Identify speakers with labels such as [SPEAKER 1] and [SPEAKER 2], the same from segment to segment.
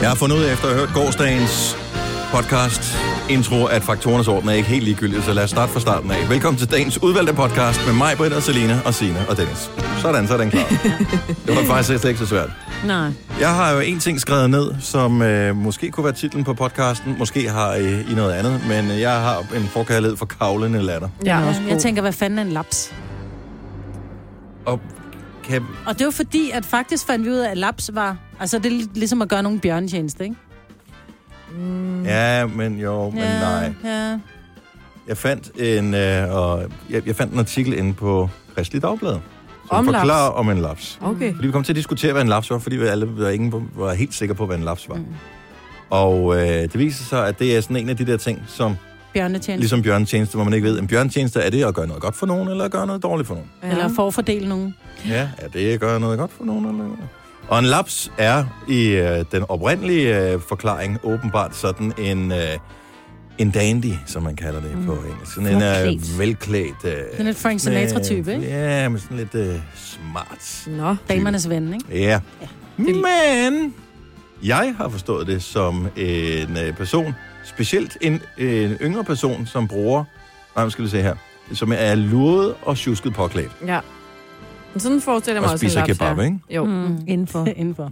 [SPEAKER 1] Jeg har fundet ud af, efter at have hørt gårsdagens podcast intro, at faktorernes orden er ikke helt ligegyldigt, så lad os starte fra starten af. Velkommen til dagens udvalgte podcast med mig, Britt og Selina og Sina og Dennis. Sådan, så er den klar. Det var faktisk slet ikke så svært.
[SPEAKER 2] Nej.
[SPEAKER 1] Jeg har jo en ting skrevet ned, som øh, måske kunne være titlen på podcasten, måske har øh, I noget andet, men øh, jeg har en forkærlighed for kavlende latter.
[SPEAKER 2] Ja,
[SPEAKER 3] også
[SPEAKER 2] jeg
[SPEAKER 3] god.
[SPEAKER 2] tænker, hvad fanden er en laps?
[SPEAKER 1] Og kan,
[SPEAKER 2] Og det var fordi, at faktisk fandt vi ud af, at laps var... Altså, det er lidt ligesom at gøre nogen bjørntjeneste, ikke?
[SPEAKER 1] ja, men jo, men
[SPEAKER 2] ja,
[SPEAKER 1] nej.
[SPEAKER 2] Ja.
[SPEAKER 1] Jeg fandt en, øh, og jeg, jeg fandt en artikel inde på Kristelig Dagblad, som
[SPEAKER 3] Om laps?
[SPEAKER 1] forklarer om en laps.
[SPEAKER 3] Okay.
[SPEAKER 1] Fordi vi kom til at diskutere, hvad en laps var, fordi vi alle var, ingen var helt sikre på, hvad en laps var. Mm. Og øh, det viser sig, at det er sådan en af de der ting, som
[SPEAKER 2] Bjørnetjeneste. Ligesom...
[SPEAKER 1] ligesom bjørnetjeneste, hvor man ikke ved, en bjørnetjeneste, er det at gøre noget godt for nogen, eller at gøre noget dårligt for nogen?
[SPEAKER 3] Ja.
[SPEAKER 2] Eller forfordele nogen.
[SPEAKER 1] Ja, er det at gøre noget godt for nogen, eller Og en laps er i øh, den oprindelige øh, forklaring åbenbart sådan en... Øh, en dandy, som man kalder det mm. på engelsk. Sådan en øh,
[SPEAKER 4] Velklædt.
[SPEAKER 1] velklædt... Øh,
[SPEAKER 2] Sådan lidt Frank
[SPEAKER 1] sådan, øh,
[SPEAKER 2] Sinatra-type, ikke?
[SPEAKER 1] Ja, men sådan lidt øh, smart.
[SPEAKER 3] Nå.
[SPEAKER 2] Damernes ven, ikke?
[SPEAKER 1] Ja. Men jeg har forstået det som en øh, person, specielt en, en yngre person, som bruger, nej, nu skal vi se her, som er luret og tjusket påklædt
[SPEAKER 3] Ja. Men sådan forestiller jeg mig
[SPEAKER 1] og
[SPEAKER 3] også en
[SPEAKER 1] spiser
[SPEAKER 3] laps.
[SPEAKER 1] kebab,
[SPEAKER 3] ja.
[SPEAKER 1] ikke?
[SPEAKER 3] Jo,
[SPEAKER 2] Mm.
[SPEAKER 4] Indenfor.
[SPEAKER 2] Indenfor.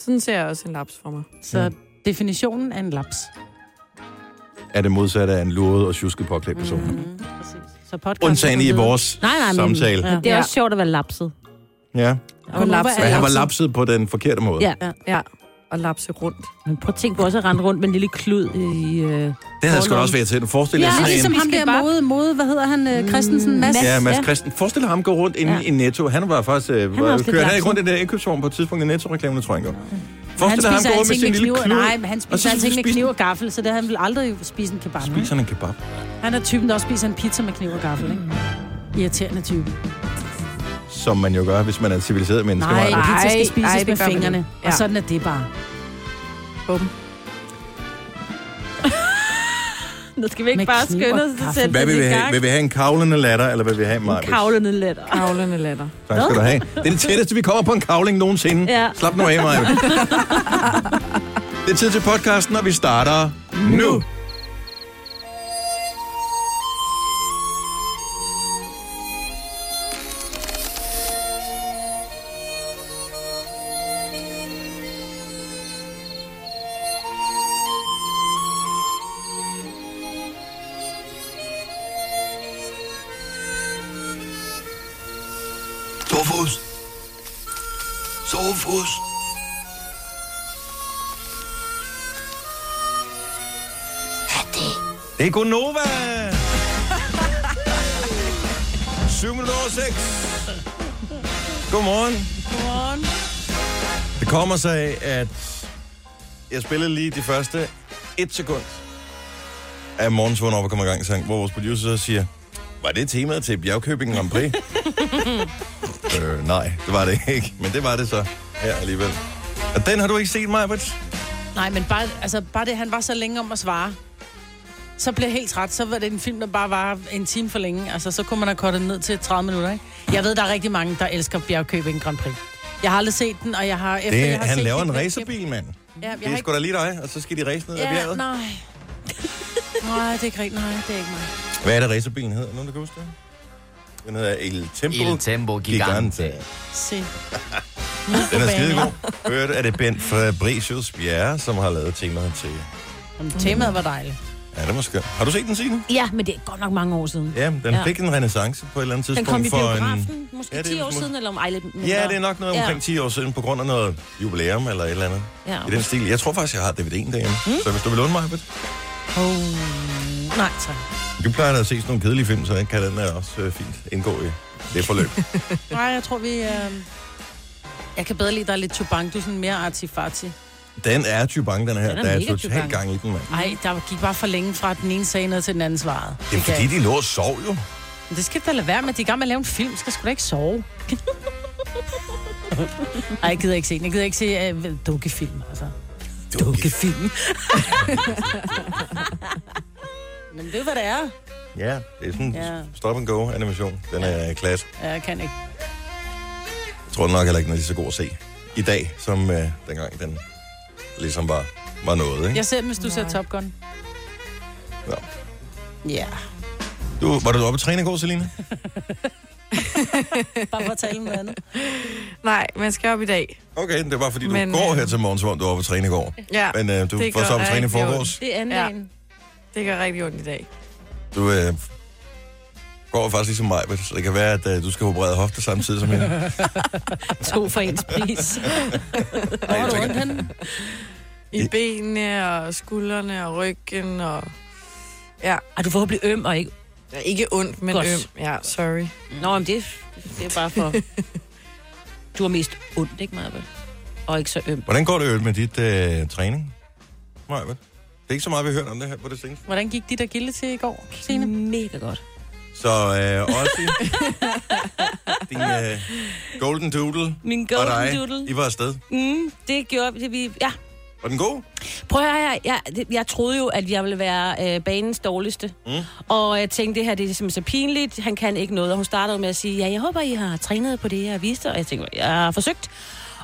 [SPEAKER 3] sådan ser jeg også en laps for mig.
[SPEAKER 2] Så
[SPEAKER 1] Ja.
[SPEAKER 2] definitionen af en laps.
[SPEAKER 1] Er det modsatte af en luret og tjusket påklædt person. Mm.
[SPEAKER 2] Mm. Præcis. Så podcast...
[SPEAKER 1] Undtagen i vores
[SPEAKER 4] Mm. Nej, nej, men-
[SPEAKER 1] samtale.
[SPEAKER 2] Ja.
[SPEAKER 4] Det er
[SPEAKER 3] Ja.
[SPEAKER 4] også sjovt at være lapset.
[SPEAKER 1] Ja.
[SPEAKER 3] Og laps.
[SPEAKER 1] Men han var lapset på den forkerte måde.
[SPEAKER 4] Ja.
[SPEAKER 3] Ja, og lapse rundt.
[SPEAKER 4] Men prøv at tænke på også at rende rundt med en lille klud i... Øh...
[SPEAKER 1] Det havde sgu da også været til. Forestil
[SPEAKER 2] Ja,
[SPEAKER 1] jer
[SPEAKER 2] det er
[SPEAKER 1] sådan
[SPEAKER 2] ligesom
[SPEAKER 1] en...
[SPEAKER 4] Vi
[SPEAKER 2] ham
[SPEAKER 4] skal
[SPEAKER 2] der
[SPEAKER 4] bare-
[SPEAKER 2] mode, mode, hvad hedder han,
[SPEAKER 3] Mm.
[SPEAKER 2] øh, Christensen, Mads?
[SPEAKER 4] Mads.
[SPEAKER 1] Ja, Mads
[SPEAKER 4] Ja.
[SPEAKER 1] Christen. Forestil dig ham gå rundt inde
[SPEAKER 4] Ja.
[SPEAKER 1] ja. i Netto. Han var faktisk... Øh,
[SPEAKER 4] var
[SPEAKER 1] var
[SPEAKER 4] også lidt
[SPEAKER 1] kørte han
[SPEAKER 4] lapset.
[SPEAKER 1] ikke rundt i den der indkøbsvogn på et tidspunkt i Netto-reklamerne, tror jeg ikke.
[SPEAKER 2] Han
[SPEAKER 1] Forestil dig ham
[SPEAKER 2] spiser
[SPEAKER 1] gå rundt med
[SPEAKER 2] alting
[SPEAKER 1] sin
[SPEAKER 2] med
[SPEAKER 1] lille
[SPEAKER 2] kniv.
[SPEAKER 1] klud.
[SPEAKER 2] Nej, men han
[SPEAKER 1] og så
[SPEAKER 2] spiser alting med
[SPEAKER 1] spise-
[SPEAKER 2] kniv og gaffel, så det han vil aldrig spise en kebab.
[SPEAKER 1] Spiser han Mm. en kebab?
[SPEAKER 2] Han er typen, der også spiser en pizza med kniv og gaffel, ikke? Irriterende type.
[SPEAKER 1] Som man jo gør, hvis man er et civiliseret menneske.
[SPEAKER 2] Nej, en
[SPEAKER 1] Maja.
[SPEAKER 2] pizza skal
[SPEAKER 3] Ej,
[SPEAKER 2] spises ej,
[SPEAKER 3] ej, det
[SPEAKER 2] med
[SPEAKER 3] gør man
[SPEAKER 2] fingrene.
[SPEAKER 3] ikke.
[SPEAKER 2] Ja.
[SPEAKER 3] Ja.
[SPEAKER 2] Og sådan er det bare.
[SPEAKER 3] Bum.
[SPEAKER 4] Nu skal vi
[SPEAKER 2] Med
[SPEAKER 4] ikke bare
[SPEAKER 2] kniv
[SPEAKER 4] skynde
[SPEAKER 2] og
[SPEAKER 4] os til
[SPEAKER 2] kaffe.
[SPEAKER 4] sætte
[SPEAKER 1] Hvad vil vi have? Vil vi have en kavlende latter, eller hvad vil vi have, Maja?
[SPEAKER 4] Kavlende letter.
[SPEAKER 3] Kavlende latter.
[SPEAKER 1] Tak skal du have. Det er det tætteste, vi kommer på en kavling nogensinde.
[SPEAKER 4] Ja.
[SPEAKER 1] Slap nu af, Maja. Det er tid til podcasten, og vi starter nu.
[SPEAKER 5] Sofus. Sofus.
[SPEAKER 1] Det er Gunova! 7 minutter over 6. Godmorgen.
[SPEAKER 2] Godmorgen.
[SPEAKER 1] Det kommer sig af, at jeg spillede lige de første et sekund af morgens vågen op og kommer i gang sang, hvor vores producer så siger, var det temaet til Bjergkøbing Grand Prix? øh, nej, det var det ikke, men det var det så her alligevel. Og den har du ikke set, Majbert?
[SPEAKER 2] Nej, men bare, altså, bare det, han var så længe om at svare. Så blev jeg helt træt. Så var det en film, der bare var en time for længe. Altså, så kunne man have kortet ned til 30 minutter, ikke? Jeg ved, der er rigtig mange, der elsker Bjergkøbing Grand Prix. Jeg har aldrig set den, og jeg har... Efter
[SPEAKER 1] Det,
[SPEAKER 2] jeg har
[SPEAKER 1] han
[SPEAKER 2] set
[SPEAKER 1] laver en
[SPEAKER 2] den-
[SPEAKER 1] racerbil, mand.
[SPEAKER 2] Ja, jeg
[SPEAKER 1] Det
[SPEAKER 2] har
[SPEAKER 1] er
[SPEAKER 2] ikke...
[SPEAKER 1] sgu da lige dig, og så skal de race ned ad
[SPEAKER 2] Ja,
[SPEAKER 1] bjerget.
[SPEAKER 2] nej. Nej, det er ikke rigtigt. Nej, det er ikke mig.
[SPEAKER 1] Hvad er det, racerbilen hedder? Nogen, der kan huske det? Den hedder El Tempo
[SPEAKER 6] Il Tempo Gigante.
[SPEAKER 1] Gigante.
[SPEAKER 2] Se.
[SPEAKER 1] Den er skidegod. Hørt er det Bent Fabricius Bjerre, som har lavet temaet til.
[SPEAKER 2] Jamen, Temaet var dejligt.
[SPEAKER 1] Ja, det var skønt. Har du set den, Signe?
[SPEAKER 4] Ja, men det er godt nok mange år siden.
[SPEAKER 1] Ja, den
[SPEAKER 4] Ja.
[SPEAKER 1] ja. fik en renaissance på et eller andet
[SPEAKER 4] Den
[SPEAKER 1] tidspunkt.
[SPEAKER 4] kom i
[SPEAKER 1] for
[SPEAKER 4] biografen,
[SPEAKER 1] En...
[SPEAKER 4] måske
[SPEAKER 1] Ja, det er
[SPEAKER 4] 10 år
[SPEAKER 1] måske-
[SPEAKER 4] siden, eller om ej, lidt mindre.
[SPEAKER 1] Ja, det er nok noget omkring 10 år siden, på grund af noget jubilæum eller et eller andet.
[SPEAKER 4] Ja.
[SPEAKER 1] I den stil. Jeg tror faktisk, jeg har DVD'en derhjemme. Mm. Så hvis du vil låne mig, Britt.
[SPEAKER 2] Oh. Nej, tak.
[SPEAKER 1] du plejer da at se sådan nogle kedelige film, så den kan den er også øh, fint indgå i det forløb.
[SPEAKER 2] Nej, jeg tror, vi... Øh... Jeg kan bedre lide, der er lidt tubang. Du er sådan mere artifarti.
[SPEAKER 1] den er typang, den her.
[SPEAKER 4] Den er
[SPEAKER 1] der er
[SPEAKER 4] mega
[SPEAKER 1] totalt
[SPEAKER 4] typang.
[SPEAKER 1] gang i den, mand.
[SPEAKER 2] Ej, der gik bare for længe fra den ene sag ned til den anden svarede.
[SPEAKER 1] Det er
[SPEAKER 2] kan jeg
[SPEAKER 1] fordi, de lå og sov jo.
[SPEAKER 2] ikke. Men det skal da lade være med. De er i gang med at lave en film. Skal sgu da ikke sove. Ej, jeg gider ikke se den. Jeg gider ikke se uh, dukkefilm, altså. Dukkefilm. Men det er, hvad det er.
[SPEAKER 1] Ja, det er sådan en
[SPEAKER 2] Ja.
[SPEAKER 1] stop and go animation. Den er klasse.
[SPEAKER 2] Ja, jeg kan ikke.
[SPEAKER 1] Jeg tror nok heller ikke, den er lige så god at se i dag, som øh, dengang den ligesom var, var noget, ikke?
[SPEAKER 2] Jeg ser dem, hvis du ser Top Gun.
[SPEAKER 1] Ja.
[SPEAKER 2] Ja.
[SPEAKER 1] Du, var du oppe at træne i går, Selina?
[SPEAKER 2] Bare for at tale om noget andet.
[SPEAKER 3] Nej, man skal op i dag.
[SPEAKER 1] Okay, det var fordi, du Men,
[SPEAKER 3] Men,
[SPEAKER 1] går
[SPEAKER 3] øh,
[SPEAKER 1] her til morgen, som om du var oppe at træne i går.
[SPEAKER 3] Ja,
[SPEAKER 1] Men øh, du
[SPEAKER 3] det
[SPEAKER 1] var så
[SPEAKER 3] gør
[SPEAKER 1] oppe at træne i
[SPEAKER 3] rigtig ondt.
[SPEAKER 1] forgårs.
[SPEAKER 4] Det er anden
[SPEAKER 3] Ja.
[SPEAKER 4] ja.
[SPEAKER 3] det gør rigtig ondt i dag.
[SPEAKER 1] Du øh, går faktisk ligesom mig, så det kan være, at øh, du skal operere hofte samtidig som hende. Ej,
[SPEAKER 4] To for ens pris.
[SPEAKER 2] Hvor har
[SPEAKER 1] jeg
[SPEAKER 2] du
[SPEAKER 1] tænker-
[SPEAKER 2] ondt henne?
[SPEAKER 3] I benene og skuldrene og ryggen og... Ja,
[SPEAKER 4] Ej, du får blive øm og ikke...
[SPEAKER 3] ikke ondt, men
[SPEAKER 4] Godt.
[SPEAKER 3] øm. Ja, sorry.
[SPEAKER 4] Nå, men det, det er bare for... Du har mest ondt, ikke, Marbe? Og ikke så øm.
[SPEAKER 1] Hvordan går det øvrigt med dit øh, træning? Nej, vel? Det er ikke så meget, vi har hørt om det her på det seneste.
[SPEAKER 2] Hvordan gik dit agility til i går, Signe?
[SPEAKER 4] Mega godt.
[SPEAKER 1] Så øh, også din øh, golden doodle
[SPEAKER 4] Min
[SPEAKER 1] og
[SPEAKER 4] golden
[SPEAKER 1] dig,
[SPEAKER 4] doodle.
[SPEAKER 1] I var afsted.
[SPEAKER 4] Mm, det gjorde det, vi... Ja,
[SPEAKER 1] Var den god?
[SPEAKER 4] Prøv at høre her, jeg, det- jeg troede jo, at jeg ville være øh, banens dårligste. Mm. Og jeg tænkte, det her det er simpelthen så pinligt, han kan ikke noget. Og hun startede med at sige, ja, jeg håber, I har trænet på det, jeg viste. Og jeg tænkte, jeg har forsøgt.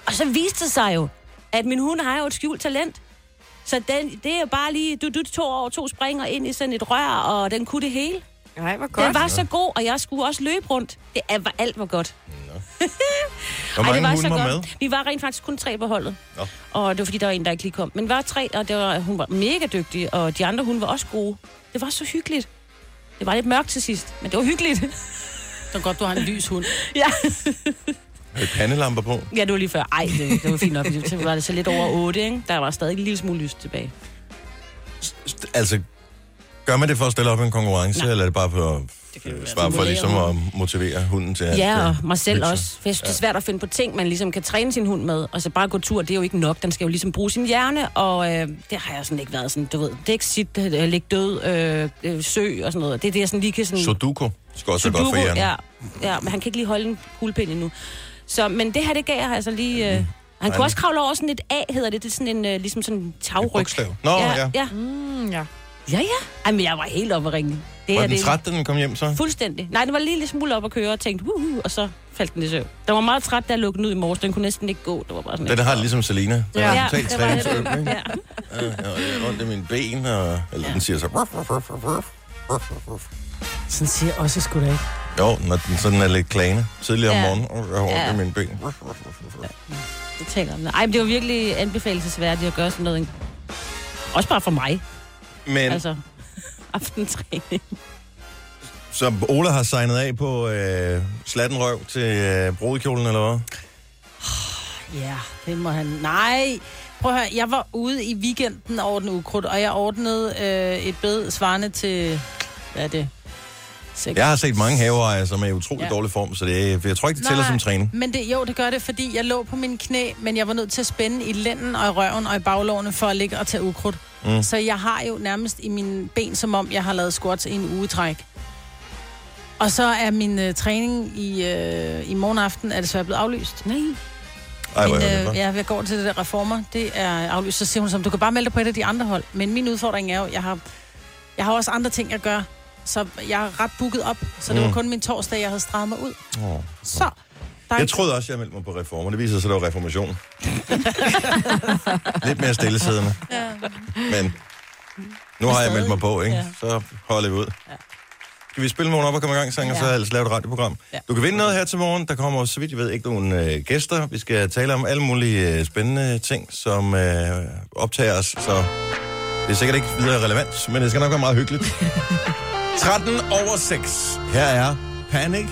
[SPEAKER 4] Og så viste det sig jo, at min hund har jo et skjult talent. Så den, det er jo bare lige, du, du to over to springer ind i sådan et rør, og den kunne det hele.
[SPEAKER 3] Nej, hvor godt.
[SPEAKER 4] Den var så god, og jeg skulle også løbe rundt. Det er- var alt var godt.
[SPEAKER 1] Hvor
[SPEAKER 4] Ej, det
[SPEAKER 1] mange
[SPEAKER 4] var
[SPEAKER 1] hunde
[SPEAKER 4] så
[SPEAKER 1] var
[SPEAKER 4] godt.
[SPEAKER 1] med?
[SPEAKER 4] Vi var rent faktisk kun tre på holdet.
[SPEAKER 1] Nå.
[SPEAKER 4] Og det var fordi, der var en, der ikke lige kom. Men vi var tre, og det var, hun var mega dygtig, og de andre hun var også gode. Det var så hyggeligt. Det var lidt mørkt til sidst, men det var hyggeligt.
[SPEAKER 2] Så godt, du har en lys hund.
[SPEAKER 4] ja.
[SPEAKER 1] Har I pandelamper på?
[SPEAKER 4] ja, det var lige før. Ej, det, det var fint nok. Det var det så lidt over otte, ikke? Der var stadig en lille smule lys tilbage.
[SPEAKER 1] St- altså, gør man det for at stille op i en konkurrence, Nej. eller er det bare for at øh, bare for
[SPEAKER 4] Motivere
[SPEAKER 1] ligesom at motivere hunden til at...
[SPEAKER 4] Ja,
[SPEAKER 1] øh,
[SPEAKER 4] og mig selv
[SPEAKER 1] hygge sig?
[SPEAKER 4] også. For jeg synes, det er svært at finde på ting, man ligesom kan træne sin hund med. Og så bare gå tur, det er jo ikke nok. Den skal jo ligesom bruge sin hjerne, og øh, det har jeg sådan ikke været sådan, du ved, dæk sit, øh, læg død, øh, øh, sø og sådan noget. Det er det, jeg sådan lige kan sådan...
[SPEAKER 1] Sudoku skal også være godt for
[SPEAKER 4] Sudoku,
[SPEAKER 1] hjernen.
[SPEAKER 4] ja, ja, men han kan ikke lige holde en kuglepind endnu. Så, men det her, det gav jeg altså lige... Øh, han
[SPEAKER 1] Mm-hmm. Ej,
[SPEAKER 4] kunne også kravle over sådan et A, hedder det. Det er sådan en, øh, ligesom sådan en
[SPEAKER 1] Et
[SPEAKER 4] tagryg.
[SPEAKER 1] bogstav. Nå, ja. ja.
[SPEAKER 4] ja. Ja,
[SPEAKER 3] Mm, ja.
[SPEAKER 4] ja. ja. Ej, men jeg var helt oppe at ringe. Det
[SPEAKER 1] Var
[SPEAKER 4] her,
[SPEAKER 1] den
[SPEAKER 4] det-
[SPEAKER 1] træt, da den kom hjem så?
[SPEAKER 4] Fuldstændig. Nej, den var lige lidt smule op at køre og tænkte, uhu, og så faldt den i søvn. Den var meget træt, da jeg lukkede den ud i morges. Den kunne næsten ikke gå. Det var bare sådan
[SPEAKER 1] Den har det ligesom Selina. Den
[SPEAKER 3] Ja,
[SPEAKER 1] ja, er totalt
[SPEAKER 4] det var
[SPEAKER 1] træningsøm,
[SPEAKER 4] det.
[SPEAKER 1] ikke?
[SPEAKER 4] Ja.
[SPEAKER 1] Ja, og jeg er rundt i mine ben, og... Eller den siger så... "Ruff, ruff, ruff, ruff, ruff, ruff, ruff, ruff."
[SPEAKER 2] Sådan siger jeg også sgu da ikke.
[SPEAKER 1] Jo, når den sådan er lidt klagende. Tidligere om
[SPEAKER 4] Ja.
[SPEAKER 1] morgenen, "Åh, jeg har
[SPEAKER 4] Ja.
[SPEAKER 1] ondt i mine ben. Ruff,
[SPEAKER 4] Det taler om det. Ej, men det var virkelig anbefalelsesværdigt at gøre sådan noget. Også bare for mig,
[SPEAKER 1] Men
[SPEAKER 4] altså. Aftentræning.
[SPEAKER 1] så Ola har signet af på øh, slattenrøv til øh, brudekjolen, eller hvad?
[SPEAKER 2] Ja, det må han. Nej, prøv at høre, jeg var ude i weekenden og ordnede ukrudt, og jeg ordnede øh, et bed svarende til, hvad er det? Seks.
[SPEAKER 1] Jeg har set mange haveejere, som er i utrolig ja.
[SPEAKER 2] Ja.
[SPEAKER 1] dårlig form, så det, er- jeg tror ikke, det tæller
[SPEAKER 2] Nej,
[SPEAKER 1] som træning.
[SPEAKER 2] Men det, jo, det gør det, fordi jeg lå på mine knæ, men jeg var nødt til at spænde i lænden og i røven og i baglårene for at ligge og tage ukrudt.
[SPEAKER 1] Mm.
[SPEAKER 2] Mm. Så jeg har jo nærmest i mine ben, som om jeg har lavet squats i en uge i træk. Og så er min øh, træning i, øh, i morgenaften, er desværre blevet aflyst.
[SPEAKER 4] Nej.
[SPEAKER 1] Ej, hvor
[SPEAKER 2] Men,
[SPEAKER 1] er det
[SPEAKER 2] øh,
[SPEAKER 1] godt.
[SPEAKER 2] ja, jeg går til det der reformer. Det er aflyst. Så siger hun som, du kan bare melde dig på et af de andre hold. Men min udfordring er jo, jeg har, jeg har også andre ting at gøre. Så jeg er ret booket op. Så det
[SPEAKER 1] Mm.
[SPEAKER 2] var kun min torsdag, jeg havde strammet mig ud.
[SPEAKER 1] Åh.
[SPEAKER 2] Så. Der er
[SPEAKER 1] Jeg
[SPEAKER 2] ikke-
[SPEAKER 1] troede også, jeg meldte mig på reformer. Det viser sig, at det var reformation. Lidt mere stillesiddende.
[SPEAKER 2] Ja.
[SPEAKER 1] Men nu har jeg meldt mig på, ikke?
[SPEAKER 2] Ja.
[SPEAKER 1] Så holder vi ud. Skal vi spille morgen op og komme i gang, sang, og så
[SPEAKER 2] Ja.
[SPEAKER 1] ellers lave et radioprogram?
[SPEAKER 2] Ja.
[SPEAKER 1] Du kan vinde noget her til morgen. Der kommer, så vidt jeg ved, ikke nogen øh, gæster. Vi skal tale om alle mulige øh, spændende ting, som øh, optager os. Så det er sikkert ikke videre relevant, men det skal nok være meget hyggeligt. 13 over 6. Her er Panic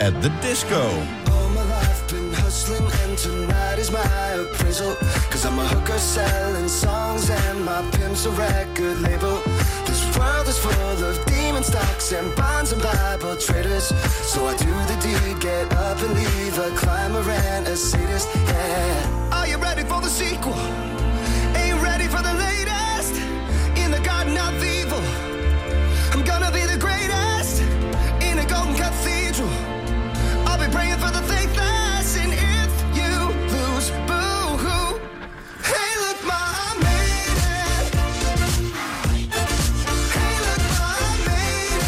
[SPEAKER 1] at the Disco.
[SPEAKER 5] All my life been hustling and tonight is my appraisal Cause I'm a hooker selling songs and my pimp's a record label This world is full of demon stocks and bonds and Bible traders So I do the deed, get up and leave a climber and a sadist yeah. Are you ready for the sequel? Are you ready for the latest? In the garden of evil I'm gonna be the greatest In a golden cathedral I'll be praying for the faithless, and if you lose, boo hoo. Hey, look, ma, I made it. Hey, look, ma, I made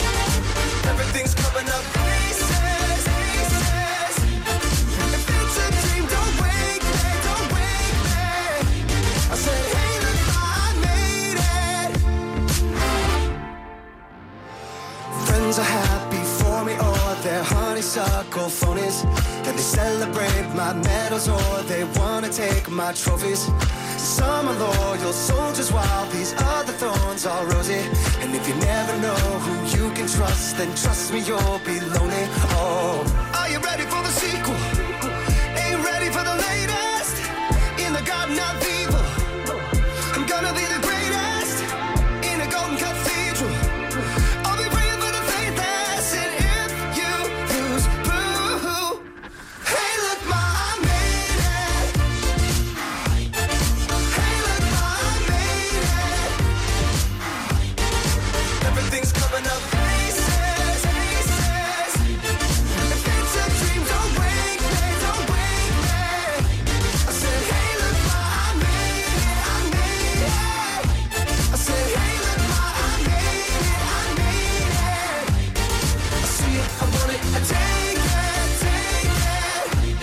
[SPEAKER 5] it. Everything's coming up pieces, pieces. If they honeysuckle phonies. Then they celebrate my medals or they wanna take my trophies. Some are loyal soldiers while these other thorns are rosy. And if you never know who you can trust, then trust me, you'll be lonely. Oh, are you ready for the sequel? Ain't ready for the latest in the garden of evil. I'm gonna be the greatest in a golden cathedral. I'll be praying for the faithless, and if you lose, boo. Hey, look, ma, I made it. Hey, look, ma, I made it. Everything's coming up. aces, aces. If it's a dream, don't wake me, don't wake me. I said, hey, look, ma, I made it, I made it. I said, hey, look, ma, I made it, I made it. I see it, I want it, I take it, take it.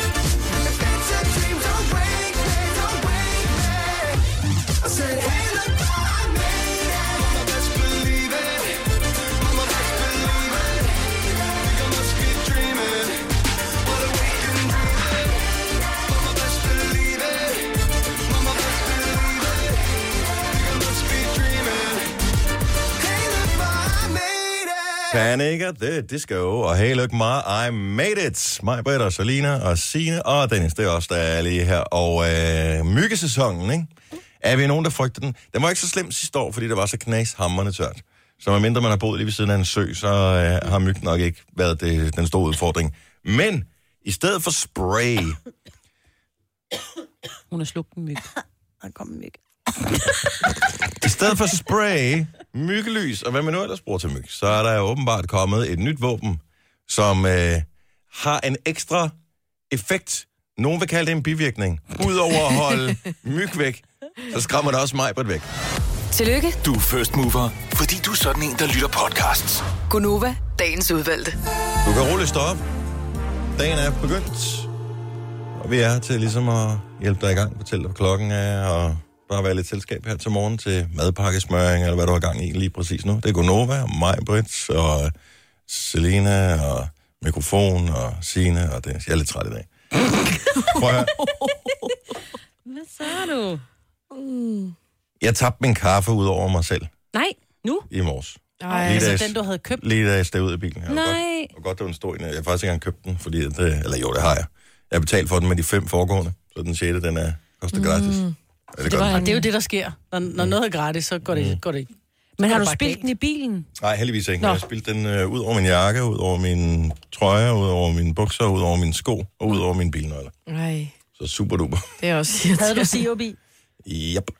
[SPEAKER 5] If it's a dream, don't wake me, don't wake me. I said, hey, look, ma, I made it. Mama, best believe it. Mama, best believe it. Think I must be dreaming. What a wake and breathe it. Mama, best believe it. Mama, best believe it. Think I must be dreaming. Hey, look, ma, I made it.
[SPEAKER 1] Panic at the Disco, og hey look ma, I made it. Mig, Britt og Salina og Sine og Dennis, det er også der er lige her. Og øh, myggesæsonen, ikke? Er vi nogen, der frygter den? Den var ikke så slem sidste år, fordi det var så knashammerne tørt. Så medmindre man har boet lige ved siden af en sø, så øh, har myg nok ikke været det, den store udfordring. Men i stedet for spray,
[SPEAKER 4] Hun har slugt en myg.
[SPEAKER 2] Der kom en myg.
[SPEAKER 1] i stedet for spray, myggelys og hvad man nu ellers bruger til myg, så er der jo åbenbart kommet et nyt våben, som øh, har en ekstra effekt. Nogen vil kalde det en bivirkning. Udover at holde myg væk, så skræmmer det også mig på væk.
[SPEAKER 6] Tillykke,
[SPEAKER 7] Du er first mover, fordi du er sådan en, der lytter podcasts.
[SPEAKER 6] Gunova, dagens udvalgte.
[SPEAKER 1] Du kan roligt stå op. Dagen er begyndt. Og vi er her til ligesom at hjælpe dig i gang. Fortælle dig, hvad klokken er, og bare være lidt selskab her til morgen til madpakkesmøring, eller hvad du har gang i lige præcis nu. Det er Gonova, og mig, Brits, og Selena, og mikrofon, og Sine og Dennis. Jeg er lidt træt i dag. Prøv at høre.
[SPEAKER 4] Hvad så du?
[SPEAKER 3] Mm.
[SPEAKER 1] Jeg tabte min kaffe ud over mig selv
[SPEAKER 4] Nej, nu?
[SPEAKER 1] i morges.
[SPEAKER 3] Ej,
[SPEAKER 1] Lige
[SPEAKER 2] Altså
[SPEAKER 1] da-
[SPEAKER 2] den, du havde købt.
[SPEAKER 1] Lige da jeg steg ud af bilen. Jeg var
[SPEAKER 4] Nej.
[SPEAKER 1] Godt, og godt, det var en stor en. Jeg har faktisk ikke engang købt den, fordi... At, øh, eller jo, det har jeg. Jeg har betalt for den med de fem foregående, så den sjette, den er koster gratis. Mm. Er det, godt? Mm.
[SPEAKER 2] Og det er jo det, der sker. Når, når noget er gratis, så går det, går det ikke.
[SPEAKER 4] Men har
[SPEAKER 2] det
[SPEAKER 4] du
[SPEAKER 2] bare
[SPEAKER 4] spillet
[SPEAKER 2] galt.
[SPEAKER 4] den i bilen?
[SPEAKER 1] Nej, heldigvis ikke.
[SPEAKER 4] Nå.
[SPEAKER 1] Jeg har spildt den øh, ud over min jakke, ud over min trøje, ud over mine bukser, ud over mine sko og ud over min bilnøgler.
[SPEAKER 3] nej,
[SPEAKER 1] Så super duper.
[SPEAKER 3] det er også irriterende.
[SPEAKER 2] Havde du Siobi?
[SPEAKER 1] Yep.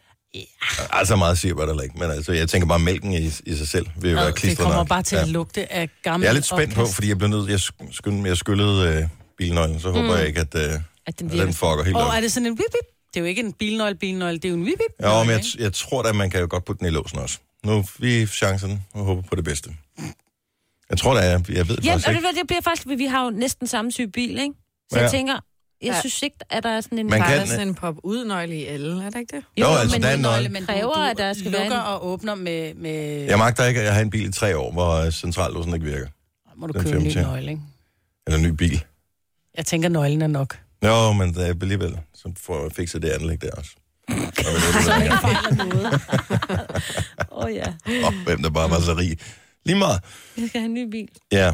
[SPEAKER 1] Altså meget siger der ikke, men altså, jeg tænker bare, mælken i, i sig selv vil jo være
[SPEAKER 2] Det
[SPEAKER 1] klistret
[SPEAKER 2] kommer
[SPEAKER 1] nok.
[SPEAKER 2] bare til
[SPEAKER 1] Ja.
[SPEAKER 2] at lugte af gammel
[SPEAKER 1] Jeg er lidt spændt på,
[SPEAKER 2] opkast.
[SPEAKER 1] fordi jeg blev nødt jeg, sk- skyndte, jeg skyllede øh, bilnøglen, så
[SPEAKER 2] Mm.
[SPEAKER 1] håber jeg ikke, at, øh, at
[SPEAKER 4] At den
[SPEAKER 1] den,
[SPEAKER 4] virker.
[SPEAKER 1] fucker helt op.
[SPEAKER 2] Og er det sådan en vip, vip? Det er jo ikke en bilnøgle, bilnøgle, det er jo en vip, vip.
[SPEAKER 1] Ja, men jeg, t- jeg tror da, man kan jo godt putte den i låsen også. Nu vi chancen og håber på det bedste. Jeg tror da, jeg, jeg ved det
[SPEAKER 4] Ja, og
[SPEAKER 1] faktisk
[SPEAKER 4] det,
[SPEAKER 1] ikke.
[SPEAKER 4] det bliver faktisk, vi har jo næsten samme type bil, ikke? Så
[SPEAKER 1] Ja.
[SPEAKER 4] ja. jeg tænker, jeg
[SPEAKER 3] Ja.
[SPEAKER 4] synes ikke, at der er sådan en...
[SPEAKER 1] Man
[SPEAKER 3] Der
[SPEAKER 1] kan-
[SPEAKER 3] er sådan en pop-ud-nøgle i alle, er det ikke det?
[SPEAKER 1] Jo, altså, der er en nøgle.
[SPEAKER 2] men
[SPEAKER 4] Kræver,
[SPEAKER 2] du, du
[SPEAKER 4] at der skal være
[SPEAKER 2] lukker
[SPEAKER 4] en-
[SPEAKER 2] og åbner med... med
[SPEAKER 1] Jeg magter ikke, at jeg har en bil i tre år, hvor øh, centrallåsen ikke virker.
[SPEAKER 2] må du
[SPEAKER 1] den
[SPEAKER 2] købe en ny
[SPEAKER 1] femte.
[SPEAKER 2] nøgle, ikke?
[SPEAKER 1] Eller en ny bil.
[SPEAKER 2] Jeg tænker, nøglen er nok.
[SPEAKER 1] Nå, men det er alligevel, så får jeg fikset det anlæg der også. Og hvad er det, du vil have?
[SPEAKER 4] Åh oh, ja,
[SPEAKER 1] Åh, hvem der bare var så rig. Lige meget.
[SPEAKER 4] jeg skal have en ny bil.
[SPEAKER 1] Ja.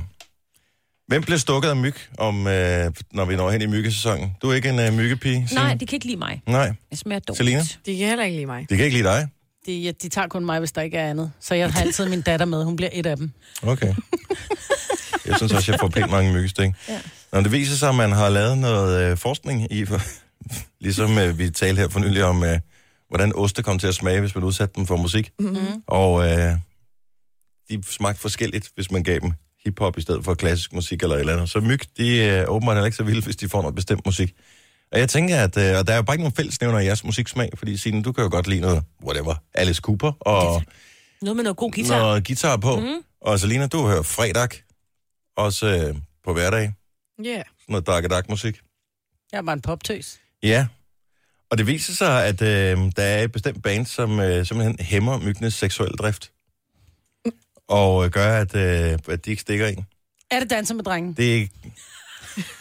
[SPEAKER 1] Hvem bliver stukket af myg, om, øh, når vi når hen i myggesæsonen? Du er ikke en øh, myggepige, Signe?
[SPEAKER 4] Nej, de kan ikke lide mig.
[SPEAKER 1] Nej,
[SPEAKER 4] Jeg smager dårligt.
[SPEAKER 1] Selina?
[SPEAKER 3] De kan heller ikke lide mig.
[SPEAKER 1] de kan ikke lide dig.
[SPEAKER 2] De, ja, de tager kun mig, hvis der ikke er andet. Så jeg har altid min datter med. Hun bliver et af dem.
[SPEAKER 1] Okay. Jeg synes også, jeg får pænt mange myggestik. Ja. Når det viser sig, at man har lavet noget øh, forskning i, ligesom øh, vi talte her for nylig om, øh, hvordan oste kom til at smage, hvis man udsatte dem for musik. Mm-hmm. Og øh, de smagte forskelligt, hvis man gav dem hiphop i stedet for klassisk musik eller et eller andet. Så myg, de øh, åbenbart heller ikke så vilde, hvis de får noget bestemt musik. Og jeg tænker, at øh, og der er jo bare ikke nogen fællesnævner i jeres musiksmag, fordi Signe, du kan jo godt lide noget, whatever, Alice Cooper og
[SPEAKER 4] Noget med noget god guitar.
[SPEAKER 1] guitar. noget guitar på. Mm. Og Selina, du hører fredag, også øh, på hverdag, sådan
[SPEAKER 3] Ja. Yeah.
[SPEAKER 1] noget dark dark musik.
[SPEAKER 2] Jeg er bare en poptøs.
[SPEAKER 1] Ja, og det viser sig, at øh, der er et bestemt band, som øh, simpelthen hæmmer myggenes seksuelle drift. Og øh, gør, at, øh, at de ikke stikker en.
[SPEAKER 2] Er det danser med drengen?
[SPEAKER 1] Det er ikke...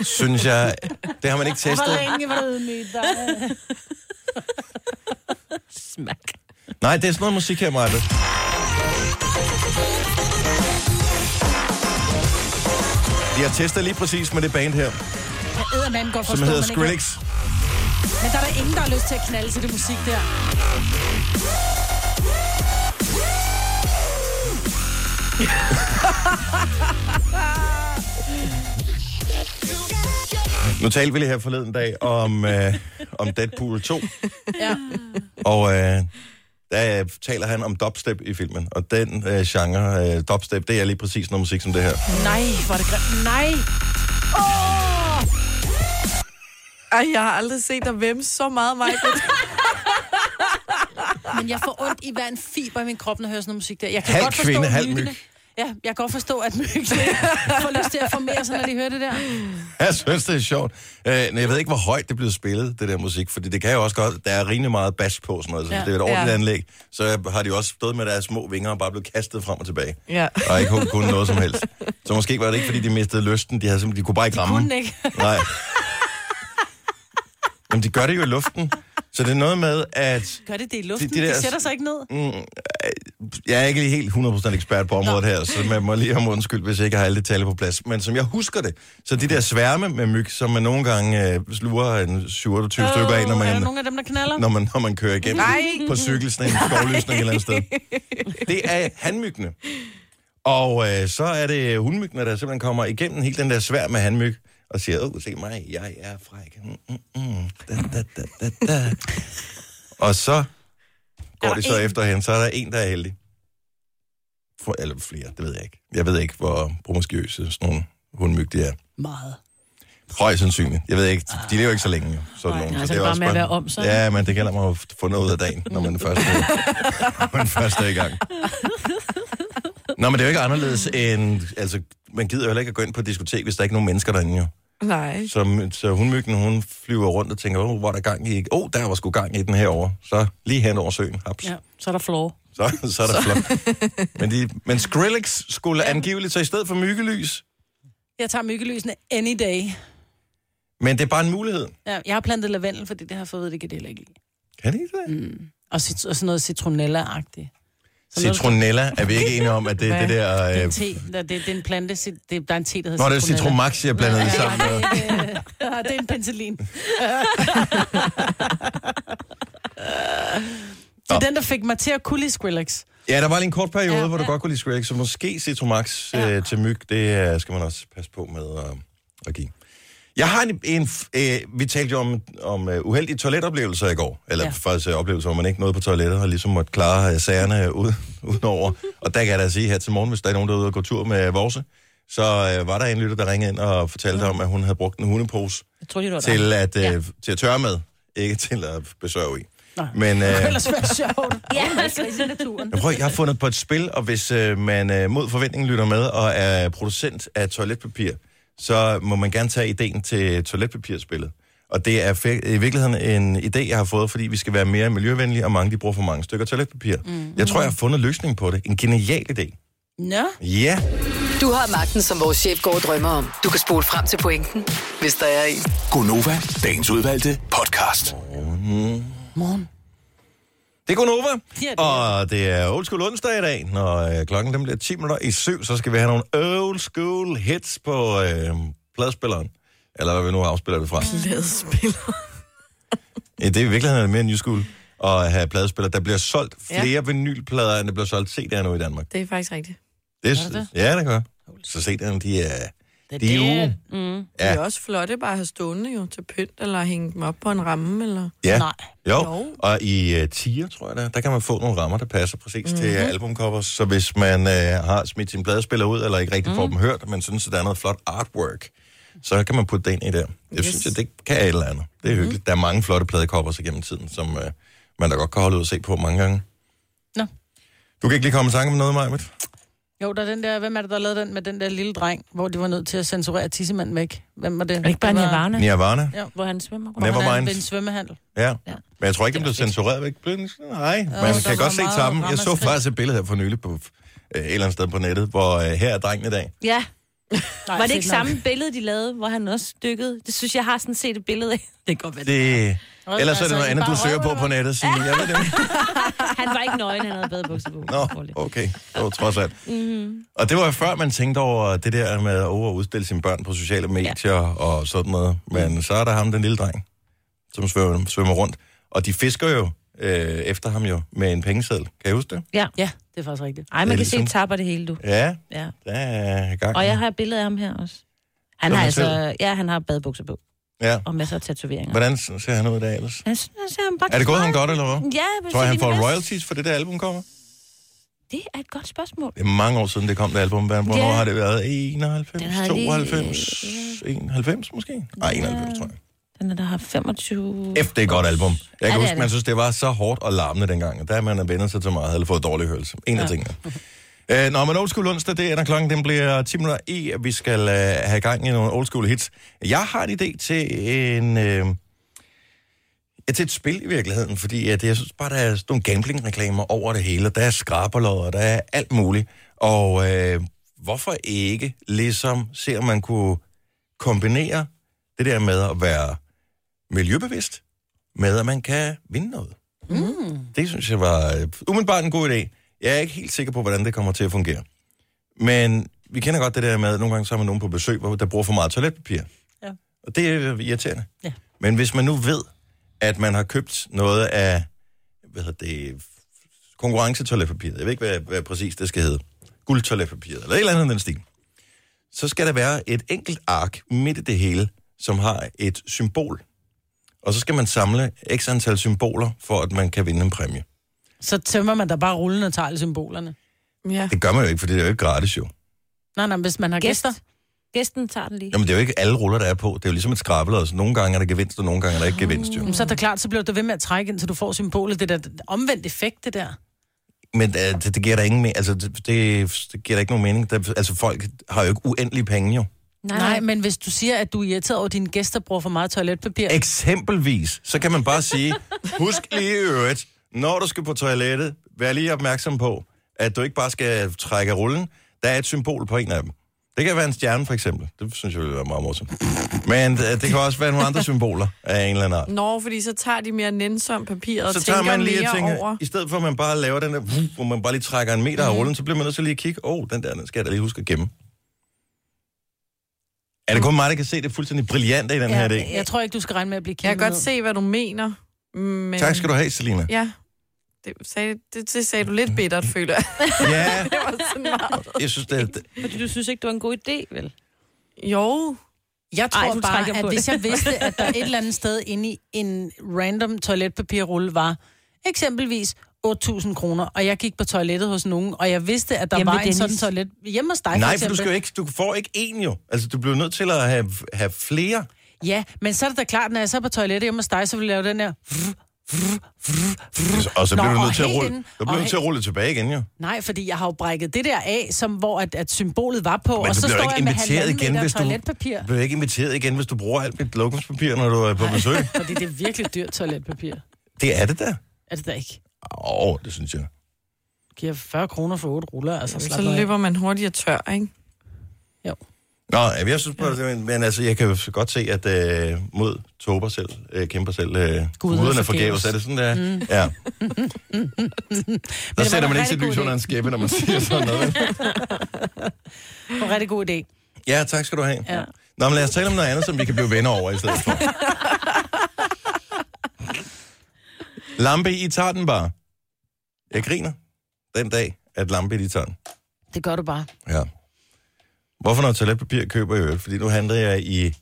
[SPEAKER 1] synes jeg... Det har man ikke
[SPEAKER 2] Hvor
[SPEAKER 1] testet.
[SPEAKER 2] længe var det med dig?
[SPEAKER 4] Smak.
[SPEAKER 1] Nej, det er sådan noget musik her, Maja. De har testet lige præcis med det band her,
[SPEAKER 2] Eddermanden godt
[SPEAKER 1] som
[SPEAKER 2] forstå,
[SPEAKER 1] hedder
[SPEAKER 2] man ikke-
[SPEAKER 1] Skrillex.
[SPEAKER 2] Men der er der ingen, der har lyst til at knalde til det musik der.
[SPEAKER 1] Nu talte vi lige her forleden dag om, øh, om Deadpool 2,
[SPEAKER 2] Ja.
[SPEAKER 1] og øh, der øh, taler han om dubstep i filmen. Og den øh, genre, øh, dubstep, det er lige præcis noget musik som det her.
[SPEAKER 2] Nej, hvor er det grimt. Nej.
[SPEAKER 3] Ej, jeg har aldrig set dig vemme så meget, Michael.
[SPEAKER 2] Men jeg får ondt i hver en fiber i min krop, når jeg hører sådan noget musik der. Jeg kan
[SPEAKER 1] Halv
[SPEAKER 2] godt forstå
[SPEAKER 1] kvinde, halv
[SPEAKER 2] myggene.
[SPEAKER 1] myg.
[SPEAKER 2] Ja, jeg kan godt forstå, at myggene får lyst til at få mere, så når de hører det der.
[SPEAKER 1] Jeg synes, det er sjovt. Øh, men jeg ved ikke, hvor højt det blev spillet, det der musik, fordi det kan jo også godt, der er rimelig meget bas på, sådan noget, så ja.
[SPEAKER 2] Ja.
[SPEAKER 1] det er et ordentligt ja.
[SPEAKER 3] Ja.
[SPEAKER 1] anlæg. Så har de jo også stået med deres små vinger og bare blevet kastet frem og tilbage.
[SPEAKER 3] Ja.
[SPEAKER 1] Og ikke kunne- kunne noget som helst. Så måske var det ikke, fordi de mistede lysten. De, havde simpelthen, de kunne bare ikke ramme.
[SPEAKER 2] Kunne ikke.
[SPEAKER 1] Nej. Men de gør det jo i luften. Så det er noget med, at
[SPEAKER 2] Gør det det i luften?
[SPEAKER 1] Det- det
[SPEAKER 2] De,
[SPEAKER 1] der-
[SPEAKER 2] sætter sig ikke ned.
[SPEAKER 1] Mm, øh, jeg er ikke lige helt 100% ekspert på området her, så man må lige have undskyld, hvis jeg ikke har alle detaljer på plads. Men som jeg husker det, så de der sværme med myg, som man nogle gange øh, sluger en 27 oh, stykker af, når
[SPEAKER 2] Øh, er
[SPEAKER 1] man,
[SPEAKER 2] der nogen af dem, der knaller?
[SPEAKER 1] når man, når man kører igennem
[SPEAKER 3] Nej.
[SPEAKER 1] på cykelsne i en skovlysning et eller andet sted. Det er handmyggene. Og øh, så er det hundmyggene, der simpelthen kommer igennem hele den der svær med handmyg og siger, åh, se mig, jeg er fræk. Mm, mm, mm. Da, da, da, da, da. Og så går
[SPEAKER 2] der
[SPEAKER 1] de så
[SPEAKER 2] en?
[SPEAKER 1] efter hende, så er der en, der er heldig. For, eller flere, det ved jeg ikke. Jeg ved ikke, hvor promiskuøse sådan nogle hundmyg de er.
[SPEAKER 2] Meget.
[SPEAKER 1] Højst sandsynligt. Jeg ved ikke, de lever ikke så længe. jo, Sådan
[SPEAKER 4] Nej,
[SPEAKER 1] nogen.
[SPEAKER 4] nej,
[SPEAKER 1] så
[SPEAKER 4] så det er
[SPEAKER 1] jo
[SPEAKER 4] bare
[SPEAKER 1] også
[SPEAKER 4] med at være om sig.
[SPEAKER 1] Ja, men det gælder mig at få noget ud af dagen, når man først, når man først er i gang. Nå, men det er jo ikke anderledes end... Altså, man gider jo heller ikke at gå ind på et diskotek, hvis der ikke er nogen mennesker derinde jo.
[SPEAKER 3] Nej.
[SPEAKER 1] Så, så hundmyggen, hun flyver rundt og tænker, oh, hvor er der gang i... Åh, oh, der var sgu gang i den herovre. Så lige hen over søen. Haps.
[SPEAKER 4] Ja, så er der floor.
[SPEAKER 1] Så, så er der flot. Men, de, men Skrillex skulle angiveligt, så i stedet for myggelys...
[SPEAKER 2] Jeg tager myggelysene any day.
[SPEAKER 1] Men det er bare en mulighed.
[SPEAKER 2] Ja, jeg har plantet lavendel, fordi det har jeg fået ved, det kan det heller ikke lide.
[SPEAKER 1] Kan det ikke det?
[SPEAKER 2] Og, cit- og sådan noget citronella-agtigt. Sådan noget-
[SPEAKER 1] Citronella, er vi ikke enige om, at det er det
[SPEAKER 2] Det
[SPEAKER 1] der...
[SPEAKER 2] er
[SPEAKER 1] Øh...
[SPEAKER 2] en te. Der- Det, det er en plante. cit- Det, der er en te, der hedder
[SPEAKER 1] Nå, det er citromax, jeg blandede det sammen med.
[SPEAKER 2] Ja, Ah, det er en penicillin. det er den, der fik mig til at kunne lide Skrillex.
[SPEAKER 1] Ja, der var lige en kort periode, ja,
[SPEAKER 2] Ja,
[SPEAKER 1] hvor du
[SPEAKER 2] ja.
[SPEAKER 1] godt kunne lide Skrillex, så måske Citromax ja.
[SPEAKER 2] Ja.
[SPEAKER 1] øh, til myg, det øh, skal man også passe på med at, at give. Jeg har en... en f- øh, vi talte jo om, om uh, uheldige toiletoplevelser i går, eller ja.
[SPEAKER 2] Ja.
[SPEAKER 1] faktisk uh, oplevelser, hvor man ikke nåede på toilettet og ligesom måtte klare uh, sagerne øh, ud, udenover. og der kan jeg da sige her til morgen, hvis der er nogen, der er ude og gå tur med øh, Vorse, så øh, var der en lytter, der ringede ind og fortalte ja. om, at hun havde brugt en hundepose
[SPEAKER 4] Jeg tror, det var der.
[SPEAKER 1] til at, øh, ja. til at tørre med, ikke til at besøge i.
[SPEAKER 2] Nej.
[SPEAKER 1] Men, øh,
[SPEAKER 2] Ellers var det sjovt.
[SPEAKER 4] Ja, altså i naturen.
[SPEAKER 1] Jeg, prøver, jeg har fundet på et spil, og hvis øh, man øh, mod forventning lytter med og er producent af toiletpapir, så må man gerne tage ideen til toiletpapirspillet. Og det er fe- i virkeligheden en idé, jeg har fået, fordi vi skal være mere miljøvenlige, og mange de bruger for mange stykker toiletpapir. Mm. Jeg tror, jeg har fundet løsningen på det. En genial idé.
[SPEAKER 2] Nå,
[SPEAKER 1] Ja,
[SPEAKER 6] Du har magten, som vores chef går og drømmer om. Du kan spole frem til pointen, hvis der er en.
[SPEAKER 7] Gonova, dagens udvalgte podcast.
[SPEAKER 2] morgen.
[SPEAKER 1] det er Gunova,
[SPEAKER 2] Ja, det er.
[SPEAKER 1] og det er Old School onsdag i dag, når øh, klokken den bliver 10 minutter i syv, så skal vi have nogle Old School hits på øh, pladspilleren, eller hvad vi nu afspiller det fra.
[SPEAKER 3] Glædespiller.
[SPEAKER 1] Ja, det er i virkeligheden mere new school at have pladespiller. Der bliver solgt flere ja. vinylplader, end der bliver solgt CD'er nu i Danmark.
[SPEAKER 3] Det er faktisk rigtigt.
[SPEAKER 1] Det, er det? Ja, det gør. Så CD'erne, de er... De er uge.
[SPEAKER 3] Ja.
[SPEAKER 1] Ja.
[SPEAKER 3] Det er også flotte bare at have stående jo til pynt, eller hænge dem op på en ramme, eller...
[SPEAKER 1] Ja.
[SPEAKER 2] Nej.
[SPEAKER 1] Jo.
[SPEAKER 3] Jo.
[SPEAKER 1] Og i uh, tier, tror jeg, der, der kan man få nogle rammer, der passer præcis mm-hmm.
[SPEAKER 2] Mhm.
[SPEAKER 1] til øh, albumcovers. Så hvis man uh, har smidt sin pladespiller ud, eller ikke rigtig
[SPEAKER 2] Mhm.
[SPEAKER 1] mm. får dem hørt, men synes, at der er noget flot artwork, så kan man putte det ind i der. Jeg yes.
[SPEAKER 3] Yes.
[SPEAKER 1] synes, at det kan et eller andet.
[SPEAKER 2] Mhm.
[SPEAKER 1] Det er hyggeligt. Mm. Der er mange flotte pladecovers igennem tiden, som uh, man da godt kan holde ud og se på mange gange.
[SPEAKER 2] Nå.
[SPEAKER 1] Du kan ikke lige komme i tanke om noget, Majbet?
[SPEAKER 2] Jo, der er den der, hvem er det, der lavede den med den der lille dreng, hvor de var nødt til at censurere tissemanden væk? Hvem var det?
[SPEAKER 4] Er det ikke bare
[SPEAKER 2] det var-
[SPEAKER 4] Nirvana,
[SPEAKER 1] Nirvana?
[SPEAKER 4] hvor han svømmer?
[SPEAKER 1] Never
[SPEAKER 2] Hvordan
[SPEAKER 1] mind.
[SPEAKER 2] Ved en svømmehandel.
[SPEAKER 1] Ja.
[SPEAKER 4] Ja.
[SPEAKER 1] Men jeg tror ikke, den blev censureret væk. Blev den sådan? Nej, man
[SPEAKER 2] der
[SPEAKER 1] kan
[SPEAKER 2] var
[SPEAKER 1] godt se
[SPEAKER 2] meget
[SPEAKER 1] sammen. Jeg så
[SPEAKER 2] ramaskrig.
[SPEAKER 1] faktisk et billede her for nylig på øh, et eller andet sted på nettet, hvor øh, her er drengen i dag.
[SPEAKER 4] Ja,
[SPEAKER 2] Nej,
[SPEAKER 4] Var det ikke samme billede, de lavede, hvor han også dykkede? Det synes jeg har sådan set et billede af. Det kan godt være.
[SPEAKER 1] Det...
[SPEAKER 2] Rød,
[SPEAKER 1] Ellers er det
[SPEAKER 2] altså,
[SPEAKER 1] noget
[SPEAKER 2] ikke
[SPEAKER 1] andet, du
[SPEAKER 2] bare
[SPEAKER 1] søger
[SPEAKER 2] rød,
[SPEAKER 1] på på nettet. Signe. Jeg ved det ikke.
[SPEAKER 4] Han var ikke nøgen, han havde bedre bukser på.
[SPEAKER 1] Nå, okay. Det var trods alt.
[SPEAKER 8] Mm-hmm.
[SPEAKER 1] Og det var jo før, man tænkte over det der med over at udstille sine børn på sociale medier og sådan noget. Men så er der ham, den lille dreng, som svømmer, svømmer rundt. Og de fisker jo øh, efter ham jo med en pengeseddel. Kan I huske det?
[SPEAKER 2] Ja, det er faktisk rigtigt.
[SPEAKER 4] Ej, man kan
[SPEAKER 1] Det er
[SPEAKER 4] se, at
[SPEAKER 1] ligesom-
[SPEAKER 4] tapper det hele, du.
[SPEAKER 1] Ja,
[SPEAKER 4] Ja.
[SPEAKER 1] der er gang.
[SPEAKER 4] Og jeg har et billede af ham her også. Han
[SPEAKER 1] Som
[SPEAKER 4] har
[SPEAKER 1] han
[SPEAKER 4] altså, ja, han har badebukser på,
[SPEAKER 1] Ja.
[SPEAKER 4] og masser af tatoveringer.
[SPEAKER 1] Hvordan ser han ud i dag ellers?
[SPEAKER 4] Jeg synes, han bare
[SPEAKER 1] Er det gået ham godt, eller hvad?
[SPEAKER 4] Ja, jeg vil
[SPEAKER 1] Tror
[SPEAKER 4] sige,
[SPEAKER 1] jeg, han
[SPEAKER 4] det er
[SPEAKER 1] får
[SPEAKER 4] bedst.
[SPEAKER 1] royalties for det der album kommer?
[SPEAKER 4] Det er et godt spørgsmål.
[SPEAKER 1] Det er mange år siden, det kom det album. Hvad- Hvornår
[SPEAKER 4] Ja.
[SPEAKER 1] har det været? 91,
[SPEAKER 4] Den har lige-
[SPEAKER 1] 92, 91 måske? Nej, 91, tror jeg.
[SPEAKER 4] Den er der har 25...
[SPEAKER 1] F, det er et godt album. Jeg
[SPEAKER 4] Mm. det
[SPEAKER 1] kan
[SPEAKER 4] er
[SPEAKER 1] huske,
[SPEAKER 4] det.
[SPEAKER 1] man synes, det var så hårdt og larmende dengang, og der man er vendt sig til meget, havde fået dårlig hørelse. En af tingene. Øh, Nå, men Old School onsdag, det er, når klokken den bliver 10 minutter i, at vi skal øh, have gang i nogle Old School hits. Jeg har en idé til en... Øh, ja, til et spil i virkeligheden, fordi at jeg synes bare, der er sådan nogle gambling-reklamer over det hele. Der er skraberlodder, der er alt muligt. Og øh, hvorfor ikke ligesom se, om man kunne kombinere det der med at være miljøbevidst med, at man kan vinde noget. Mm. Det synes jeg var øh, umiddelbart en god idé. Jeg er ikke helt sikker på, hvordan det kommer til at fungere. Men vi kender godt det der med, at nogle gange så har man nogen på besøg, hvor der bruger for meget toiletpapir.
[SPEAKER 2] Ja.
[SPEAKER 1] Og det er øh, irriterende.
[SPEAKER 2] Ja.
[SPEAKER 1] Men hvis man nu ved, at man har købt noget af hvad hedder det, konkurrencetoiletpapiret, jeg ved ikke, hvad, hvad præcis det skal hedde, guldtoiletpapiret, eller et eller andet i den stil, så skal der være et enkelt ark midt i det hele, som har et symbol og så skal man samle x antal symboler, for at man kan vinde en præmie.
[SPEAKER 2] Så tømmer man da bare rullen og tager alle symbolerne.
[SPEAKER 3] Ja.
[SPEAKER 1] Det gør man jo ikke, for det er jo ikke gratis jo.
[SPEAKER 2] Nej, nej, men hvis man har
[SPEAKER 4] Gæst.
[SPEAKER 2] gæster.
[SPEAKER 4] Gæsten tager den lige.
[SPEAKER 1] Jamen, det er jo ikke alle ruller, der er på. Det er jo ligesom et skrabelod. Så nogle gange er der gevinst, og nogle gange er der ikke gevinst jo.
[SPEAKER 2] Jamen, så er det klart, så bliver du ved med at trække ind, så du får symbolet. Det der omvendt effekt, det der.
[SPEAKER 1] Men øh, det, det, giver da ingen me- altså, det, det, det giver da ikke nogen mening. Der, altså, folk har jo ikke uendelige penge jo.
[SPEAKER 4] Nej,
[SPEAKER 2] Nej, men hvis du siger, at du er irriteret over, at dine gæster bruger for meget toiletpapir,
[SPEAKER 1] Eksempelvis, så kan man bare sige, husk lige i øvrigt, når du skal på toilettet, vær lige opmærksom på, at du ikke bare skal trække rullen. Der er et symbol på en af dem. Det kan være en stjerne, for eksempel. Det synes jeg ville være meget morsomt. Men øh, det kan også være nogle andre symboler af en eller anden art.
[SPEAKER 3] Nå, fordi så tager de mere nænsomt papir og
[SPEAKER 1] Så
[SPEAKER 3] tænker
[SPEAKER 1] tager man lige
[SPEAKER 3] mere
[SPEAKER 1] og tænker,
[SPEAKER 3] over. Mhm.
[SPEAKER 1] i stedet for at man bare laver den der, uh, hvor man bare lige trækker en meter af rullen, så bliver man nødt til lige at kigge, åh, oh, den der, den skal jeg da lige huske at gemme. Er det kun mig, der kan se det fuldstændig brillante i den her idé?
[SPEAKER 2] jeg tror ikke, du skal regne med at blive kigget
[SPEAKER 3] Jeg kan godt
[SPEAKER 2] ned.
[SPEAKER 3] se, hvad du mener. Men...
[SPEAKER 1] Tak skal du have, Selina.
[SPEAKER 3] Ja. Det sagde, det, det sagde du lidt bittert, føler jeg.
[SPEAKER 1] Ja,
[SPEAKER 3] Det var sådan meget.
[SPEAKER 1] jeg synes, det,
[SPEAKER 4] fordi du synes ikke, det var en god idé, vel?
[SPEAKER 3] Jo,
[SPEAKER 2] Oh. Jeg tror
[SPEAKER 4] Ej,
[SPEAKER 2] Ej,
[SPEAKER 4] du
[SPEAKER 2] bare,
[SPEAKER 4] trækker
[SPEAKER 2] at
[SPEAKER 4] på
[SPEAKER 2] hvis
[SPEAKER 4] det.
[SPEAKER 2] jeg vidste, at der et eller andet sted inde i en random toiletpapirrulle var eksempelvis 8.000 kroner, og jeg gik på toilettet hos nogen, og jeg vidste, at der
[SPEAKER 4] Hjemme
[SPEAKER 2] Jamen, var
[SPEAKER 4] ved
[SPEAKER 2] en sådan
[SPEAKER 4] Dennis.
[SPEAKER 2] toilet... Hjemme hos dig, for
[SPEAKER 1] Nej, for du,
[SPEAKER 2] eksempel.
[SPEAKER 1] skal jo ikke, du får ikke én jo. Altså, du bliver nødt til at have, have flere.
[SPEAKER 2] Ja, men så er det da klart, når jeg så er på toilettet hjemme hos dig, så vil jeg lave den her...
[SPEAKER 1] Og så
[SPEAKER 2] Nå,
[SPEAKER 1] bliver du
[SPEAKER 2] og
[SPEAKER 1] nødt til at
[SPEAKER 2] helt
[SPEAKER 1] rulle,
[SPEAKER 2] inden-
[SPEAKER 1] så bliver du
[SPEAKER 2] og
[SPEAKER 1] nødt til at rulle tilbage igen jo.
[SPEAKER 2] Nej, fordi jeg har jo brækket det der af, som, hvor at, at symbolet var på,
[SPEAKER 1] Men
[SPEAKER 2] og
[SPEAKER 1] du
[SPEAKER 2] så
[SPEAKER 1] bliver
[SPEAKER 2] står
[SPEAKER 1] ikke
[SPEAKER 2] jeg med
[SPEAKER 1] inviteret
[SPEAKER 2] halvanden
[SPEAKER 1] igen,
[SPEAKER 2] meter
[SPEAKER 1] hvis du-
[SPEAKER 2] toiletpapir.
[SPEAKER 1] Du bliver ikke inviteret igen, hvis du bruger alt mit lokumspapir, når du er på besøg.
[SPEAKER 2] Fordi det er virkelig dyrt toiletpapir.
[SPEAKER 1] Det er det da.
[SPEAKER 2] Er det da ikke?
[SPEAKER 1] Åh, oh, det synes jeg.
[SPEAKER 2] Giver 40 kroner for 8 ruller, altså slap
[SPEAKER 3] så
[SPEAKER 2] nu af.
[SPEAKER 3] løber man hurtigere tør, ikke?
[SPEAKER 1] Nå, jamen, jeg synes bare, ja. men altså, jeg kan jo godt se, at øh, mod tober selv, øh, kæmper selv, øh, guderne forgæves.
[SPEAKER 2] forgæves.
[SPEAKER 1] Er det sådan, der? Mm. Ja.
[SPEAKER 2] var
[SPEAKER 1] Der sætter
[SPEAKER 2] en
[SPEAKER 1] man ikke sit
[SPEAKER 2] rigtig
[SPEAKER 1] lys
[SPEAKER 2] god
[SPEAKER 1] under
[SPEAKER 2] idé.
[SPEAKER 1] en skæppe, når man siger sådan noget.
[SPEAKER 2] Det var en rigtig god idé.
[SPEAKER 1] Ja, tak skal du have. Ja. Nå, men lad os tale om noget andet, som vi kan blive venner over i stedet for. Lampe, I tager den bare. Jeg griner den dag, at lampe, I tager den.
[SPEAKER 2] Det gør du bare.
[SPEAKER 1] Ja. Hvorfor noget toiletpapir køber jeg i øvrigt? Fordi nu handlede jeg i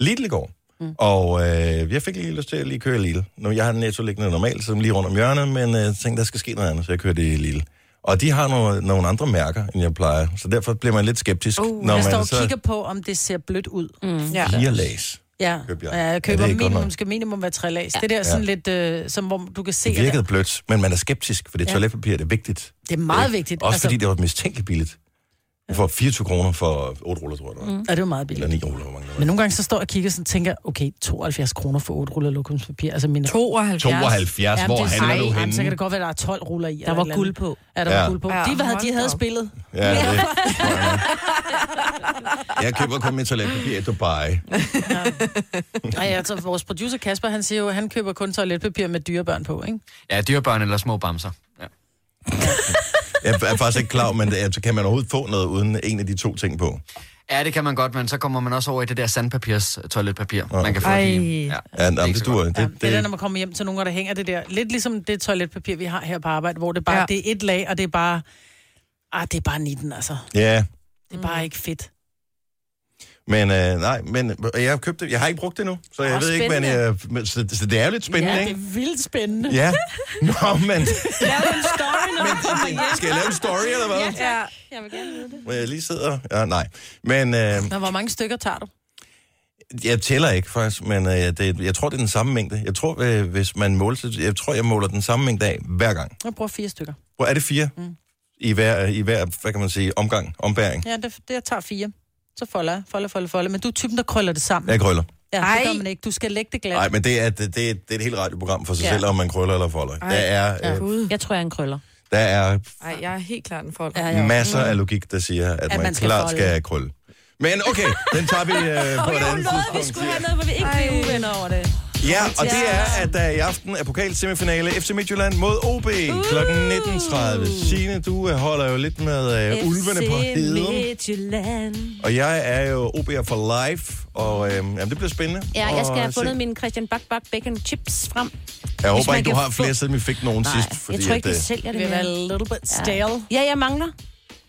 [SPEAKER 1] Lidl i går. Mm. Og øh, jeg fik lige lyst til at lige køre i Lidl. Nu, jeg har den netto liggende normalt, som lige rundt om hjørnet, men øh, jeg tænkte, der skal ske noget andet, så jeg kørte i Lidl. Og de har nogle, nogle andre mærker, end jeg plejer. Så derfor bliver man lidt skeptisk,
[SPEAKER 3] Uh,
[SPEAKER 1] når
[SPEAKER 2] Jeg står
[SPEAKER 1] man
[SPEAKER 2] og
[SPEAKER 1] så...
[SPEAKER 2] kigger på, om det ser blødt ud.
[SPEAKER 3] Ja.
[SPEAKER 1] Fire lags.
[SPEAKER 2] Ja,
[SPEAKER 1] Køber jeg.
[SPEAKER 2] ja
[SPEAKER 1] Ja,
[SPEAKER 2] jeg
[SPEAKER 1] det er
[SPEAKER 2] køber
[SPEAKER 1] ikke godt
[SPEAKER 2] minimum,
[SPEAKER 1] nok.
[SPEAKER 2] skal minimum være tre lag. Ja. Det der er sådan lidt, øh, som hvor du kan se,
[SPEAKER 1] Det
[SPEAKER 2] at
[SPEAKER 1] virkede blødt, men man er skeptisk, for det ja. toiletpapir det er vigtigt. Øh,
[SPEAKER 2] det er meget vigtigt.
[SPEAKER 1] Også altså... fordi det var mistænkeligt billigt. For 24 kroner for 8 ruller, tror jeg, det var.
[SPEAKER 2] Og Mm. det er jo meget
[SPEAKER 1] Eller
[SPEAKER 2] billigt.
[SPEAKER 1] 9 ruller, hvor mange der var.
[SPEAKER 2] Men nogle gange så står jeg og kigger og tænker, okay, 72 kroner for 8 ruller lokumspapir. Altså mine
[SPEAKER 3] 72.
[SPEAKER 1] 72,
[SPEAKER 2] Jamen,
[SPEAKER 1] hvor
[SPEAKER 2] det er
[SPEAKER 1] handler
[SPEAKER 2] sej.
[SPEAKER 1] du
[SPEAKER 2] Jamen, så kan
[SPEAKER 1] henne?
[SPEAKER 2] det godt være, der er 12 ruller i.
[SPEAKER 4] Der
[SPEAKER 2] eller et
[SPEAKER 4] var
[SPEAKER 2] eller
[SPEAKER 4] guld
[SPEAKER 2] andet.
[SPEAKER 4] på.
[SPEAKER 2] Ja, der var
[SPEAKER 1] Ja.
[SPEAKER 2] guld på.
[SPEAKER 3] Ja,
[SPEAKER 2] De, hvad havde,
[SPEAKER 3] hold
[SPEAKER 2] de
[SPEAKER 3] da
[SPEAKER 2] havde
[SPEAKER 3] op.
[SPEAKER 2] spillet.
[SPEAKER 1] Ja, det tror jeg nok. Jeg køber kun mit toiletpapir i Dubai.
[SPEAKER 2] Ej, altså, vores producer Kasper, han siger jo, at han køber kun toiletpapir med dyrebørn på, ikke?
[SPEAKER 9] Ja, dyrbørn eller små bamser. Ja.
[SPEAKER 1] Jeg er faktisk ikke klar, men det, kan man overhovedet få noget uden en af de to ting på?
[SPEAKER 9] ja, det kan man godt, men så kommer man også over i det der sandpapirs toiletpapir, man kan få
[SPEAKER 3] Ej.
[SPEAKER 9] lige.
[SPEAKER 1] Ja,
[SPEAKER 9] er
[SPEAKER 1] jamen,
[SPEAKER 9] ikke
[SPEAKER 1] det
[SPEAKER 9] så godt.
[SPEAKER 1] duer. Det,
[SPEAKER 2] Det, det,
[SPEAKER 1] det,
[SPEAKER 2] det er der, når man kommer hjem til nogen, og der hænger det der. Lidt ligesom det toiletpapir, vi har her på arbejde, hvor det bare
[SPEAKER 3] Ja.
[SPEAKER 2] ja. det er et lag, og det er bare... Ah, det er bare 19, altså.
[SPEAKER 1] ja,
[SPEAKER 3] Mm.
[SPEAKER 2] Det er bare ikke fedt.
[SPEAKER 1] men øh, nej, men jeg har købt det. Jeg har ikke brugt det nu, så jeg
[SPEAKER 4] Åh,
[SPEAKER 1] ved ikke, men,
[SPEAKER 4] spændende.
[SPEAKER 1] jeg, men så, så det er jo lidt spændende,
[SPEAKER 2] ja,
[SPEAKER 1] ikke?
[SPEAKER 2] det er vildt spændende.
[SPEAKER 1] Ja. Nå, men
[SPEAKER 4] Lav en story, når du kommer hjem.
[SPEAKER 1] skal jeg lave en story, eller hvad? Ja.
[SPEAKER 3] Ja.
[SPEAKER 4] Jeg vil gerne vide det.
[SPEAKER 1] Hvor jeg lige sidder... Ja, nej. Men øh,
[SPEAKER 2] Nå, hvor mange stykker tager du?
[SPEAKER 1] jeg tæller ikke, faktisk, men øh, det, jeg tror, det er den samme mængde. Jeg tror, øh, hvis man måler... Jeg tror, jeg måler den samme mængde af hver gang.
[SPEAKER 2] Jeg bruger fire stykker.
[SPEAKER 1] Hvor er det fire? Mm. I hver, i hver, hvad kan man sige, omgang, ombæring.
[SPEAKER 2] Ja, det, det jeg tager fire. Så folder jeg, folder, folder, folder. Men du er typen, der krøller det sammen.
[SPEAKER 1] Jeg krøller.
[SPEAKER 2] Ja,
[SPEAKER 3] Ej.
[SPEAKER 2] det gør man ikke. Du skal lægge det glat.
[SPEAKER 1] Nej, men det er, det, det, er, det er et helt radioprogram for sig ja.
[SPEAKER 2] Ja.
[SPEAKER 1] selv, om man krøller eller folder. Der er, øh,
[SPEAKER 3] Gud.
[SPEAKER 4] Jeg tror, jeg er en krøller.
[SPEAKER 1] der er
[SPEAKER 3] Ej, jeg er helt klart en folk.
[SPEAKER 2] Ja,
[SPEAKER 3] Ja.
[SPEAKER 2] ja. Mm.
[SPEAKER 1] masser af logik, der siger, at, man,
[SPEAKER 2] man skal
[SPEAKER 1] klart
[SPEAKER 2] folde.
[SPEAKER 1] skal krølle. Men okay, den tager vi øh, på et andet tidspunkt.
[SPEAKER 4] have noget, hvor vi ikke blev uvenner over det.
[SPEAKER 1] Ja, og det er, at der i aften er pokalsemifinale FC Midtjylland mod OB
[SPEAKER 4] Uh!
[SPEAKER 1] kl. 19.30. Signe, du øh, holder jo lidt med øh, ulvene på heden,
[SPEAKER 4] Midtjylland.
[SPEAKER 1] og jeg er jo OB'er for life, og øh, jamen, det bliver spændende.
[SPEAKER 4] Ja, jeg skal
[SPEAKER 1] at
[SPEAKER 4] have
[SPEAKER 1] se.
[SPEAKER 4] fundet mine Christian Bak Bak Bacon Chips frem.
[SPEAKER 1] Jeg
[SPEAKER 4] hvis
[SPEAKER 1] håber
[SPEAKER 4] man
[SPEAKER 1] ikke, du
[SPEAKER 4] kan
[SPEAKER 1] har
[SPEAKER 4] få-
[SPEAKER 1] flere, siden vi fik nogen
[SPEAKER 4] Nej,
[SPEAKER 1] sidst. øh,
[SPEAKER 4] jeg tror ikke, de sælger det
[SPEAKER 2] Det er a
[SPEAKER 4] mere.
[SPEAKER 2] little bit stale.
[SPEAKER 4] Ja, jeg mangler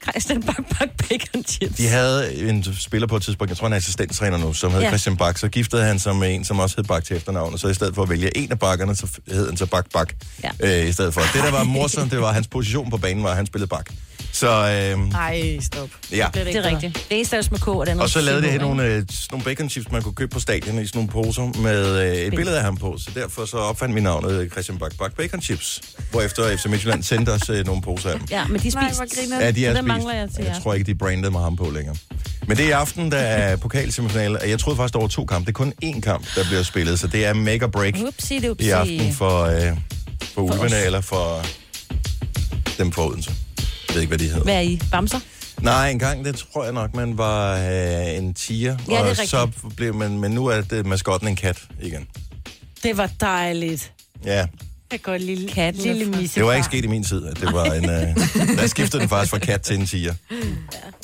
[SPEAKER 4] Christian Bak Bak Bacon Chips.
[SPEAKER 1] De havde en spiller på et tidspunkt, jeg tror han er assistenttræner nu, som hed ja.
[SPEAKER 4] Ja.
[SPEAKER 1] Christian Bak. Så giftede han sig med en, som også hed Bak til efternavn. Og så i stedet for at vælge en af bakkerne, så f- hed han så Bak Bak ja.
[SPEAKER 4] Ja.
[SPEAKER 1] øh, i stedet for. Det der var morsomt, det var hans position på banen, var at han spillede Bak. Så øh,
[SPEAKER 3] Ej, stop.
[SPEAKER 1] ja.
[SPEAKER 4] Det er rigtigt. Det eneste er med K, og den
[SPEAKER 1] Og så lavede det her nogle, øh, sådan nogle bacon chips, man kunne købe på stadion i sådan nogle poser med øh, et billede af ham på. Så derfor så opfandt vi navnet Christian Bak Bak Bacon Chips. Hvorefter FC Midtjylland sendte os øh, nogle poser af dem.
[SPEAKER 4] Ja, men de
[SPEAKER 3] Nej, hvor
[SPEAKER 4] spiste.
[SPEAKER 3] griner
[SPEAKER 1] Ja, de
[SPEAKER 4] Så
[SPEAKER 1] er
[SPEAKER 4] den
[SPEAKER 1] spist.
[SPEAKER 4] mangler jeg til
[SPEAKER 1] jeg
[SPEAKER 4] jer.
[SPEAKER 1] tror ikke, de brandede med ham på længere. Men det er i aften, der er pokalsemifinale, og jeg troede faktisk, der var to kampe. Det er kun én kamp, der bliver spillet, så det er mega break
[SPEAKER 4] Upsi, det er upsi.
[SPEAKER 1] i aften for, øh, for ulvene, eller for dem for Odense. Jeg ved ikke, hvad de hedder.
[SPEAKER 4] Hvad er I? Bamser?
[SPEAKER 1] Nej, engang, det tror jeg nok, man var øh, en tiger,
[SPEAKER 4] Ja, det er
[SPEAKER 1] og
[SPEAKER 4] rigtigt.
[SPEAKER 1] så blev man, men nu er det maskotten en kat igen.
[SPEAKER 2] Det var dejligt.
[SPEAKER 1] Ja,
[SPEAKER 2] Jeg går lille,
[SPEAKER 4] Katten
[SPEAKER 2] Katten
[SPEAKER 4] er
[SPEAKER 2] lille
[SPEAKER 4] fra-
[SPEAKER 2] misse.
[SPEAKER 1] det var ikke sket i min tid, at det var en... Øh, der skiftede den faktisk fra kat til en tiger.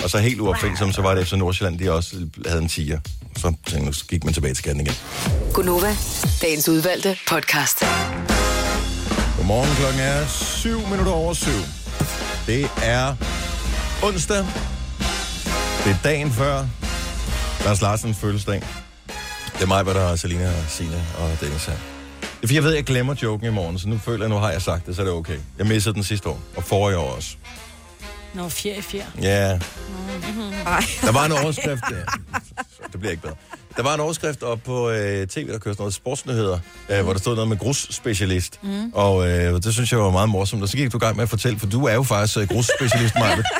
[SPEAKER 1] Og så helt uopfindsom, så var det efter Nordsjælland, de også havde en tiger. Så tænkte jeg, nu gik man tilbage til katten igen.
[SPEAKER 6] Gunova, dagens udvalgte podcast.
[SPEAKER 1] Godmorgen, klokken er 7 minutter over syv. Det er onsdag. Det er dagen før Lars Larsens fødselsdag. Det er mig, hvad der er Selina, og Signe og Dennis her. Det er fordi, jeg ved, at jeg glemmer joken i morgen, så nu føler jeg, nu har jeg sagt det, så er det okay. Jeg missede den sidste år, og forrige år også.
[SPEAKER 2] Nå, fjer i fjer.
[SPEAKER 1] Ja,
[SPEAKER 4] Mm-hmm.
[SPEAKER 3] Ej.
[SPEAKER 1] Der var en overskrift... Ja, det bliver ikke bedre. Der var en overskrift op på øh, tv, der kørte sådan noget sportsnyheder, øh, hvor der stod noget med grusspecialist. Mm. Og øh, det synes jeg var meget morsomt. Og så gik du i gang med at fortælle, for du er jo faktisk øh, grusspecialist, Maja.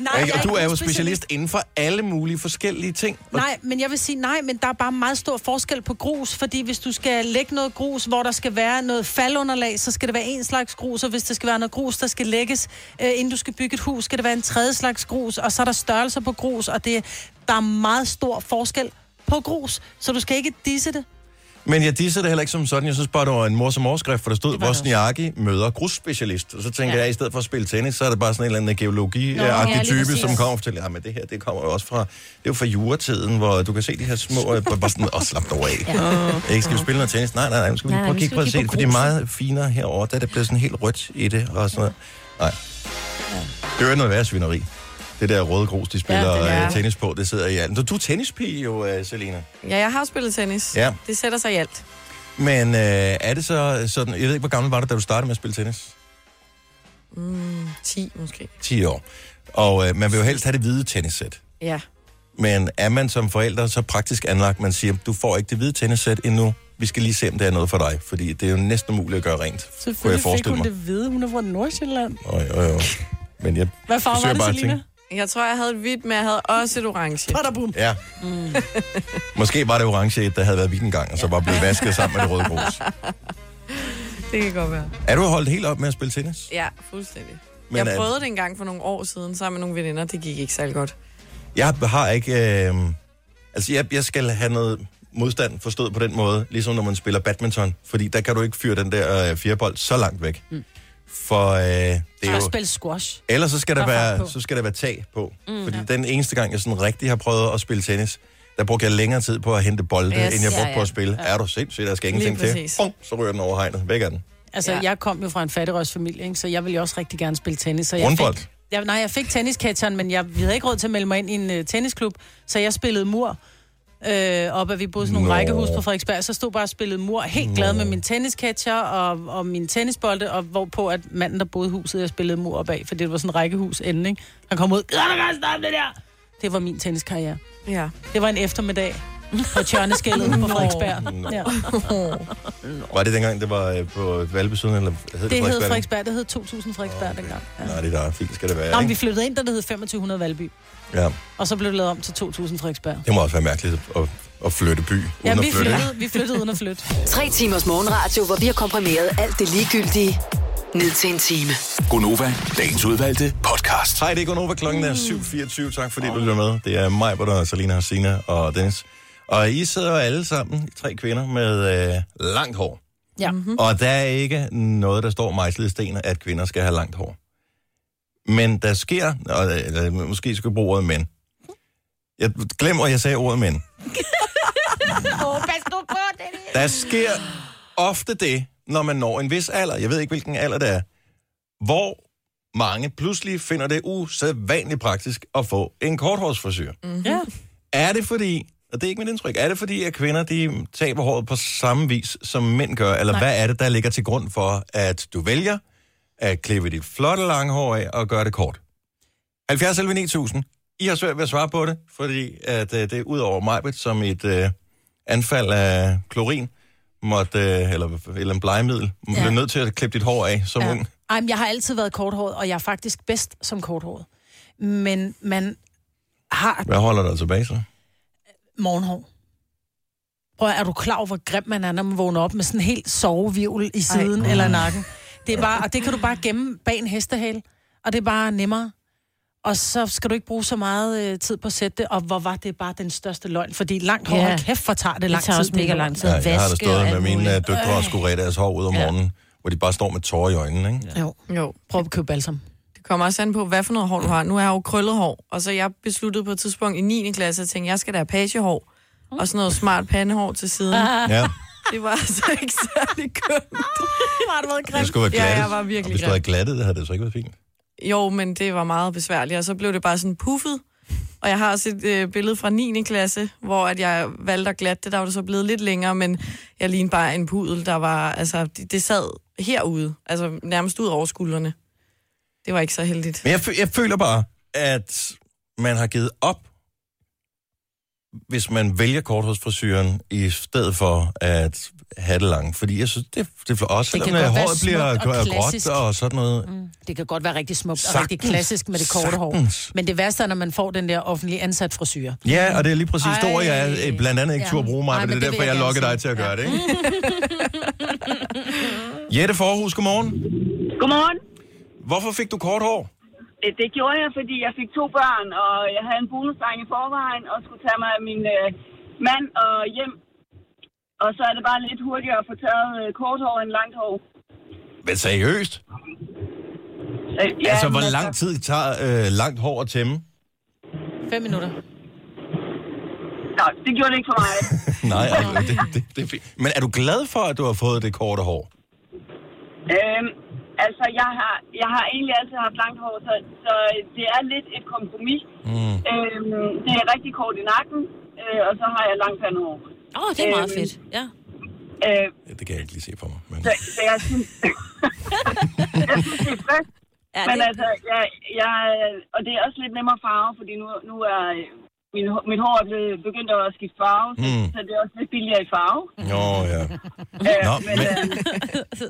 [SPEAKER 2] Nej, jeg
[SPEAKER 1] Og du
[SPEAKER 2] ikke
[SPEAKER 1] er jo
[SPEAKER 2] nogen
[SPEAKER 1] specialist inden for alle mulige forskellige ting. Og
[SPEAKER 2] Nej, men jeg vil sige nej, men der er bare meget stor forskel på grus, fordi hvis du skal lægge noget grus, hvor der skal være noget faldunderlag, så skal det være en slags grus, og hvis der skal være noget grus, der skal lægges, øh, inden du skal bygge et hus, skal det være en tredje slags grus, og så er der størrelser på grus, og det, der er meget stor forskel på grus, så du skal ikke disse det.
[SPEAKER 1] Men jeg dissede det heller ikke som sådan. Jeg synes bare, det var en morsom overskrift, for der stod, Vosniaki møder grusspecialist. Og så tænker ja. jeg, at i stedet for at spille tennis, så er det bare sådan en eller anden geologi-agtig
[SPEAKER 4] ja,
[SPEAKER 1] ja,
[SPEAKER 4] lige
[SPEAKER 1] type,
[SPEAKER 4] præcis.
[SPEAKER 1] som kommer og fortæller, at det her det kommer jo også fra, det er jo fra juretiden, hvor du kan se de her små, øh, bare sådan, og slap dig af. Ja. Ikke, skal vi spille noget tennis? Nej, nej, nej, nu skal vi
[SPEAKER 4] Nej,
[SPEAKER 1] lige
[SPEAKER 4] nej,
[SPEAKER 1] prøve
[SPEAKER 4] nu skal
[SPEAKER 1] at kigge på
[SPEAKER 4] vi
[SPEAKER 1] at se
[SPEAKER 4] kigge
[SPEAKER 1] det,
[SPEAKER 4] på
[SPEAKER 1] for det er meget finere herovre, da det bliver sådan helt rødt i det, og sådan noget. Nej. Det er noget værre svineri. Det der røde grus, de spiller
[SPEAKER 3] det
[SPEAKER 1] ja,
[SPEAKER 3] er.
[SPEAKER 1] tennis på, det sidder i alt. Så du er tennispige jo, øh, Selina.
[SPEAKER 3] Ja, jeg har spillet tennis.
[SPEAKER 1] Ja.
[SPEAKER 3] Det sætter sig i alt.
[SPEAKER 1] Men øh, er det så sådan, jeg ved ikke, hvor gammel var du, da du startede med at spille tennis?
[SPEAKER 3] 10 Mm, måske.
[SPEAKER 1] 10 år. Og øh, man vil jo helst have det hvide tennissæt.
[SPEAKER 3] Ja.
[SPEAKER 1] Men er man som forælder så praktisk anlagt, man siger, du får ikke det hvide tennissæt endnu, vi skal lige se, om det er noget for dig. Fordi det er jo næsten umuligt at gøre rent, kunne jeg forestille mig.
[SPEAKER 2] det vide, hun er fra Nordsjælland.
[SPEAKER 1] Øj, øj, øj. Men jeg
[SPEAKER 2] Hvad farve
[SPEAKER 1] forsøger
[SPEAKER 2] var det,
[SPEAKER 1] bare at
[SPEAKER 2] Selina?
[SPEAKER 1] tænke-
[SPEAKER 3] Jeg tror, jeg havde et hvidt, men jeg havde også et orange. Mm.
[SPEAKER 2] Badabum.
[SPEAKER 1] Ja. Måske var det orange et, der havde været hvidt en gang, og så var blevet vasket sammen med det røde grus.
[SPEAKER 3] Det kan godt være.
[SPEAKER 1] Er du holdt helt op med at spille tennis?
[SPEAKER 3] Ja, fuldstændig.
[SPEAKER 1] Men øh,
[SPEAKER 3] Men jeg
[SPEAKER 1] at-
[SPEAKER 3] prøvede det en gang for nogle år siden sammen med nogle veninder. Det gik ikke særlig godt.
[SPEAKER 1] Jeg har ikke... Øh... Altså, jeg, jeg skal have noget modstand forstået på den måde, ligesom når man spiller badminton, fordi der kan du ikke fyre den der øh, firebold så langt væk. Mm. For øh, det er
[SPEAKER 2] Jeg
[SPEAKER 1] jo...
[SPEAKER 2] spille squash.
[SPEAKER 1] Ellers så skal, der
[SPEAKER 2] Der er fart
[SPEAKER 1] være,
[SPEAKER 2] på.
[SPEAKER 1] så skal der være tag på. Mm, Fordi den eneste gang, jeg sådan rigtig har prøvet at spille tennis, der brugte jeg længere tid på at hente bolde, yes,
[SPEAKER 3] Yes.
[SPEAKER 1] end jeg brugte
[SPEAKER 4] Ja,
[SPEAKER 1] ja,
[SPEAKER 4] ja.
[SPEAKER 1] på at spille. Ja. Er du sindssygt, der skal ingenting til.
[SPEAKER 3] præcis.
[SPEAKER 1] Bum, så ryger den over hegnet. Væk er den.
[SPEAKER 2] Altså,
[SPEAKER 3] Ja.
[SPEAKER 2] ja. jeg kom jo fra en fattigrøvsfamilie, ikke? så jeg ville jo også rigtig gerne spille tennis. Så jeg
[SPEAKER 1] Rundbold?
[SPEAKER 2] Fik, jeg, nej, jeg fik tenniskatcheren, men jeg, vi havde ikke råd til at melde mig ind i en uh, tennisklub, så jeg spillede mur. Øh, op at vi boede i sådan nogle
[SPEAKER 1] Nå.
[SPEAKER 2] rækkehus på Frederiksberg, så stod bare og spillede mur, helt glad med min tenniskatcher og, og min tennisbolde, og hvorpå at manden, der boede i huset, jeg spillede mur op af, for det var sådan en rækkehus ende, ikke? Han kom ud, "Gider du godt stoppe det der? Det var min tenniskarriere.
[SPEAKER 3] Ja.
[SPEAKER 2] Det var en eftermiddag på Tjørneskældet på Frederiksberg. Ja.
[SPEAKER 1] Var det dengang, det var øh, på Valbesøden, eller hed
[SPEAKER 2] Det hed
[SPEAKER 1] Frederiksberg?
[SPEAKER 2] Frederiksberg, det hed 2000 Frederiksberg okay. dengang. Ja.
[SPEAKER 1] Nej, det er der. Fint skal det være,
[SPEAKER 2] Nå, men vi
[SPEAKER 1] ikke?
[SPEAKER 2] flyttede ind, da det hed 2500 Valby,
[SPEAKER 1] Ja.
[SPEAKER 2] og så blev det lavet om til 2000 Frederiksberg.
[SPEAKER 1] Det må også være mærkeligt at, at, at flytte by, uden
[SPEAKER 2] Ja,
[SPEAKER 1] at
[SPEAKER 2] vi
[SPEAKER 1] flytte.
[SPEAKER 2] flyttede, vi flyttede uden at flytte.
[SPEAKER 6] Tre timers morgenradio, hvor vi har komprimeret alt det ligegyldige ned til en time.
[SPEAKER 7] Gonova, dagens udvalgte podcast.
[SPEAKER 1] Hej, det er Gunova. Klokken
[SPEAKER 2] Mm.
[SPEAKER 1] er 7.24. Tak fordi du lytter med. Det er mig, Britta, Salina, Sina og Dennis. Og I sidder alle sammen, tre kvinder, med øh, langt hår.
[SPEAKER 2] Ja.
[SPEAKER 3] Mhm.
[SPEAKER 2] Mm-hmm.
[SPEAKER 1] Og der er ikke noget, der står mejslet i sten, at kvinder skal have langt hår. Men der sker, og, øh, eller måske skal jeg bruge ordet men. Jeg glemmer, at jeg sagde ordet men. Der sker ofte det, når man når en vis alder. Jeg ved ikke, hvilken alder det er. Hvor mange pludselig finder det usædvanligt praktisk at få en korthårsfrisyr.
[SPEAKER 2] Ja.
[SPEAKER 1] Er det fordi, og det er ikke mit indtryk, er det fordi, at kvinder de taber håret på samme vis, som mænd gør? Eller Nej. hvad er det, der ligger til grund for, at du vælger at klippe dit flotte lange hår af og gøre det kort? 70 11 9000. I har svært ved at svare på det, fordi at, øh, det er ud over mig, som et øh, anfald af klorin, måtte, øh, eller, eller en blegemiddel, ja. blev nødt til at klippe dit hår af som ja. ung.
[SPEAKER 2] Ej, men jeg har altid været korthåret, og jeg er faktisk bedst som korthåret. Men man har
[SPEAKER 1] Hvad holder dig tilbage så?
[SPEAKER 2] morgenhår. Prøv, at- er du klar over, hvor grim man er, når man vågner op med sådan en helt sovevivl i siden Ej. eller i nakken? Det er bare, og det kan du bare gemme bag en hestehale, og det er bare nemmere. Og så skal du ikke bruge så meget øh, tid på at sætte det, og hvor var det bare den største løgn, fordi langt hår,
[SPEAKER 4] Ja.
[SPEAKER 2] ja. kæft, for tager det lang
[SPEAKER 4] Det tager
[SPEAKER 2] tid.
[SPEAKER 4] også mega lang tid
[SPEAKER 1] Ja,
[SPEAKER 4] at vaske
[SPEAKER 1] jeg har da
[SPEAKER 4] og
[SPEAKER 1] stået med
[SPEAKER 4] alt
[SPEAKER 1] mine
[SPEAKER 4] muligt.
[SPEAKER 1] øh, døtre og skulle redde deres hår ud om morgenen, hvor de bare står med tårer i øjnene. Ikke? Ja.
[SPEAKER 2] Jo,
[SPEAKER 3] Jo.
[SPEAKER 2] prøv at købe balsam.
[SPEAKER 3] Det kommer også an på, hvad for noget hår du har. Nu er jeg jo krøllet hår, og så jeg besluttede på et tidspunkt i 9. klasse, at jeg tænkte, jeg skal da have pagehår. Og sådan noget smart pandehår til siden.
[SPEAKER 1] ja.
[SPEAKER 3] Det var altså ikke særlig kønt.
[SPEAKER 2] Har du været
[SPEAKER 1] Det skulle være glattet.
[SPEAKER 3] Ja, jeg var
[SPEAKER 1] og
[SPEAKER 3] virkelig
[SPEAKER 1] hvis det
[SPEAKER 3] grim.
[SPEAKER 1] havde glattet, det havde det så ikke været fint.
[SPEAKER 3] Jo, men det var meget besværligt, og så blev det bare sådan puffet. Og jeg har også et øh, billede fra 9. klasse, hvor at jeg valgte at glatte det. Der var det så blevet lidt længere, men jeg lignede bare en pudel, der var... Altså, det, det sad herude, altså nærmest ud over skuldrene. Det var ikke så heldigt.
[SPEAKER 1] Men jeg, fø- jeg føler bare, at man har givet op, hvis man vælger kort hos frisøren, i stedet for at have det langt. Fordi jeg synes, det, det er også,
[SPEAKER 2] Det
[SPEAKER 1] selvom
[SPEAKER 2] kan
[SPEAKER 1] øh,
[SPEAKER 2] godt være
[SPEAKER 1] håret bliver
[SPEAKER 2] smukt og
[SPEAKER 1] og gråt
[SPEAKER 2] klassisk.
[SPEAKER 1] og sådan noget. Mm.
[SPEAKER 2] Det kan godt være rigtig smukt og rigtig klassisk med det korte hår.
[SPEAKER 1] sagtens.
[SPEAKER 2] Men det værste er, når man får den der offentlig ansat frisyr.
[SPEAKER 1] Ja, og det er lige præcis det ord, jeg
[SPEAKER 2] Ej.
[SPEAKER 1] øh, blandt andet ikke
[SPEAKER 2] Ja.
[SPEAKER 1] turde bruge mig,
[SPEAKER 2] Ej,
[SPEAKER 1] men
[SPEAKER 2] men
[SPEAKER 1] det er
[SPEAKER 2] det vil
[SPEAKER 1] derfor,
[SPEAKER 2] jeg
[SPEAKER 1] jeg
[SPEAKER 2] gerne
[SPEAKER 1] lokker dig
[SPEAKER 2] sige.
[SPEAKER 1] til at gøre det, ikke? Jette Forhus, godmorgen.
[SPEAKER 10] Godmorgen.
[SPEAKER 1] Hvorfor fik du kort hår?
[SPEAKER 10] Øh, Det gjorde jeg, fordi jeg fik to børn, og jeg havde en bonusdreng i forvejen, og skulle tage mig af min øh, mand og hjem. Og så er det bare lidt hurtigere at få tørret øh, kort hår end langt hår.
[SPEAKER 1] Men seriøst?
[SPEAKER 10] Øh,
[SPEAKER 1] Ja, altså, hvor
[SPEAKER 10] men
[SPEAKER 1] lang tid tager øh, langt hår at tæmme?
[SPEAKER 2] Fem minutter.
[SPEAKER 10] Nå, det gjorde det ikke for mig.
[SPEAKER 1] Nej, altså, det, det, det er fint. Men er du glad for, at du har fået det korte hår?
[SPEAKER 10] øhm, altså, jeg har, jeg har egentlig altid haft langt hår, så, så det er lidt et kompromis. Mm. Øhm, det er rigtig kort i nakken, øh, og så har jeg langt pandehår. Øhm,
[SPEAKER 4] Åh, oh, det er meget fedt. Ja.
[SPEAKER 10] Øh,
[SPEAKER 1] Ja, det kan jeg ikke lige se for mig. Men...
[SPEAKER 10] så, så jeg synes... jeg synes, det er frisk.
[SPEAKER 4] ja
[SPEAKER 10] Men
[SPEAKER 4] det,
[SPEAKER 10] altså, jeg, jeg, og det er også lidt nemmere farve, fordi nu, nu er øh, min, hår- mit hår er blevet begyndt at skifte farve, mm. så,
[SPEAKER 1] Mm.
[SPEAKER 10] så det er også lidt billigere i farve.
[SPEAKER 1] Nå, ja.
[SPEAKER 10] Øh,
[SPEAKER 1] Nå,
[SPEAKER 10] men,
[SPEAKER 1] men-
[SPEAKER 10] øh,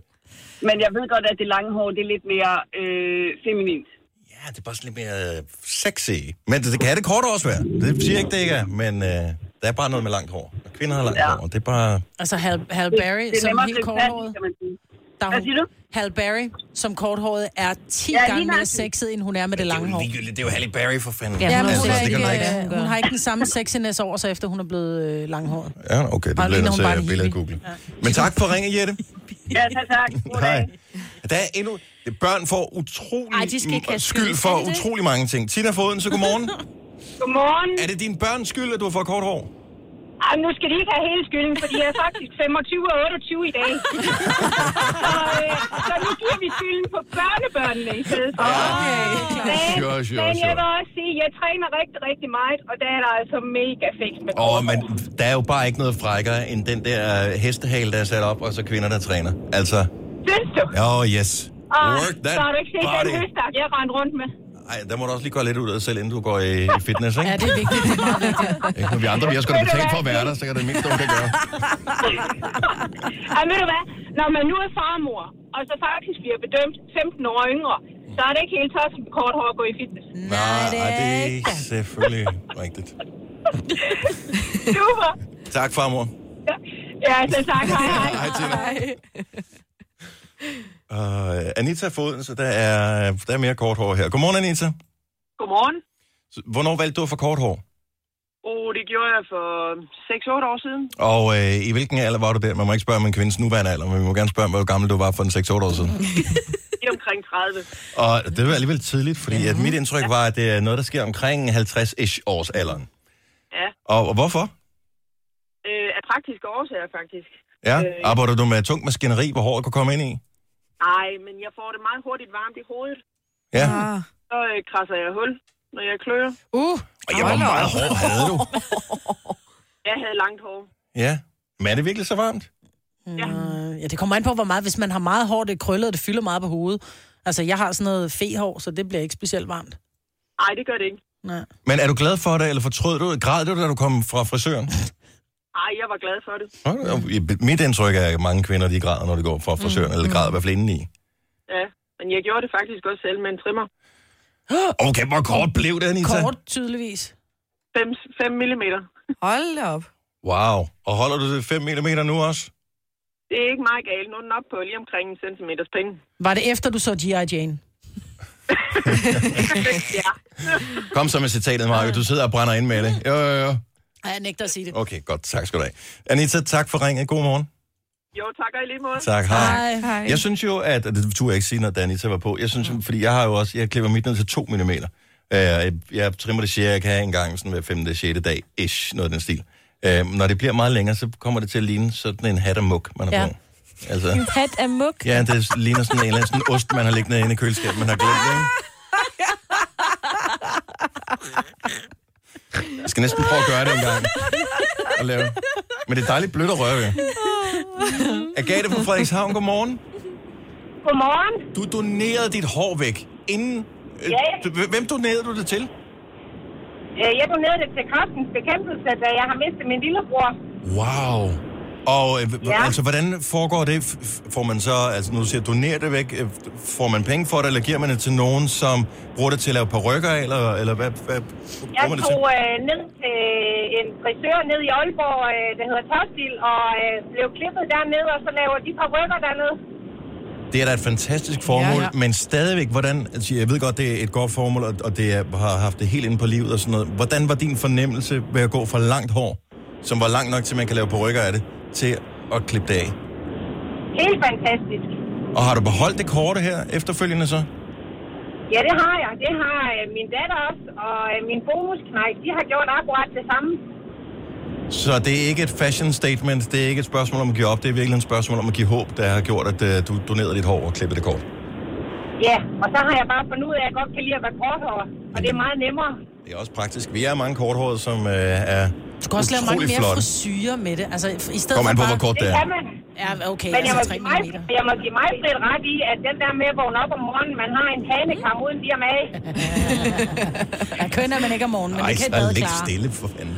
[SPEAKER 10] men jeg ved godt, at det lange hår det er lidt mere øh, feminint.
[SPEAKER 1] Ja, Ja, det er bare sådan lidt mere øh, sexy. Men det, det kan det korte også være. Det siger jeg ikke, det ikke er, men øh, der er bare noget med langt hår. Og Kvinder har langt ja. hår, og det er bare...
[SPEAKER 2] Altså Hal, Hal Berry,
[SPEAKER 8] det er
[SPEAKER 2] som
[SPEAKER 8] nemmere at
[SPEAKER 2] helt
[SPEAKER 8] blive fat i,
[SPEAKER 2] korthåret.
[SPEAKER 8] kan man sige.
[SPEAKER 2] Der er
[SPEAKER 8] Hvad
[SPEAKER 2] hun-
[SPEAKER 8] siger du?
[SPEAKER 2] Hal Berry, som korthåret, er 10
[SPEAKER 8] Ja,
[SPEAKER 2] ja,
[SPEAKER 8] lige
[SPEAKER 2] gange mere
[SPEAKER 8] nøjagtigt.
[SPEAKER 2] sexet, end hun er med det lange hår.
[SPEAKER 1] ligegyldigt, det er jo Halle Berry for fanden.
[SPEAKER 4] Ja,
[SPEAKER 2] Ja, men
[SPEAKER 1] Altså,
[SPEAKER 2] hun, er
[SPEAKER 1] det kan man
[SPEAKER 2] ikke,
[SPEAKER 4] ikke-
[SPEAKER 2] øh, hun har ikke den samme sexiness over sig, efter hun er blevet øh, langhåret.
[SPEAKER 1] Ja, okay, det
[SPEAKER 2] Og ligner
[SPEAKER 1] bliver nødt
[SPEAKER 2] hun
[SPEAKER 1] til
[SPEAKER 2] bare en
[SPEAKER 1] at
[SPEAKER 2] hippie.
[SPEAKER 1] billedgoogle. Men tak for ringe, Jette.
[SPEAKER 8] Ja, tak, tak. God dag.
[SPEAKER 1] Hej. Der er endnu... Børn får utrolig
[SPEAKER 4] Ej, de skal ikke have skyld.
[SPEAKER 1] skyld
[SPEAKER 4] Er
[SPEAKER 1] for
[SPEAKER 4] det det?
[SPEAKER 1] utrolig mange ting. Tina Foden, så godmorgen.
[SPEAKER 8] Godmorgen.
[SPEAKER 1] er det din børns skyld, at du har fået kort hår?
[SPEAKER 8] Ej, nu skal de ikke have hele skylden, for de er faktisk 25 og 28 i dag. så, øh, så nu giver vi skylden på børnebørnene i stedet for. Okay. Men,
[SPEAKER 11] Sure, sure,
[SPEAKER 8] men jeg
[SPEAKER 11] sure.
[SPEAKER 8] vil også sige, at jeg træner rigtig, rigtig meget, og der er der altså mega fix med
[SPEAKER 1] Åh, oh,
[SPEAKER 8] kroppen.
[SPEAKER 1] men der er jo bare ikke noget frækkere end den der øh, hestehale, der er sat op, og så kvinder, der træner. Altså,
[SPEAKER 8] Synes du?
[SPEAKER 1] oh yes.
[SPEAKER 8] Og
[SPEAKER 1] Work
[SPEAKER 8] så har
[SPEAKER 1] that
[SPEAKER 8] du ikke set den
[SPEAKER 1] body.
[SPEAKER 8] høstak, jeg rendte rundt med.
[SPEAKER 1] Ej, der må du også lige gå lidt ud af dig selv, inden du går i, i fitness, ikke?
[SPEAKER 2] Ja, det er vigtigt. Det er meget vigtigt.
[SPEAKER 11] Ikke, når vi andre, vi har sgu da betalt for at være der, så kan det mindste, hun kan gøre.
[SPEAKER 8] Ej, ved du hvad? Når man nu er farmor, og så faktisk bliver bedømt 15 år yngre, så er det ikke helt tosset med kort hår at gå i fitness.
[SPEAKER 1] Nej, det er ikke selvfølgelig rigtigt.
[SPEAKER 8] Super.
[SPEAKER 1] Tak, farmor.
[SPEAKER 8] Ja, så tak. Hej, hej.
[SPEAKER 1] Hej, Tina. Uh, Anita Foden, så der er, der er mere kort hår her. Godmorgen, Anita.
[SPEAKER 8] Godmorgen.
[SPEAKER 1] Så Hvornår valgte du at få kort hår?
[SPEAKER 8] Oh, det gjorde jeg for 6-8 år siden.
[SPEAKER 1] Og øh, i hvilken alder var du der? Man må ikke spørge om en kvindes nuværende alder, men vi må gerne spørge om, hvor gammel du var for en 6-8 år siden.
[SPEAKER 8] Lige omkring 30.
[SPEAKER 1] Og det var alligevel tidligt, fordi at mit indtryk var, at det er noget, der sker omkring 50-ish års alderen.
[SPEAKER 8] Ja.
[SPEAKER 1] Og, og hvorfor?
[SPEAKER 8] Øh, af praktiske årsager, faktisk.
[SPEAKER 1] Ja,
[SPEAKER 8] Øh,
[SPEAKER 1] arbejder du med tungt maskineri, hvor håret kunne komme ind i?
[SPEAKER 8] Nej, men jeg får det meget hurtigt varmt i hovedet.
[SPEAKER 1] Ja.
[SPEAKER 12] Ah.
[SPEAKER 8] Så øh, krasser jeg hul, når jeg klør.
[SPEAKER 2] Uh,
[SPEAKER 1] Og jeg var meget hård, havde du?
[SPEAKER 8] Jeg havde langt hår.
[SPEAKER 1] Ja. Men er det virkelig så varmt?
[SPEAKER 2] øh, ja, det kommer an på, hvor meget. Hvis man har meget hår, det er krøllet, og det fylder meget på hovedet. Altså, jeg har sådan noget fehår, så det bliver ikke specielt varmt.
[SPEAKER 8] Nej, det gør det ikke.
[SPEAKER 2] Nej.
[SPEAKER 1] Men er du glad for det, eller fortrød du? Græd du, da du kom fra frisøren?
[SPEAKER 8] Nej, jeg var glad for det.
[SPEAKER 1] Okay. Mit indtryk er, at mange kvinder de græder, når de går fra frisøren, eller græder i hvert fald indeni.
[SPEAKER 8] Ja, men jeg gjorde det faktisk også selv med en trimmer.
[SPEAKER 1] Okay, hvor kort blev det, Anita?
[SPEAKER 2] Kort, tydeligvis.
[SPEAKER 8] 5, 5 mm.
[SPEAKER 12] Hold da op.
[SPEAKER 1] Wow. Og holder du det 5 mm nu også?
[SPEAKER 8] Det er ikke meget galt. Nu er den op på lige omkring en centimeters penge.
[SPEAKER 2] Var det efter, du så G.I. Jane?
[SPEAKER 8] ja.
[SPEAKER 1] Kom så med citatet, Mario. Du sidder og brænder ind med det. Jo, jo, jo.
[SPEAKER 2] Ej, jeg nægter at sige det.
[SPEAKER 1] Okay, godt. Tak skal du have. Anita, tak for ringet. God morgen.
[SPEAKER 8] Jo, takker i lige måde.
[SPEAKER 1] Tak. Hej.
[SPEAKER 12] Hej.
[SPEAKER 1] Jeg synes jo, at... og Det turde jeg ikke sige, når Danita var på. Jeg synes, jo, fordi jeg har jo også... Jeg klipper mit ned til 2 mm. Jeg, jeg trimmer det sjære, jeg kan have en gang sådan hver 5. 6. dag. Ish, noget af den stil. Øh, når det bliver meget længere, så kommer det til at ligne sådan en hat og muk, man har
[SPEAKER 4] Ja.
[SPEAKER 1] på. Altså,
[SPEAKER 4] Hat af muk.
[SPEAKER 1] ja, det ligner sådan en eller anden sådan ost, man har liggende inde i køleskabet, man har glemt, ikke? Jeg skal næsten prøve at gøre det en gang. Og lave. Men det er dejligt blødt at røre ved. Agathe fra Frederikshavn, godmorgen.
[SPEAKER 8] Godmorgen.
[SPEAKER 1] Du donerede dit hår væk, inden... øh,
[SPEAKER 8] Ja.
[SPEAKER 1] du- Hvem donerede du det til?
[SPEAKER 8] Øh, Jeg donerede det til kraftens bekæmpelse, da jeg har mistet min lillebror.
[SPEAKER 1] Wow. Og øh, h-
[SPEAKER 8] Ja.
[SPEAKER 1] altså, hvordan foregår det? F- f- Får man så, altså nu siger donere det væk, øh, får man penge for det, eller giver man det til nogen, som bruger det til at lave parrykker, eller, eller hvad, hvad
[SPEAKER 8] Jeg
[SPEAKER 1] bruger man det til?
[SPEAKER 8] tog øh, ned til en frisør ned i Aalborg, øh, der hedder Tostil, og øh, blev klippet dernede, og så laver de par rykker dernede.
[SPEAKER 1] Det er da et fantastisk formål, ja,
[SPEAKER 12] Ja,
[SPEAKER 1] ja.
[SPEAKER 12] ja.
[SPEAKER 1] men stadigvæk, hvordan, altså jeg ved godt, det er et godt formål, og, og det er, har haft det helt inde på livet og sådan noget. Hvordan var din fornemmelse ved at gå fra langt hår, som var langt nok til, man kan lave parrykker af det, til at klippe det af?
[SPEAKER 8] Helt fantastisk.
[SPEAKER 1] Og har du beholdt det korte her efterfølgende så?
[SPEAKER 8] Ja, det har jeg. Det har øh, min datter også, og øh, min bonusknæk, de har gjort akkurat det samme.
[SPEAKER 1] Så det er ikke et fashion statement, det er ikke et spørgsmål om at give op, det er virkelig et spørgsmål om at give håb, der har gjort, at øh, du donerede dit hår og klippede det kort.
[SPEAKER 8] Ja, og så har jeg bare fundet ud af, at jeg godt kan lide at være korthåret, og det er meget nemmere.
[SPEAKER 1] Det er også praktisk. Vi er mange korthårede, som øh, er
[SPEAKER 2] Du kan også lave mange
[SPEAKER 1] utrolig
[SPEAKER 2] mere
[SPEAKER 1] flotte.
[SPEAKER 2] frisyrer med det. Altså, i stedet
[SPEAKER 1] Kom
[SPEAKER 2] for
[SPEAKER 1] an på,
[SPEAKER 2] bare...
[SPEAKER 1] hvor kort
[SPEAKER 8] Det
[SPEAKER 1] det er.
[SPEAKER 8] kan man.
[SPEAKER 2] Ja, okay,
[SPEAKER 10] Men jeg må,
[SPEAKER 2] altså 3
[SPEAKER 10] give mig,
[SPEAKER 2] mm.
[SPEAKER 10] jeg må give mig selv ret i, at den der med at vågne op om morgenen, man har en hanekam uden lige om af.
[SPEAKER 2] Jeg kønner man ikke om morgenen, men
[SPEAKER 1] Ej,
[SPEAKER 2] det kan et
[SPEAKER 1] så
[SPEAKER 2] bad
[SPEAKER 1] lidt
[SPEAKER 2] klare.
[SPEAKER 1] stille for fanden.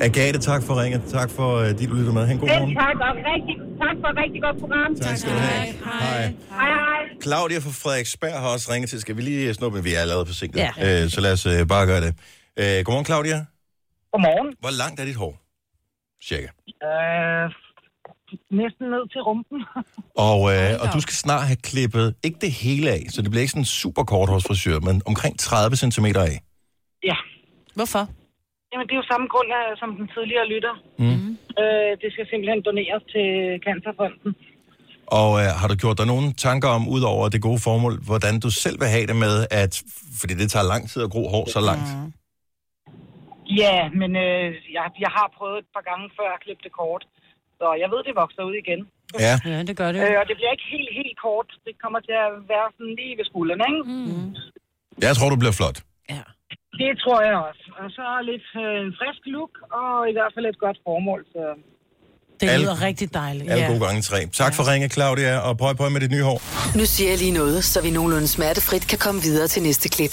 [SPEAKER 1] Agathe, tak for ringet. Tak for, uh, dit du lytter med. Han god
[SPEAKER 10] Selv
[SPEAKER 1] morgen.
[SPEAKER 10] tak, og rigtig, tak for et rigtig godt program.
[SPEAKER 1] Tak skal du have. Hej.
[SPEAKER 10] Hej, hej.
[SPEAKER 1] Claudia fra Frederiksberg har også ringet til. Skal vi lige snuppe, vi er allerede på sinket. Ja. Øh, så lad os øh, bare gøre det. Øh, godmorgen, Claudia.
[SPEAKER 13] Godmorgen.
[SPEAKER 1] Hvor langt er dit hår? Cirka.
[SPEAKER 13] Øh, næsten ned til rumpen.
[SPEAKER 1] Og, øh, og du skal snart have klippet, ikke det hele af, så det bliver ikke sådan super kort hos frisør, men omkring 30 cm af.
[SPEAKER 13] ja.
[SPEAKER 2] Hvorfor?
[SPEAKER 13] Jamen, det er jo samme grund øh, som den tidligere lytter. Mm. Øh, det skal simpelthen doneres til Cancerfonden.
[SPEAKER 1] Og øh, har du gjort dig nogle tanker om, ud over det gode formål, hvordan du selv vil have det med, at, fordi det tager lang tid at gro hår så langt. Mm.
[SPEAKER 13] Ja, men øh, jeg, jeg har prøvet et par gange før at klippe det kort. Så jeg ved, det vokser ud igen.
[SPEAKER 1] Ja.
[SPEAKER 2] Ja, det gør det.
[SPEAKER 13] Øh, og det bliver ikke helt, helt kort. Det kommer til at være sådan lige ved skulderen, ikke? Mm.
[SPEAKER 1] Jeg tror, du bliver flot.
[SPEAKER 13] Det tror jeg også. Og så lidt øh, en frisk look, og i hvert fald et godt formål. Så.
[SPEAKER 2] Det
[SPEAKER 1] Alle-
[SPEAKER 2] lyder rigtig dejligt.
[SPEAKER 1] Alle gode gange tre. Tak for ringe, Claudia, og prøv prøv med dit nye hår.
[SPEAKER 6] Nu siger jeg lige noget, så vi nogenlunde smertefrit kan komme videre til næste klip.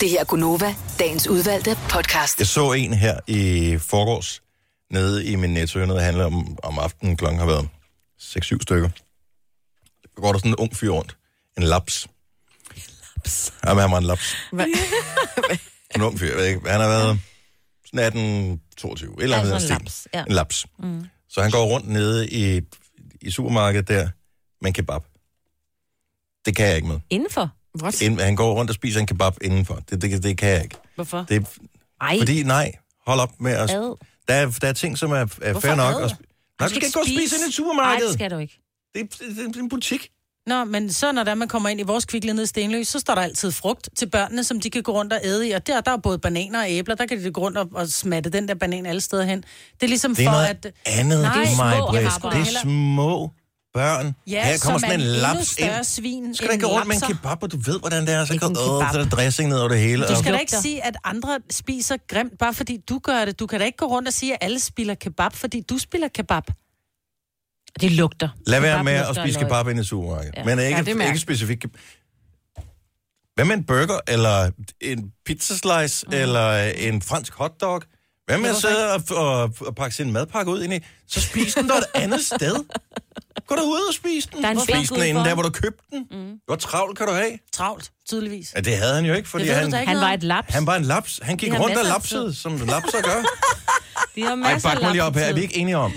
[SPEAKER 6] Det her er Gunova, dagens udvalgte podcast.
[SPEAKER 1] Jeg så en her i forgårs, nede i min netto, jeg er nede og handler om, om aftenen, klokken har været 6-7 stykker. Så går der sådan en ung fyr rundt. En laps. Laps? Ja, men han var en laps.
[SPEAKER 3] Hva?
[SPEAKER 1] En ung fyr, jeg ved ikke. Han har været sådan 18, 22, et eller andet altså en laps,
[SPEAKER 4] ja.
[SPEAKER 1] En laps. Mm. Så han går rundt nede i, i supermarkedet der med en kebab. Det kan jeg ikke med.
[SPEAKER 4] Indenfor?
[SPEAKER 3] What?
[SPEAKER 1] Ind, han går rundt og spiser en kebab indenfor. Det, det, det kan jeg ikke.
[SPEAKER 4] Hvorfor?
[SPEAKER 1] Det,
[SPEAKER 4] Ej.
[SPEAKER 1] Fordi nej, hold op med at...
[SPEAKER 4] Ad.
[SPEAKER 1] Der er, der er ting, som er, er fair nok. At sp- nej, du skal ikke gå og spise ind i et
[SPEAKER 4] Nej,
[SPEAKER 1] supermarked.
[SPEAKER 4] det skal du ikke.
[SPEAKER 1] Det, er, det, er, det er en butik.
[SPEAKER 2] Nå, men så når der, man kommer ind i vores kvikle nede i Stenløs, så står der altid frugt til børnene, som de kan gå rundt og æde i. Og der, der er både bananer og æbler, der kan de gå rundt og, og smatte den der banan alle steder hen. Det er ligesom
[SPEAKER 1] Det er
[SPEAKER 2] for,
[SPEAKER 1] noget
[SPEAKER 2] at...
[SPEAKER 1] andet,
[SPEAKER 2] Nej,
[SPEAKER 1] nej,
[SPEAKER 2] små
[SPEAKER 1] mig,
[SPEAKER 2] apper.
[SPEAKER 1] Det er små børn.
[SPEAKER 2] Ja,
[SPEAKER 1] Her kommer
[SPEAKER 2] som
[SPEAKER 1] sådan en
[SPEAKER 2] er en endnu
[SPEAKER 1] laps
[SPEAKER 2] større
[SPEAKER 1] ind.
[SPEAKER 2] svin
[SPEAKER 1] skal du
[SPEAKER 2] end
[SPEAKER 1] ikke gå rundt med en
[SPEAKER 2] lapser?
[SPEAKER 1] kebab, og du ved, hvordan det er. Så,
[SPEAKER 2] Ikke
[SPEAKER 1] kan,
[SPEAKER 2] en
[SPEAKER 1] øh,
[SPEAKER 2] kebab.
[SPEAKER 1] så er der dressing ned over det hele.
[SPEAKER 2] Du
[SPEAKER 1] og-
[SPEAKER 2] skal da ikke sige, at andre spiser grimt, bare fordi du gør det. Du kan da ikke gå rundt og sige, at alle spiller kebab, fordi du spiller kebab.
[SPEAKER 4] Det lugter.
[SPEAKER 1] Lad være
[SPEAKER 4] Kebab
[SPEAKER 1] med at
[SPEAKER 4] lugter af
[SPEAKER 1] spise
[SPEAKER 4] løg.
[SPEAKER 1] kebab ind i supermarkedet. Ja.
[SPEAKER 4] Ja.
[SPEAKER 1] Men
[SPEAKER 3] Ja, det
[SPEAKER 1] ikke,
[SPEAKER 3] er
[SPEAKER 1] ja,
[SPEAKER 3] mærkeligt.
[SPEAKER 1] ikke specifikt. keb- Hvad med en burger, eller en pizzaslice, mm. eller en fransk hotdog? Hvad med at sidde og, og, og pakke sin madpakke ud ind i? Så spis den der et andet sted. Gå derud og spis den.
[SPEAKER 4] Der er en
[SPEAKER 1] spis
[SPEAKER 4] bænk
[SPEAKER 1] den
[SPEAKER 4] udenfor.
[SPEAKER 1] inden der, hvor du købte den. Mm. Hvor travlt kan du have?
[SPEAKER 2] Travlt, tydeligvis.
[SPEAKER 1] Ja, det havde han jo ikke, fordi
[SPEAKER 2] Det ved du
[SPEAKER 1] han,
[SPEAKER 2] da ikke.
[SPEAKER 4] Han var et laps.
[SPEAKER 1] han var en laps. Han gik
[SPEAKER 4] Vi har
[SPEAKER 1] rundt og
[SPEAKER 4] masser af
[SPEAKER 1] lapsede, som lapser gør.
[SPEAKER 4] De har
[SPEAKER 1] Ej,
[SPEAKER 4] masser af
[SPEAKER 1] bak mig lige op her. Er
[SPEAKER 4] lapsetid.
[SPEAKER 1] vi ikke enige om?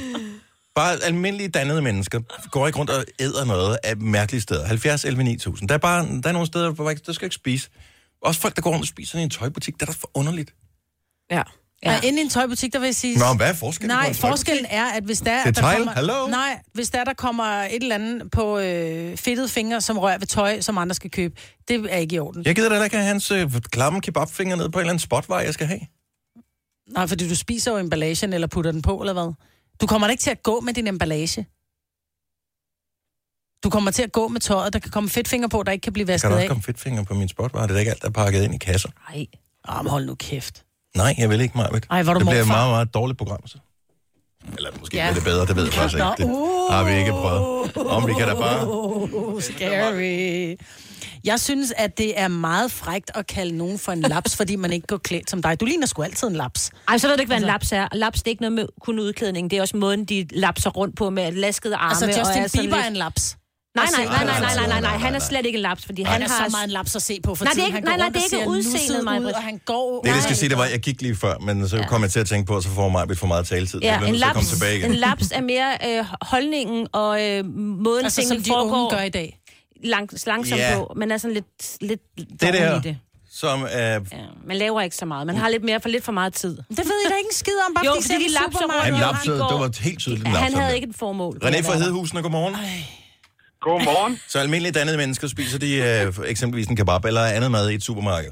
[SPEAKER 1] Bare almindelige dannede mennesker går ikke rundt og æder noget af mærkelige steder. 70, 11, 9000. Der er bare der er nogle steder, hvor man ikke- der skal ikke spise. Også folk, der går rundt og spiser i en tøjbutik, det er da for underligt.
[SPEAKER 3] Ja.
[SPEAKER 2] Ja. Og inde i en tøjbutik, der vil jeg sige...
[SPEAKER 1] Nå, hvad er forskellen på
[SPEAKER 2] Nej,
[SPEAKER 1] en tøjbutik?
[SPEAKER 2] forskellen er, at hvis der, er,
[SPEAKER 1] Det er
[SPEAKER 2] der
[SPEAKER 1] tegl.
[SPEAKER 2] kommer,
[SPEAKER 1] Hallo?
[SPEAKER 2] Nej, hvis der, er, der kommer et eller andet på øh, fedtede fingre, som rører ved tøj, som andre skal købe, det er ikke i orden. Ja.
[SPEAKER 1] Jeg gider da ikke have hans øh, klamme kebabfinger ned på en eller anden spotvej, jeg skal have.
[SPEAKER 2] Nej, fordi du spiser jo emballagen, eller putter den på, eller hvad? Du kommer da ikke til at gå med din emballage. Du kommer til at gå med tøjet, der kan komme fedtfinger på, der ikke kan blive
[SPEAKER 1] Kan
[SPEAKER 2] vasket
[SPEAKER 1] der
[SPEAKER 2] af.
[SPEAKER 1] også komme fedtfinger på min spotvej? Det er da ikke alt, der er pakket ind i kasser.
[SPEAKER 4] Nej.
[SPEAKER 2] Ah, men hold nu kæft.
[SPEAKER 1] Nej, jeg vil ikke, Marvitt.
[SPEAKER 2] Ej, hvor er du
[SPEAKER 1] Det bliver et
[SPEAKER 2] morfar.
[SPEAKER 1] meget, meget dårligt program, så. Eller måske
[SPEAKER 2] Ja.
[SPEAKER 1] bliver det bedre, det ved jeg faktisk ikke. Det har vi ikke prøvet. Om vi kan da bare...
[SPEAKER 2] Oh, scary. Jeg synes, at det er meget frægt at kalde nogen for en laps, fordi man ikke går klædt som dig. Du ligner sgu altid en laps.
[SPEAKER 4] Ej, så ved du ikke, hvad en
[SPEAKER 2] Altså-
[SPEAKER 4] laps er. Laps, det er ikke noget med kun udklædning. Det er også måden, de lapser rundt på med laskede arme.
[SPEAKER 2] Altså,
[SPEAKER 4] og er
[SPEAKER 2] Justin
[SPEAKER 4] sådan
[SPEAKER 2] Bieber er
[SPEAKER 4] lidt-
[SPEAKER 2] en laps.
[SPEAKER 4] Nej, nej, nej, nej, nej, nej, nej, nej. Han er slet ikke en laps, fordi
[SPEAKER 2] Han
[SPEAKER 4] han
[SPEAKER 2] er
[SPEAKER 4] har...
[SPEAKER 2] så meget en laps at se på for
[SPEAKER 4] Nej, det er
[SPEAKER 2] tiden.
[SPEAKER 4] ikke-
[SPEAKER 2] Han går
[SPEAKER 4] nej, nej,
[SPEAKER 2] rundt
[SPEAKER 4] det er
[SPEAKER 2] og
[SPEAKER 4] ikke
[SPEAKER 2] ser nusset
[SPEAKER 4] udseendet,
[SPEAKER 2] ud,
[SPEAKER 4] Maj-Brit.
[SPEAKER 2] Og han går...
[SPEAKER 1] Det, jeg
[SPEAKER 2] Nej.
[SPEAKER 1] skal sige, det var, at jeg gik lige før, men så kom jeg til at tænke på, at så får mig lidt for meget taletid. så jeg
[SPEAKER 4] Ja,
[SPEAKER 1] bliver
[SPEAKER 4] en
[SPEAKER 1] nødt til at
[SPEAKER 4] laps,
[SPEAKER 1] komme tilbage igen.
[SPEAKER 4] en laps er mere øh, holdningen og øh, måden,
[SPEAKER 2] Altså, som
[SPEAKER 4] tingene
[SPEAKER 2] de
[SPEAKER 4] foregår
[SPEAKER 2] unge gør i dag.
[SPEAKER 4] langs, langsomt
[SPEAKER 1] Ja.
[SPEAKER 4] på. Man er sådan lidt, lidt
[SPEAKER 1] Det Mm.
[SPEAKER 4] doven
[SPEAKER 1] der,
[SPEAKER 4] i det.
[SPEAKER 1] som er... Uh,
[SPEAKER 4] Ja, man laver ikke så meget. Man har lidt mere for lidt for meget tid.
[SPEAKER 2] Det ved jeg da ikke en skid om, bare
[SPEAKER 4] Jo,
[SPEAKER 2] fordi
[SPEAKER 4] fordi de
[SPEAKER 2] de
[SPEAKER 4] lapser
[SPEAKER 1] han
[SPEAKER 4] rundt.
[SPEAKER 2] lapser
[SPEAKER 1] lapsede,
[SPEAKER 4] går-
[SPEAKER 1] det var helt tydeligt, en
[SPEAKER 4] Han
[SPEAKER 1] lapser.
[SPEAKER 4] havde ikke et formål.
[SPEAKER 1] René fra Hedehusen, og godmorgen.
[SPEAKER 14] Godmorgen.
[SPEAKER 1] Så almindelige dannede mennesker spiser de uh, eksempelvis en kebab eller andet mad i et supermarked.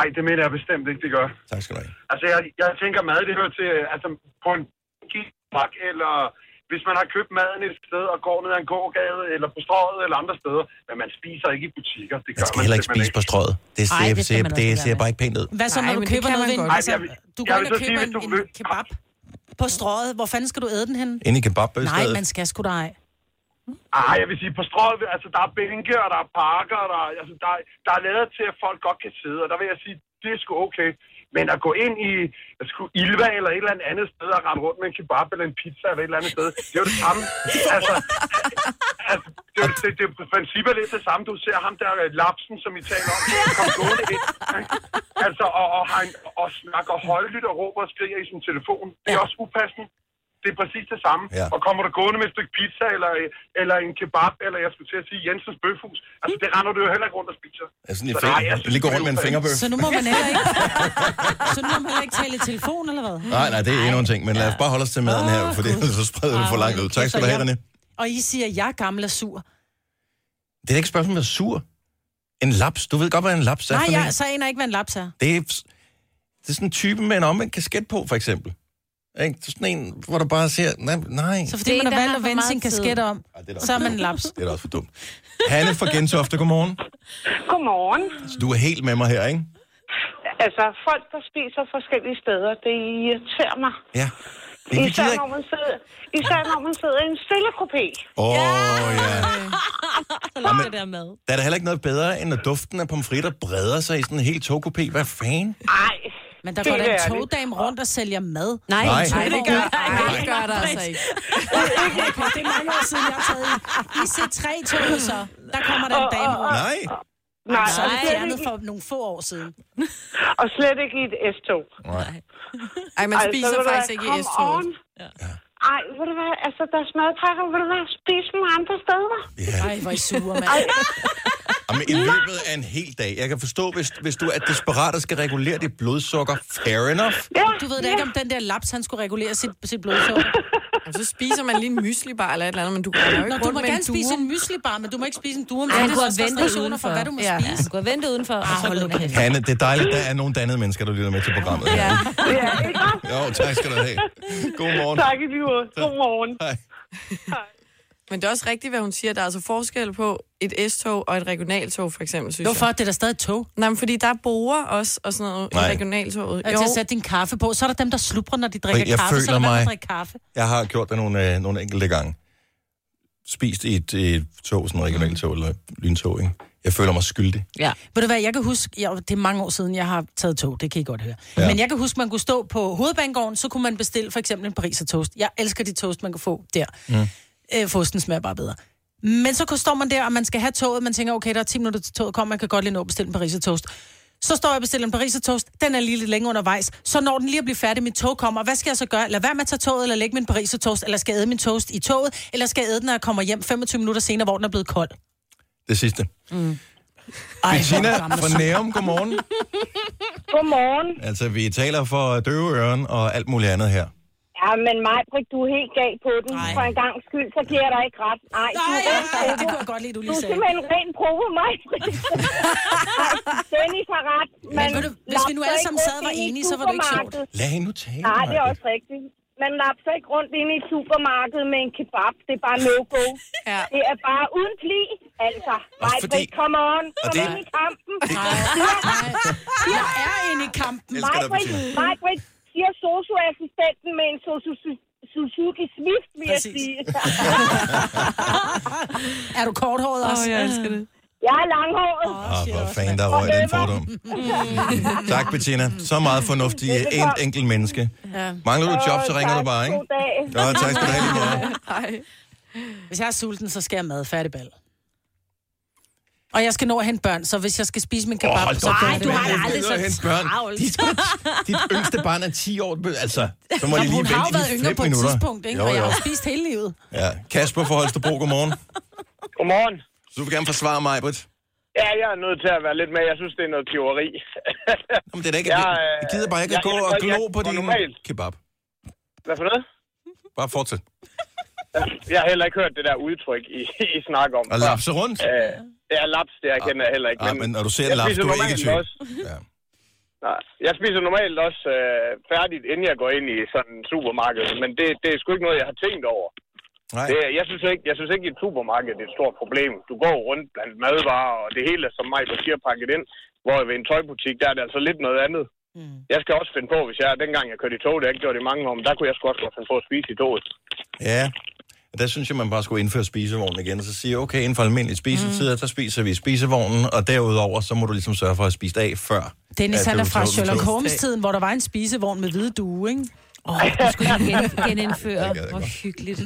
[SPEAKER 14] Ej, det mener jeg bestemt ikke, det gør.
[SPEAKER 1] Tak skal du have.
[SPEAKER 14] Altså, jeg, jeg tænker mad, det hører til, øh, altså, på en kimak, eller hvis man har købt maden et sted og går ned ad en gågade, eller på strøget, eller andre steder, men man spiser ikke i butikker. Det gør
[SPEAKER 1] Man skal heller ikke
[SPEAKER 14] simpelthen
[SPEAKER 1] spise på strøget. Det ser,
[SPEAKER 4] Ej,
[SPEAKER 1] det
[SPEAKER 4] det skal man
[SPEAKER 1] ser,
[SPEAKER 4] også
[SPEAKER 1] det
[SPEAKER 4] lade
[SPEAKER 1] ser
[SPEAKER 4] være
[SPEAKER 1] bare ikke pænt ud.
[SPEAKER 2] Hvad så,
[SPEAKER 3] Nej,
[SPEAKER 2] når du
[SPEAKER 3] men det
[SPEAKER 2] køber
[SPEAKER 3] kan man
[SPEAKER 2] noget ved en...
[SPEAKER 3] godt.
[SPEAKER 2] Altså,
[SPEAKER 14] Ej, jeg vil-
[SPEAKER 2] du går
[SPEAKER 14] jeg
[SPEAKER 2] ind
[SPEAKER 14] vil
[SPEAKER 2] og
[SPEAKER 14] så
[SPEAKER 2] køber
[SPEAKER 14] sige,
[SPEAKER 2] en,
[SPEAKER 14] hvis du
[SPEAKER 2] en
[SPEAKER 14] vil-
[SPEAKER 2] kebab på strøget. Hvor fanden skal du æde den hen?
[SPEAKER 1] Inde i kebab i
[SPEAKER 2] Nej,
[SPEAKER 1] stedet.
[SPEAKER 2] man skal sgu da ej.
[SPEAKER 14] Ah, jeg vil sige, på strøget, altså der er bænke, og der er parker, og der, er- altså, der, er- der er lavet til, at folk godt kan sidde, og der vil jeg sige, det er sgu okay. Men at gå ind i at skulle Ilva eller et eller andet andet sted og ramme rundt med en kebab eller en pizza eller et eller andet sted, det er jo det samme. Altså, altså det, er, jo- det, det, er i princippet lidt det samme. Du ser ham der, øh, Lapsen, som I taler om, kom gående ind. ikke? Altså, og, og, og, og snakker højlydt og råber og skriger i sin telefon. Det er også upassende. Det er præcis det samme. Ja. Og kommer du gående med et stykke pizza, eller, eller en kebab, eller jeg skulle til at sige Jensens bøfhus, altså det render du jo heller ikke rundt og spiser.
[SPEAKER 1] Altså, sådan en
[SPEAKER 14] Så
[SPEAKER 1] fing-
[SPEAKER 14] nej, jeg synes,
[SPEAKER 1] lige gå rundt med en
[SPEAKER 14] det er
[SPEAKER 1] fingerbøf.
[SPEAKER 2] Så nu må man heller ikke... så nu må man heller ikke tale i telefon, eller hvad?
[SPEAKER 1] Nej, nej, det er endnu en ting, men lad os bare holde os til maden her, for ellers så spreder det for langt ud. Tak skal du have, René.
[SPEAKER 2] Og I siger, at jeg er gammel og sur.
[SPEAKER 1] Det er ikke et spørgsmål om at være sur. En laps. Du ved godt, hvad en laps er
[SPEAKER 2] Nej,
[SPEAKER 1] for en.
[SPEAKER 2] jeg, så aner jeg ikke, hvad en laps er.
[SPEAKER 1] Det er, det er sådan en type med en omvendt kasket på, for eksempel. Ikke? Det er sådan en, hvor du bare ser, nej, nej.
[SPEAKER 2] Så fordi
[SPEAKER 4] Det er
[SPEAKER 2] man
[SPEAKER 4] en, der
[SPEAKER 2] har valgt
[SPEAKER 4] har
[SPEAKER 2] at
[SPEAKER 4] for
[SPEAKER 2] vende sin
[SPEAKER 4] meget tid.
[SPEAKER 2] kasket om, så er man en laps.
[SPEAKER 1] Det er da også for dumt. Hanne fra Gentofte, godmorgen.
[SPEAKER 12] Godmorgen.
[SPEAKER 1] Så du er helt med mig her, ikke?
[SPEAKER 12] Altså, folk, der spiser forskellige steder, det irriterer mig.
[SPEAKER 1] Ja. Men vi
[SPEAKER 12] Især
[SPEAKER 1] gider ikke-
[SPEAKER 12] når, man sidder, især når man sidder i en stille kupé.
[SPEAKER 1] Åh, oh, ja.
[SPEAKER 4] Så
[SPEAKER 1] Jamen-
[SPEAKER 4] det der mad.
[SPEAKER 1] Der er da heller ikke noget bedre, end at duften af pomfritter breder sig i sådan en helt togkopé. Hvad fanden?
[SPEAKER 12] Nej.
[SPEAKER 2] Men der
[SPEAKER 12] Det
[SPEAKER 2] går da en
[SPEAKER 12] er det.
[SPEAKER 2] togdame rundt og sælger mad.
[SPEAKER 1] Nej, Nej. nej, det
[SPEAKER 12] gør
[SPEAKER 2] der
[SPEAKER 12] der
[SPEAKER 2] ikke.
[SPEAKER 12] ikke.
[SPEAKER 2] Det gør der altså ikke. Det er mange år siden, jeg har taget i. I C3-toget så, der kommer der en dame rundt.
[SPEAKER 1] Nej.
[SPEAKER 12] Nej,
[SPEAKER 2] så er det
[SPEAKER 12] nej.
[SPEAKER 2] fjernet for nogle få år siden.
[SPEAKER 12] Og slet ikke i et S-tog. Altså,
[SPEAKER 1] Nej.
[SPEAKER 3] Ej, man spiser
[SPEAKER 12] ved du
[SPEAKER 3] faktisk
[SPEAKER 12] hvad,
[SPEAKER 3] ikke i
[SPEAKER 12] come
[SPEAKER 3] S-toget.
[SPEAKER 12] on. Ej, ved du hvad, altså, der er madpakker, ved du hvad, spis dem andre steder.
[SPEAKER 2] Ej, hvor I sure, mand.
[SPEAKER 1] Jamen, i løbet af en hel dag. Jeg kan forstå, hvis, hvis du er desperat og skal regulere dit blodsukker. Fair enough.
[SPEAKER 2] Du ved da ikke, om den der laps, han skulle regulere sit, sit blodsukker.
[SPEAKER 3] Jamen, så spiser man lige en myslibar eller et eller andet, men du går jo
[SPEAKER 2] Nå,
[SPEAKER 3] ikke
[SPEAKER 2] du
[SPEAKER 3] rundt
[SPEAKER 2] må
[SPEAKER 3] med
[SPEAKER 2] gerne
[SPEAKER 3] en
[SPEAKER 2] spise
[SPEAKER 3] durum.
[SPEAKER 2] en myslibar, men du må ikke spise en durum.
[SPEAKER 4] Ej,
[SPEAKER 2] Der er
[SPEAKER 4] han kunne
[SPEAKER 2] vist
[SPEAKER 4] have
[SPEAKER 2] også
[SPEAKER 4] ventet
[SPEAKER 2] restriktioner
[SPEAKER 4] udenfor.
[SPEAKER 2] For, hvad du må
[SPEAKER 4] Ja,
[SPEAKER 2] spise. Ah,
[SPEAKER 4] han kunne have ventet udenfor, og så gå ned.
[SPEAKER 1] Hanne, det er dejligt, der er nogle dannede mennesker, der lytter med til programmet. Ja.
[SPEAKER 12] Ja, ikke godt?
[SPEAKER 1] Jo, tak skal du have. Godmorgen.
[SPEAKER 12] Tak i lige måde. Godmorgen.
[SPEAKER 1] Hej.
[SPEAKER 3] Men det er også rigtigt, hvad hun siger. Der er altså forskel på et S-tog og et regionaltog, for eksempel, synes
[SPEAKER 2] Hvorfor?
[SPEAKER 3] jeg.
[SPEAKER 2] Det er da stadig et tog.
[SPEAKER 3] Nej, men fordi der er borer også og sådan noget
[SPEAKER 1] Nej.
[SPEAKER 3] i regionaltoget.
[SPEAKER 2] Og til at sætte din kaffe på. Så er der dem, der slubrer, når de drikker
[SPEAKER 1] Jeg
[SPEAKER 2] kaffe. så
[SPEAKER 1] føler
[SPEAKER 2] lad være med
[SPEAKER 1] mig-
[SPEAKER 2] at drikke kaffe.
[SPEAKER 1] Jeg har gjort det nogle, øh, nogle enkelte gange. Spist i et, et tog, sådan en regionaltog eller lyntog, ikke? Jeg føler mig skyldig.
[SPEAKER 2] Ja. Ved du hvad, jeg kan huske, ja, det er mange år siden, jeg har taget tog, det kan I godt høre.
[SPEAKER 1] Ja.
[SPEAKER 2] Ja. Men jeg kan huske, man kunne stå på hovedbanegården, så kunne man bestille for eksempel en pariser toast. Jeg elsker de toast, man kan få der.
[SPEAKER 15] Mm.
[SPEAKER 2] Øh, fosten smager bare bedre. Men så står man der, og man skal have toget, man tænker, okay, der er 10 minutter til toget kommer, man kan godt lige nå at bestille en pariser toast. Så står jeg og bestiller en pariser toast, den er lige lidt længe undervejs, så når den lige at blive færdig, mit tog kommer, hvad skal jeg så gøre? Lad være med at tage toget, eller lægge min pariser toast, eller skal jeg æde min toast i toget, eller skal jeg æde den, når jeg kommer hjem 25 minutter senere, hvor den er blevet kold?
[SPEAKER 1] Det sidste. Mm.
[SPEAKER 2] Ej,
[SPEAKER 1] Bettina
[SPEAKER 2] hvor gammel
[SPEAKER 1] fra
[SPEAKER 2] så-
[SPEAKER 1] Nærum, godmorgen.
[SPEAKER 8] Godmorgen.
[SPEAKER 1] Altså, vi taler for døve øren og alt muligt andet her.
[SPEAKER 8] Ja, men mig, Britt, du er helt gal på den. Ej. For en gang skyld, så giver jeg dig ikke ret. Nej, du er
[SPEAKER 2] Ej, ej,
[SPEAKER 8] ren
[SPEAKER 2] det
[SPEAKER 8] provo.
[SPEAKER 2] kunne jeg godt lide, du
[SPEAKER 8] Du
[SPEAKER 2] lige
[SPEAKER 8] er
[SPEAKER 2] sagde.
[SPEAKER 8] simpelthen ren provo, mig, Britt. Ej, Dennis har ret. Men
[SPEAKER 2] ved du, hvis vi nu alle sammen sad og var enige, så var det ikke sjovt.
[SPEAKER 1] Lad hende nu tale.
[SPEAKER 8] Nej, det er
[SPEAKER 1] Maja.
[SPEAKER 8] også rigtigt. Man lapser ikke rundt inde i supermarkedet med en kebab. Det er bare no-go.
[SPEAKER 3] ja.
[SPEAKER 8] Det er bare uden pli. Altså, mig,
[SPEAKER 1] fordi-
[SPEAKER 8] Britt, come on.
[SPEAKER 1] Og
[SPEAKER 8] Kom
[SPEAKER 1] det-
[SPEAKER 8] ind i kampen.
[SPEAKER 2] Jeg er inde i kampen.
[SPEAKER 1] Elsker dig, Bettina.
[SPEAKER 8] Mig, Britt, siger socioassistenten med en sosu- Suzuki Swift, vil jeg
[SPEAKER 2] Præcis.
[SPEAKER 8] sige.
[SPEAKER 2] Er du korthåret også?
[SPEAKER 8] Åh, jeg elsker det. Jeg er langhåret.
[SPEAKER 1] Åh, Ah, hvor fanden, der røg den fordom.
[SPEAKER 2] Mm.
[SPEAKER 1] Tak, Bettina. Så meget fornuftig en enkelt menneske.
[SPEAKER 2] Ja.
[SPEAKER 1] Mangler du et job, så ringer du bare, ikke? Nå, tak skal du have. lige måde.
[SPEAKER 2] Ej. Hvis jeg er sulten, så skal jeg have mad færdig bal. Og jeg skal nå at hente børn, så hvis jeg skal spise min kebab,
[SPEAKER 1] Åh, hold
[SPEAKER 2] så
[SPEAKER 1] da op,
[SPEAKER 2] Nej, du har
[SPEAKER 1] mand.
[SPEAKER 2] da aldrig
[SPEAKER 1] Ned og hente
[SPEAKER 2] så
[SPEAKER 1] børn.
[SPEAKER 2] travlt.
[SPEAKER 1] De skal- Dit yngste barn er 10 år, altså,
[SPEAKER 2] Jamen,
[SPEAKER 1] så må de lige
[SPEAKER 2] hun
[SPEAKER 1] vente
[SPEAKER 2] har jo
[SPEAKER 1] i
[SPEAKER 2] været yngre
[SPEAKER 1] fem
[SPEAKER 2] på et
[SPEAKER 1] minutter.
[SPEAKER 2] tidspunkt, ikke?
[SPEAKER 1] Jo,
[SPEAKER 2] og jeg
[SPEAKER 1] jo.
[SPEAKER 2] har spist hele livet.
[SPEAKER 1] Ja. Kasper fra Holstebro, godmorgen.
[SPEAKER 16] Godmorgen.
[SPEAKER 1] Så du vil gerne forsvare mig, Britt.
[SPEAKER 16] Ja, jeg er nødt til at være lidt med. Jeg synes, det er noget kliveri.
[SPEAKER 1] Jamen, det er da ikke... øh, Jeg gider bare ikke at gå og glo på din kebab.
[SPEAKER 16] Hvad for noget?
[SPEAKER 1] Bare fortsæt.
[SPEAKER 16] Jeg har heller ikke hørt det der udtryk, I, I snakker om.
[SPEAKER 1] Og
[SPEAKER 16] før.
[SPEAKER 1] lapse rundt?
[SPEAKER 16] Øh, ja, laps, det jeg kender jeg heller ikke.
[SPEAKER 1] Ah, men når du ser en
[SPEAKER 16] jeg
[SPEAKER 1] laps,
[SPEAKER 16] spiser
[SPEAKER 1] du er ikke i
[SPEAKER 16] normalt
[SPEAKER 1] tvivl.
[SPEAKER 16] også- Nej, jeg spiser normalt også øh, færdigt, inden jeg går ind i sådan en supermarked. Men det, det er sgu ikke noget, jeg har tænkt over.
[SPEAKER 1] Nej.
[SPEAKER 16] Det, jeg, synes ikke, jeg synes ikke, at et supermarked er et stort problem. Du går rundt blandt madvarer, og det hele er, som mig siger, pakket ind. Hvor ved en tøjbutik, der er det altså lidt noget andet. Mm. Jeg skal også finde på, hvis jeg, dengang jeg kørte i tog, det har jeg ikke gjort i mange år, men der kunne jeg sgu også godt finde på at spise i toget.
[SPEAKER 1] Ja. Der synes jeg, man bare skulle indføre spisevognen igen, og så sige, okay, inden for almindelige spisetider, mm. så spiser vi i spisevognen, og derudover, så må du ligesom sørge for at spise af før.
[SPEAKER 2] Dennis,
[SPEAKER 1] at
[SPEAKER 2] han
[SPEAKER 1] du
[SPEAKER 2] er fra
[SPEAKER 1] tager den
[SPEAKER 2] Sherlock
[SPEAKER 1] på.
[SPEAKER 2] Holmes-tiden, hvor der var en spisevogn med hvide due, ikke? Åh, oh, det skulle jeg gen- genindføre. Hvor hyggeligt.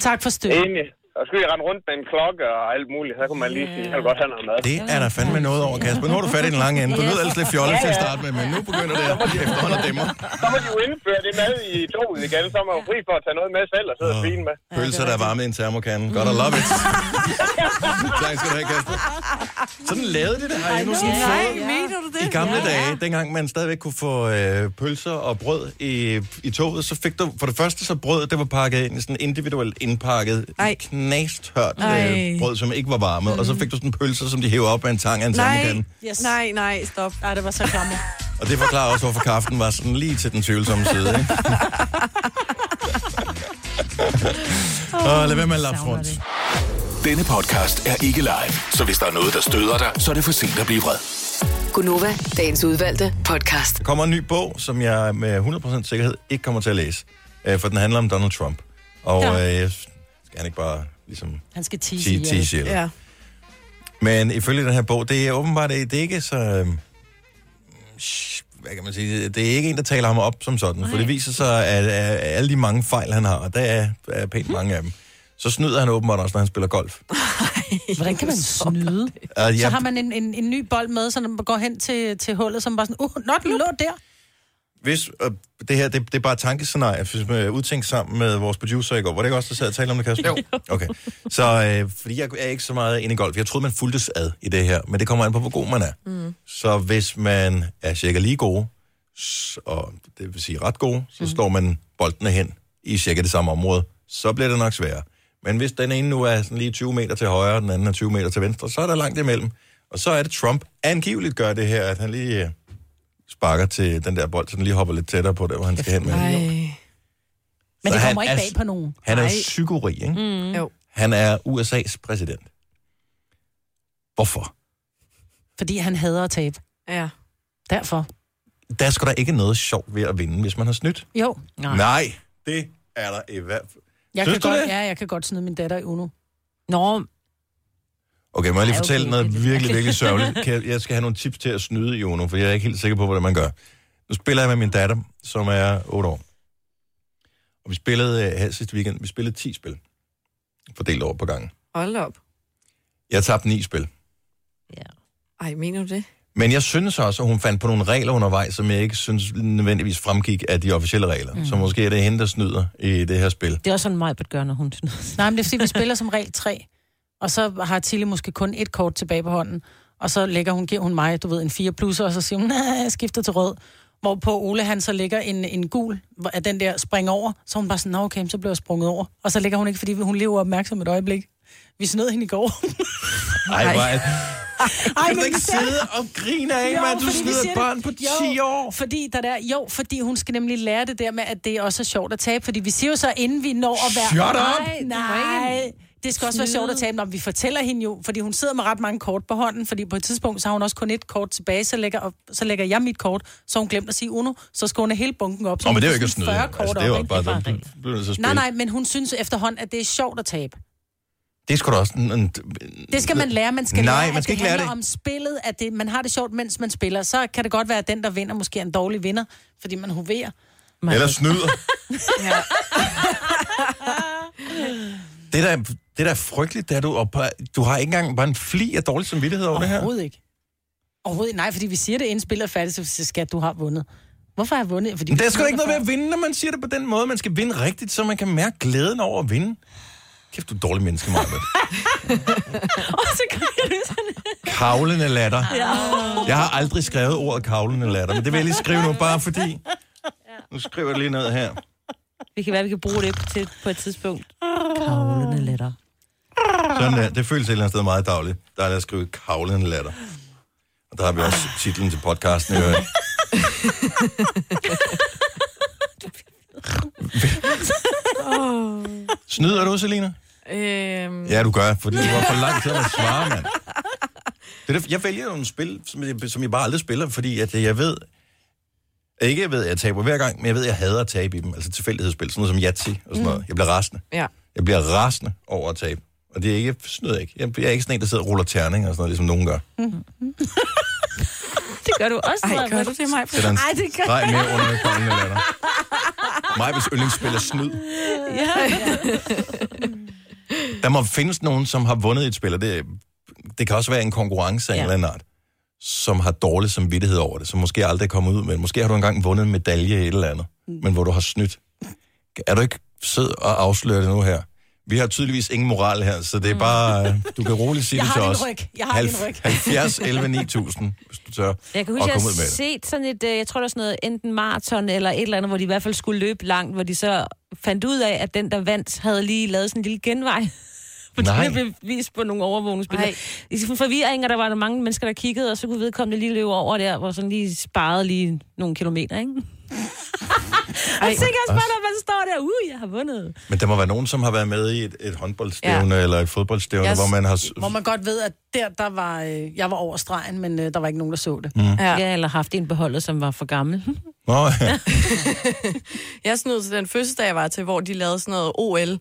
[SPEAKER 2] tak for støtten.
[SPEAKER 17] Enig. Og skulle jeg rende rundt med en klokke og alt muligt, så kunne man lige sige, jeg vil godt have noget mad.
[SPEAKER 1] Det er der fandme noget over, Kasper. Nu har du fat i den lange ende. Du lød ellers lidt fjollet til at starte med, men nu begynder det at blive efterhånden dæmmer.
[SPEAKER 17] Så må de jo indføre det mad i toget igen, så er man jo fri for at tage noget med selv og sidde og svine med.
[SPEAKER 1] Pølser, der er varme i en termokande. Godt, I
[SPEAKER 3] Mm.
[SPEAKER 1] love it. tak skal du have, Kasper. Sådan lavede de det. Har I nu sådan fået?
[SPEAKER 3] mener du det?
[SPEAKER 1] I gamle dage, dengang man stadigvæk kunne få øh, pølser og brød i, i toget, så fik du for det første så brød, det var pakket ind i sådan individuelt indpakket,
[SPEAKER 3] Ej.
[SPEAKER 1] knastørt
[SPEAKER 3] Ej.
[SPEAKER 1] øh, brød, som ikke var varmet. Mm. Og så fik du sådan pølser, som de hæver op af en tang af en termokande.
[SPEAKER 3] Nej, yes. nej, nej, stop.
[SPEAKER 2] Nej, det var så klammer.
[SPEAKER 1] Og det forklarer også, hvorfor kaffen var sådan lige til den tvivlsomme side, ikke? og lad være med at lappe rundt.
[SPEAKER 7] Denne podcast er ikke live, så hvis der er noget, der støder dig, så er det for sent at blive vred.
[SPEAKER 6] Gunova, dagens udvalgte podcast.
[SPEAKER 1] Der kommer en ny bog, som jeg med 100% sikkerhed ikke kommer til at læse. Øh, for den handler om Donald Trump. Og
[SPEAKER 2] Ja.
[SPEAKER 1] ja. øh, skal han ikke bare ligesom...
[SPEAKER 2] Han skal tease
[SPEAKER 1] Sige
[SPEAKER 2] ihjel.
[SPEAKER 1] tease ihjel.
[SPEAKER 2] Ja.
[SPEAKER 1] Men ifølge den her bog, det er åbenbart det, det er ikke så... Øh, hvad kan man sige? Det er ikke en, der taler ham op som sådan. For det viser sig, at, at alle de mange fejl, han har, og der er, er pænt mange af dem, så snyder han åbenbart også, når han spiller golf.
[SPEAKER 2] Hvordan kan man snyde?
[SPEAKER 1] Uh,
[SPEAKER 2] Så har man en, en, en ny bold med, så når man går hen til, til hullet, som bare sådan, uh, nå, den lå der.
[SPEAKER 1] hvis, og det her, det, det er bare et tankescenarie, hvis man er udtænkt sammen med vores producer i går. Var det ikke også, der sad og talte om det, Kasper? Jo. Okay. Så, øh, fordi jeg er ikke så meget inde i golf. Jeg troede, man fuldtes ad i det her, men det kommer an på, hvor god man er. Mm. Så hvis man er cirka lige god, s- og det vil sige ret god, så mm. slår man boldene hen i cirka det samme område. Så bliver det nok sværere. Men hvis den ene nu er sådan lige 20 meter til højre, og den anden er 20 meter til venstre, så er der langt imellem. Og så er det Trump angiveligt gør det her, at han lige øh, sparker til den der bold, så den lige hopper lidt tættere på der, hvor han skal hen med. den.
[SPEAKER 2] Men
[SPEAKER 1] Så
[SPEAKER 2] det
[SPEAKER 1] han
[SPEAKER 2] kommer ikke
[SPEAKER 1] er-
[SPEAKER 2] bag på nogen.
[SPEAKER 1] Han er jo
[SPEAKER 2] Nej.
[SPEAKER 1] psykorig, ikke?
[SPEAKER 2] Mm. Jo.
[SPEAKER 1] Han er USA's præsident. Hvorfor?
[SPEAKER 2] Fordi han hader at tabe. Ja. Derfor.
[SPEAKER 1] Der er sgu da ikke noget sjovt ved at vinde, hvis man har snydt.
[SPEAKER 2] Jo.
[SPEAKER 1] Nej, det er der i hvert fald.
[SPEAKER 2] Jeg
[SPEAKER 1] Synes
[SPEAKER 2] kan,
[SPEAKER 1] du
[SPEAKER 2] godt,
[SPEAKER 1] det?
[SPEAKER 2] ja, jeg kan godt snyde min datter i Uno. Nå,
[SPEAKER 1] Okay, må jeg lige
[SPEAKER 2] Ej,
[SPEAKER 1] fortælle
[SPEAKER 2] okay,
[SPEAKER 1] noget
[SPEAKER 2] det er lidt
[SPEAKER 1] virkelig, virkelig
[SPEAKER 2] mærkeligt.
[SPEAKER 1] sørgeligt? Kan jeg- Jeg skal have nogle tips til at snyde i Uno, for jeg er ikke helt sikker på, hvordan man gør. Nu spiller jeg med min datter, som er 8 år. Og vi spillede øh, her sidste weekend, vi spillede 10 spil. Fordelt over på gangen.
[SPEAKER 3] Hold da op.
[SPEAKER 1] Jeg tabte 9 spil.
[SPEAKER 3] Ej, mener du det?
[SPEAKER 1] Men jeg synes også, at hun fandt på nogle regler undervejs, som jeg ikke synes nødvendigvis fremgik af de officielle regler. Mm. Så måske er det hende, der snyder i det her spil.
[SPEAKER 4] Det er også sådan, Majbert gør, når hun snyder.
[SPEAKER 2] Nej, men det er fordi, vi spiller som regel tre. Og så har Tilly måske kun et kort tilbage på hånden. Og så lægger hun, giver hun mig, du ved, en 4 plus, og så siger hun, nej, jeg skifter til rød. Hvorpå Ole han så lægger en, en gul, hvor- at den der springer over, så er hun bare sådan, nå okay, så bliver jeg sprunget over. Og så lægger hun ikke, fordi hun lever opmærksom et øjeblik. Vi snød hende i går.
[SPEAKER 1] Ej, hvor er...
[SPEAKER 2] Ej,
[SPEAKER 1] Kan du ikke sidde og grine af, mand? Du
[SPEAKER 2] fordi vi
[SPEAKER 1] snyder et
[SPEAKER 2] siger det.
[SPEAKER 1] barn på 10
[SPEAKER 2] Jo, fordi, der der, jo, fordi hun skal nemlig lære det der med, at det også er sjovt at tabe. Fordi vi siger jo så, inden vi når at være...
[SPEAKER 1] Shut up!
[SPEAKER 2] Nej,
[SPEAKER 4] du må
[SPEAKER 2] nej.
[SPEAKER 4] ikke
[SPEAKER 2] Det skal også være
[SPEAKER 4] snyde.
[SPEAKER 2] sjovt at tabe, når vi fortæller hende jo, fordi hun sidder med ret mange kort på hånden, fordi på et tidspunkt, så har hun også kun et kort tilbage, så lægger, op, så lægger jeg mit kort, så hun glemte at sige Uno, så skal hun have hele bunken op. så
[SPEAKER 1] Nå, men
[SPEAKER 2] hun
[SPEAKER 1] det er jo
[SPEAKER 2] får
[SPEAKER 1] ikke at
[SPEAKER 2] sådan
[SPEAKER 1] snyde.
[SPEAKER 2] 40
[SPEAKER 1] Altså,
[SPEAKER 2] kort
[SPEAKER 1] det er
[SPEAKER 2] op,
[SPEAKER 1] jo
[SPEAKER 2] ikke?
[SPEAKER 1] bare den bliver nødt til at
[SPEAKER 2] Nej,
[SPEAKER 1] spille.
[SPEAKER 2] nej, men hun synes efterhånden, at det er sjovt at tabe.
[SPEAKER 1] Det er sgu da også... En, en,
[SPEAKER 2] Det skal man lære. Man skal
[SPEAKER 1] Nej,
[SPEAKER 2] lære,
[SPEAKER 1] man skal
[SPEAKER 2] at
[SPEAKER 1] ikke
[SPEAKER 2] det
[SPEAKER 1] lære
[SPEAKER 2] handler
[SPEAKER 1] det.
[SPEAKER 2] om spillet, at det, man har det sjovt, mens man spiller. Så kan det godt være, at den, der vinder, måske er en dårlig vinder, fordi man hoverer.
[SPEAKER 1] Eller snyder. Det der, det der er frygteligt, det er, du, og du har ikke engang bare en fli af dårlig samvittighed over det her.
[SPEAKER 2] Overhovedet ikke. Overhovedet ikke. nej, fordi vi siger det, inden spillet er færdigt, så siger skat, du har vundet. Hvorfor har jeg vundet? Fordi
[SPEAKER 1] Men der
[SPEAKER 2] vi
[SPEAKER 1] er sgu da ikke noget ved
[SPEAKER 2] snyder
[SPEAKER 1] at vinde, når man siger det på den måde. Man skal vinde rigtigt, så man kan mærke glæden over at vinde. Kæft, du er et dårlig menneske, Maja.
[SPEAKER 4] Og så gør jeg det sådan.
[SPEAKER 1] Kavlende latter.
[SPEAKER 4] Ja.
[SPEAKER 1] Jeg har aldrig skrevet ordet kavlende latter, men det vil jeg lige skrive nu, bare fordi. Nu skriver jeg det lige ned her.
[SPEAKER 4] Vi kan være, vi kan bruge det til, på et tidspunkt. Kavlende letter.
[SPEAKER 1] Sådan der. Det føles et eller andet sted meget dagligt. Der er der at skrive kavlende latter. Og der har vi også titlen til podcasten. i øvrigt.
[SPEAKER 3] Oh.
[SPEAKER 1] Snyder du, Selina?
[SPEAKER 3] Øhm,
[SPEAKER 1] Ja, du gør, fordi det var for lang tid at svare, mand. Det er, derfor- jeg vælger nogle spil, som jeg, som jeg bare aldrig spiller, fordi at jeg ved, Ikke jeg ved, at jeg taber hver gang, men jeg ved, at jeg hader at tabe i dem. Altså tilfældighedsspil, sådan noget som Yatzy og sådan noget. Jeg bliver rasende.
[SPEAKER 3] Ja.
[SPEAKER 1] Jeg bliver rasende over at tabe. Og det er ikke, jeg snyder ikke. Jeg, jeg er ikke sådan en, der sidder og ruller terning og sådan noget, ligesom nogen gør.
[SPEAKER 4] Det gør du også,
[SPEAKER 3] Ej, gør
[SPEAKER 4] Maja-Brit.
[SPEAKER 3] du det, mig?
[SPEAKER 1] Så der er en
[SPEAKER 4] Ej, det gør
[SPEAKER 1] streg mere under den kommende latter. Majbets yndlingsspil er snyd.
[SPEAKER 4] Ja.
[SPEAKER 1] Der må findes nogen, som har vundet i et spil, og det, det kan også være en konkurrence af ja. en eller anden art, som har dårlig samvittighed over det, som måske aldrig er kommet ud med. det. Måske har du engang vundet en medalje i et eller andet, mm. men hvor du har snydt. Er du ikke sød og afsløre det nu her? Vi har tydeligvis ingen moral her, så det er bare... øh, Du kan roligt sige
[SPEAKER 4] Mm. Jeg
[SPEAKER 1] det
[SPEAKER 4] har
[SPEAKER 1] til
[SPEAKER 4] din
[SPEAKER 1] os.
[SPEAKER 4] ryg. Jeg har din
[SPEAKER 1] Halv-
[SPEAKER 4] ryg.
[SPEAKER 1] 70, 11, 9000, hvis du tør.
[SPEAKER 4] Jeg kan huske, jeg
[SPEAKER 1] at komme ud
[SPEAKER 4] har
[SPEAKER 1] med det.
[SPEAKER 4] set sådan et, øh, jeg tror, der var sådan noget, enten maraton eller et eller andet, hvor de i hvert fald skulle løbe langt, hvor de så fandt ud af, at den, der vandt, havde lige lavet sådan en lille genvej. Fordi
[SPEAKER 1] Nej.
[SPEAKER 4] det blev vist på nogle overvågningsbilleder. I sådan forvirring, og der var der mange mennesker, der kiggede, og så kunne vedkommende lige løbe over der, hvor sådan lige sparede lige nogle kilometer, ikke? og så tænker jeg også bare, når man står der, uh, jeg har vundet.
[SPEAKER 1] Men der må være nogen, som har været med i et, et håndboldstævne ja. eller et fodboldstævne, yes. hvor man har... s-
[SPEAKER 2] hvor man godt ved, at der, der var, øh, jeg var over stregen, men øh, der var ikke nogen, der så det.
[SPEAKER 1] Mm. Ja.
[SPEAKER 4] Ja, eller haft en beholdet, som var for gammel.
[SPEAKER 1] Nå, ja.
[SPEAKER 3] Jeg snød til den fødselsdag, jeg var til, hvor de lavede sådan noget OL,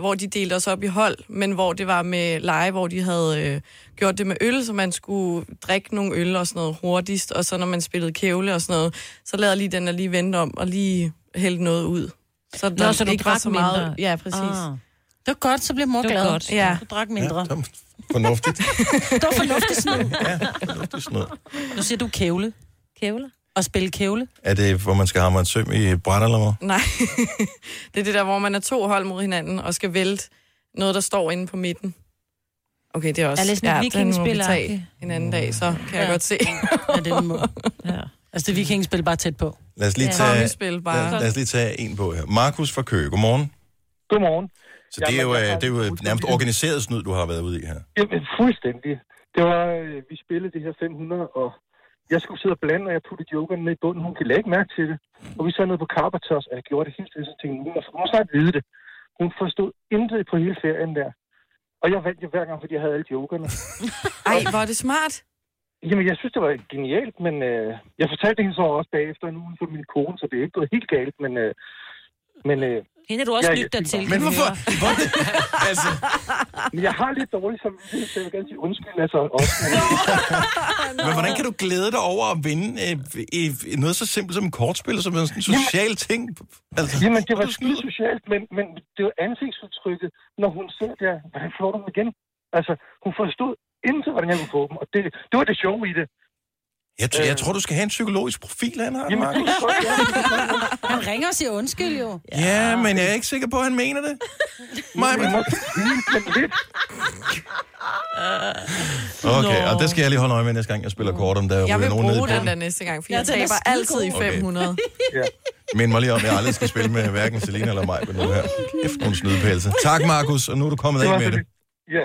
[SPEAKER 3] hvor de delte os op i hold, men hvor det var med lege, hvor de havde øh, gjort det med øl, så man skulle drikke nogle øl og sådan noget hurtigst, og så når man spillede kævle og sådan noget, så lavede lige den der lige vente om og lige hælde noget ud. Så der
[SPEAKER 2] Nå, så du
[SPEAKER 3] ikke
[SPEAKER 2] drak
[SPEAKER 3] var så meget.
[SPEAKER 2] mindre.
[SPEAKER 3] Ja, præcis.
[SPEAKER 2] Ah. Det var godt, så bliver mor
[SPEAKER 3] Det var
[SPEAKER 2] glad.
[SPEAKER 3] godt.
[SPEAKER 2] Ja. Du drak mindre.
[SPEAKER 1] Ja, fornuftigt.
[SPEAKER 2] det var fornuftigt snød.
[SPEAKER 1] fornuftigt snød.
[SPEAKER 2] Nu siger du kævle.
[SPEAKER 4] Kævle.
[SPEAKER 2] Og spille kævle.
[SPEAKER 1] Er det, hvor man skal hamre en søm i et bræt eller hvad?
[SPEAKER 3] Nej, det er det der, hvor man er to hold mod hinanden og skal vælte noget, der står inde på midten. Okay, det er også...
[SPEAKER 4] Er lidt sådan et
[SPEAKER 3] den må vi
[SPEAKER 4] vikingespil-agtigt.
[SPEAKER 3] tage en anden dag, så kan ja. jeg
[SPEAKER 2] Ja.
[SPEAKER 3] godt se.
[SPEAKER 2] Ja, det er den måde. Ja. Altså, det er vikingespil bare tæt på.
[SPEAKER 1] Lad os lige,
[SPEAKER 2] Ja.
[SPEAKER 1] tage,
[SPEAKER 2] Kongespil bare.
[SPEAKER 1] lad, lad os lige tage en på her. Markus fra Køge, godmorgen.
[SPEAKER 18] Godmorgen.
[SPEAKER 1] Så det er, jo, øh, det er jo nærmest organiseret snyd, du har været ude i her.
[SPEAKER 18] Jamen, fuldstændig. Det var, øh, vi spillede det her 500, og jeg skulle sidde og blande, og jeg puttede jokeren ned i bunden. Hun kan ikke mærke til det. Og vi sad nede på Carpathos, og jeg gjorde det hele tiden, så tænkte jeg, hun må, hun må snart vide det. Hun forstod intet på hele ferien der. Og jeg vandt jo hver gang, fordi jeg havde alle jokerne.
[SPEAKER 3] Ej, hvor er det smart.
[SPEAKER 18] Jamen, jeg synes, det var genialt, men øh, jeg fortalte hende så også bagefter, nu er hun for min kone, så det er ikke gået helt galt, men... Øh, men øh,
[SPEAKER 4] Hende er du også
[SPEAKER 18] Ja,
[SPEAKER 4] ja, lytter
[SPEAKER 18] ja.
[SPEAKER 4] til.
[SPEAKER 18] Men
[SPEAKER 4] kan vi
[SPEAKER 18] hvorfor-
[SPEAKER 4] høre.
[SPEAKER 1] altså...
[SPEAKER 18] men jeg har lidt dårligt som så jeg vil gerne sige undskyld, altså også. Men,
[SPEAKER 1] Men hvordan kan du glæde dig over at vinde øh, i, i noget så simpelt som en kortspil, som er sådan en social ting? Altså,
[SPEAKER 18] Jamen, det var skide socialt, men, men det var ansigtsudtrykket, når hun sidder der, hvordan får du dem igen? Altså, hun forstod intet, hvordan jeg kunne få dem, og det, det var det sjove i det. Øh.
[SPEAKER 1] jeg, t- jeg tror, du skal have en psykologisk profil, han har,
[SPEAKER 18] Jamen, det
[SPEAKER 1] Markus.
[SPEAKER 18] er godt, ja.
[SPEAKER 2] Han ringer og siger undskyld jo.
[SPEAKER 1] Ja, men jeg er ikke sikker på, at han mener det. Mig, men... Okay, og der skal jeg lige holde øje med næste gang, jeg spiller kort, om der
[SPEAKER 3] Jeg
[SPEAKER 1] er
[SPEAKER 3] vil
[SPEAKER 1] nogen nede i
[SPEAKER 3] bruge den
[SPEAKER 1] bunden.
[SPEAKER 3] der næste gang, for
[SPEAKER 2] Ja,
[SPEAKER 3] jeg
[SPEAKER 2] den er
[SPEAKER 3] taber
[SPEAKER 2] skidegod.
[SPEAKER 3] altid i
[SPEAKER 1] Okay.
[SPEAKER 3] 500.
[SPEAKER 1] Mind mig lige om, at jeg aldrig skal spille med hverken Selina eller mig på nu her. Kæft, nogle snydepælse. Tak, Markus, og nu er du kommet
[SPEAKER 18] Det
[SPEAKER 1] ind
[SPEAKER 18] var
[SPEAKER 1] med
[SPEAKER 18] så
[SPEAKER 1] det.
[SPEAKER 18] Ja.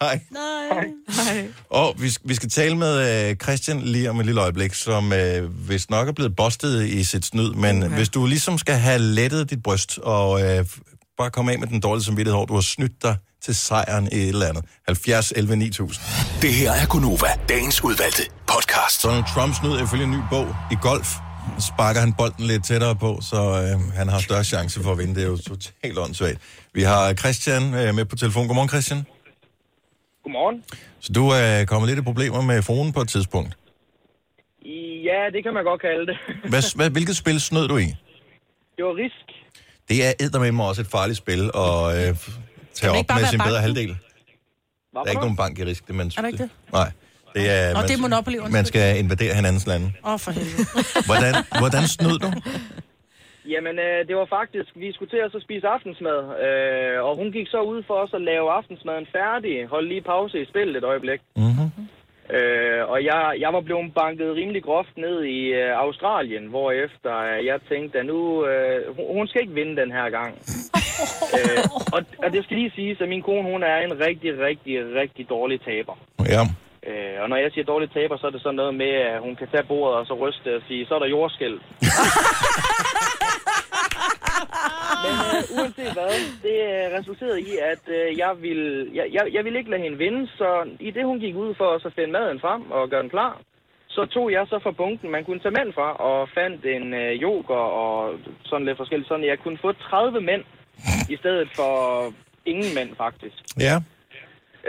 [SPEAKER 1] Hej. Og vi, sk- vi skal tale med øh, Christian lige om et lille øjeblik, som øh, hvis nok er blevet bustet i sit snyd, men okay. hvis du ligesom skal have lettet dit bryst og øh, f- bare komme af med den dårlige samvittighed over, at du har snydt dig til sejren i et eller andet. 70 11 9000.
[SPEAKER 7] Det her er Gunova, dagens udvalgte podcast.
[SPEAKER 1] Donald Trump snød ifølge en ny bog i golf. Sparker han bolden lidt tættere på, så øh, han har større chance for at vinde. Det er jo totalt åndssvagt. Vi har Christian øh, med på telefon. Godmorgen, Christian.
[SPEAKER 19] Godmorgen.
[SPEAKER 1] Så du er øh, kommet lidt i problemer med fruen på et tidspunkt.
[SPEAKER 19] Ja, det kan man godt kalde det.
[SPEAKER 1] Hvad, hvad, hvilket spil snød du i?
[SPEAKER 19] Det var risk.
[SPEAKER 1] Det er eddermame også et farligt spil og øh, tage
[SPEAKER 19] man
[SPEAKER 1] op
[SPEAKER 19] ikke bare
[SPEAKER 1] med
[SPEAKER 19] være
[SPEAKER 1] sin
[SPEAKER 19] banken?
[SPEAKER 1] bedre halvdel. Der
[SPEAKER 19] Hvad
[SPEAKER 1] er ikke nogen bank i risk, det man...
[SPEAKER 2] Er der ikke det?
[SPEAKER 1] Nej. Det er,
[SPEAKER 2] Nå, det er Monopoly, undskyld.
[SPEAKER 1] man skal invadere hinandens lande.
[SPEAKER 2] Åh, oh, for helvede.
[SPEAKER 1] Hvordan, hvordan snød du?
[SPEAKER 19] Jamen, øh, det var faktisk, vi skulle til at så spise aftensmad, øh, og hun gik så ud for os at lave aftensmaden færdig, holde lige pause i spillet et øjeblik.
[SPEAKER 1] Mm-hmm.
[SPEAKER 19] Øh, og jeg, jeg var blevet banket rimelig groft ned i øh, Australien, hvor efter jeg tænkte, at nu, øh, hun, hun skal ikke vinde den her gang. øh, og, og det skal lige siges, at min kone, hun er en rigtig, rigtig, rigtig dårlig taber.
[SPEAKER 1] Ja.
[SPEAKER 19] Øh, og når jeg siger dårlig taber, så er det sådan noget med, at hun kan tage bordet og så ryste og sige, så er der jordskæld. Men øh, uanset hvad, det øh, resulterede i, at øh, jeg, ville, jeg, jeg, jeg ville ikke lade hende vinde, så i det hun gik ud for os at finde maden frem og gøre den klar, Så tog jeg så fra bunken, man kunne tage mænd fra, og fandt en øh, yoghurt og sådan lidt forskelligt. Sådan, jeg kunne få 30 mænd, i stedet for ingen mænd faktisk.
[SPEAKER 1] Ja.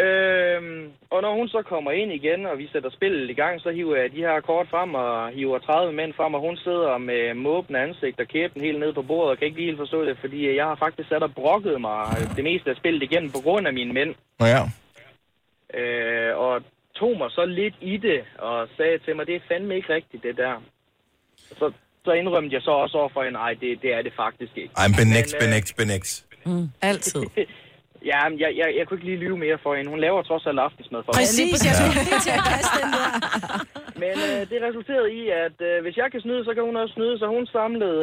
[SPEAKER 19] Øhm, og når hun så kommer ind igen, og vi sætter spillet i gang, så hiver jeg de her kort frem og hiver 30 mænd frem, og hun sidder med måbende ansigt og kæben helt ned på bordet, og kan ikke lige helt forstå det, fordi jeg har faktisk sat og brokket mig det meste af spillet igennem på grund af mine mænd.
[SPEAKER 1] Nå ja.
[SPEAKER 19] Øh, og tog mig så lidt i det, og sagde til mig, det er fandme ikke rigtigt, det der. Så, så indrømte jeg så også overfor hende, nej, det, det er det faktisk ikke.
[SPEAKER 1] Ej, men benægt,
[SPEAKER 19] Men, øh,
[SPEAKER 1] benægt, benægt.
[SPEAKER 3] Mm, altid.
[SPEAKER 19] Ja, men jeg, jeg, jeg kunne ikke lige lyve mere for hende. Hun laver trods alt aftensmad for mig.
[SPEAKER 2] Præcis, jeg skulle lige til at kaste den der.
[SPEAKER 19] Men øh, det resulterede i, at øh, hvis jeg kan snyde, så kan hun også snyde, så hun samlede...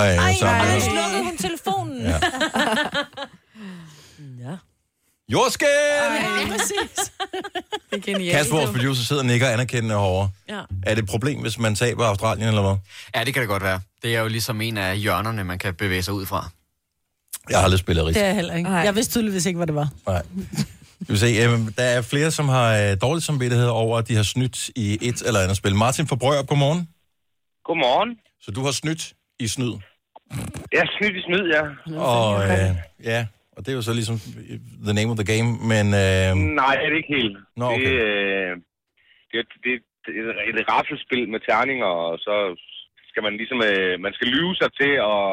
[SPEAKER 1] Ej, Ej så
[SPEAKER 4] Og nu slukkede hun telefonen. Ja.
[SPEAKER 1] Jorske!
[SPEAKER 2] Ja, præcis.
[SPEAKER 3] Det er genialt.
[SPEAKER 1] Kasper, vores producer, sidder og nikker anerkendende herovre.
[SPEAKER 2] Ja.
[SPEAKER 1] Er det et problem, hvis man taber Australien, eller hvad?
[SPEAKER 9] Ja, det kan det godt være. Det er jo ligesom en af hjørnerne, man kan bevæge sig ud fra.
[SPEAKER 1] Jeg har aldrig spillet
[SPEAKER 2] Det
[SPEAKER 1] rigtig.
[SPEAKER 2] er jeg heller ikke. Jeg vidste tydeligvis ikke, hvad det var.
[SPEAKER 1] Nej. Skal vi se, øhm, der er flere, som har øh, dårlig samvittighed over, at de har snydt i et eller andet spil. Martin fra Brørup, godmorgen.
[SPEAKER 17] Godmorgen.
[SPEAKER 1] Så du har snydt i snyd.
[SPEAKER 17] Jeg snydt i snyd, ja.
[SPEAKER 1] Og øh, ja, og det er jo så ligesom øh, the name of the game, men... Øh,
[SPEAKER 17] Nej, det er det ikke helt.
[SPEAKER 1] Nå, okay.
[SPEAKER 17] det, øh, det, er- det, det er et raffelspil med terninger, og så skal man ligesom... Øh, man skal lyve sig til, og...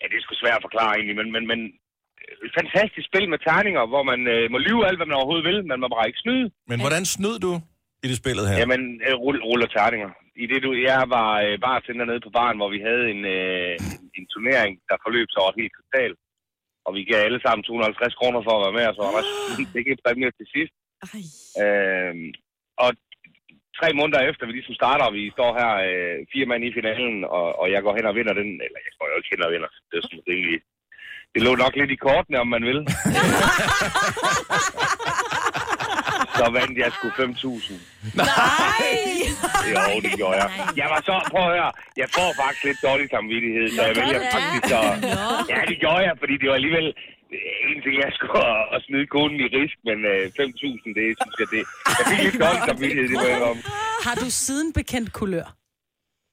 [SPEAKER 17] Ja, det er sgu svært at forklare egentlig, men... men, men øh, et fantastisk spil med terninger, hvor man øh, må lyve alt, hvad man overhovedet vil, men man må bare ikke snyde.
[SPEAKER 1] Men hvordan snød du i det spillet her?
[SPEAKER 17] Jamen, øh, rull, ruller terninger. I det, du, jeg var øh, bartender nede på baren, hvor vi havde en, øh, en- en turnering, der forløb sig over et helt kvartal. Og vi gav alle sammen 250 kroner for at være med, og så var der ikke en præmie til sidst. Øh, og tre måneder efter, vi ligesom starter, og vi står her øh, fire mand i finalen, og, og jeg går hen og vinder den. Eller jeg går jo ikke hen og vinder. Det er sådan rimelig... Det lå nok lidt i kortene, om man vil. så vandt jeg sgu 5.000. Jo, det gjorde jeg. Jeg var så, prøv at høre, jeg får faktisk lidt dårlig samvittighed, så jeg vælger faktisk så... Ja, det gjorde jeg, fordi det var alligevel... øh, En ting, jeg skulle at- at smide konen i risk, men øh, 5.000, det synes jeg, det... Jeg fik lidt dårlig samvittighed, det var jeg om.
[SPEAKER 2] Har du siden bekendt kulør?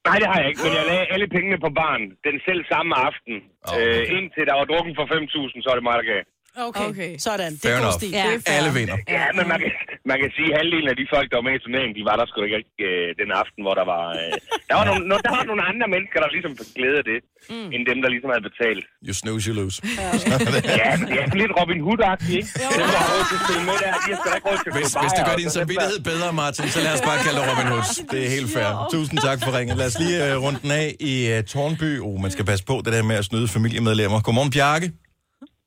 [SPEAKER 17] Nej, det har jeg ikke, men jeg lagde alle pengene på barn den selv samme aften. Øh, indtil der var drukken for 5.000, så er det mig, der gav.
[SPEAKER 2] Okay, okay. sådan. Det
[SPEAKER 17] Fair
[SPEAKER 2] er god
[SPEAKER 17] enough.
[SPEAKER 2] stil.
[SPEAKER 17] Ja.
[SPEAKER 2] Det er fair.
[SPEAKER 17] Alle vinder. Ja, men man kan, man kan sige, at halvdelen af de folk, der var med i turneringen, de var der sgu da ikke øh, den aften, hvor der var... Øh, der, var nogle, no, der var nogle andre mennesker, der ligesom fik glæde af det, mm. end dem, der ligesom havde betalt.
[SPEAKER 1] You snooze, you lose.
[SPEAKER 17] ja, men det er sådan lidt Robin Hood-agtigt, ikke? Dem, der har råd til at spille med der, de har sgu da ikke råd til at
[SPEAKER 1] Hvis,
[SPEAKER 17] købe
[SPEAKER 1] hvis det
[SPEAKER 17] bajer altså,
[SPEAKER 1] gør
[SPEAKER 17] og
[SPEAKER 1] din
[SPEAKER 17] sådan lidt.
[SPEAKER 1] samvittighed bedre, Martin, så lad os bare kalde det Robin Hood. Det er helt fair. Tusind tak for ringen. Lad os lige uh, runde den af i uh, Tornby. Oh, man skal passe på det der med at snyde familiemedlemmer. Godmorgen, Bjarke.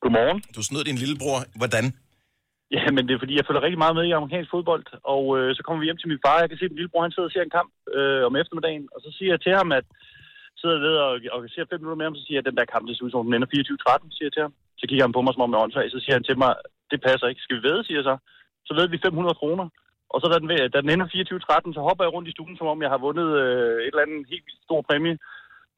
[SPEAKER 20] Godmorgen.
[SPEAKER 1] Du snød din lillebror. Hvordan?
[SPEAKER 20] Ja, men det er fordi, jeg følger rigtig meget med i amerikansk fodbold, og øh, så kommer vi hjem til min far, jeg kan se, at min lillebror han sidder og ser en kamp øh, om eftermiddagen, og så siger jeg til ham, at sidder ved og, og ser fem minutter med ham, så siger jeg, at den der kamp, det ser ud som om den ender 24-13, siger jeg til ham. Så kigger han på mig, som om jeg er åndssvag, så siger han til mig, det passer ikke, skal vi ved, siger jeg så. Så ved vi 500 kroner. Og så da den, ved- da den ender 24-13, så hopper jeg rundt i stuen, som om jeg har vundet øh, et eller andet helt vildt stor præmie.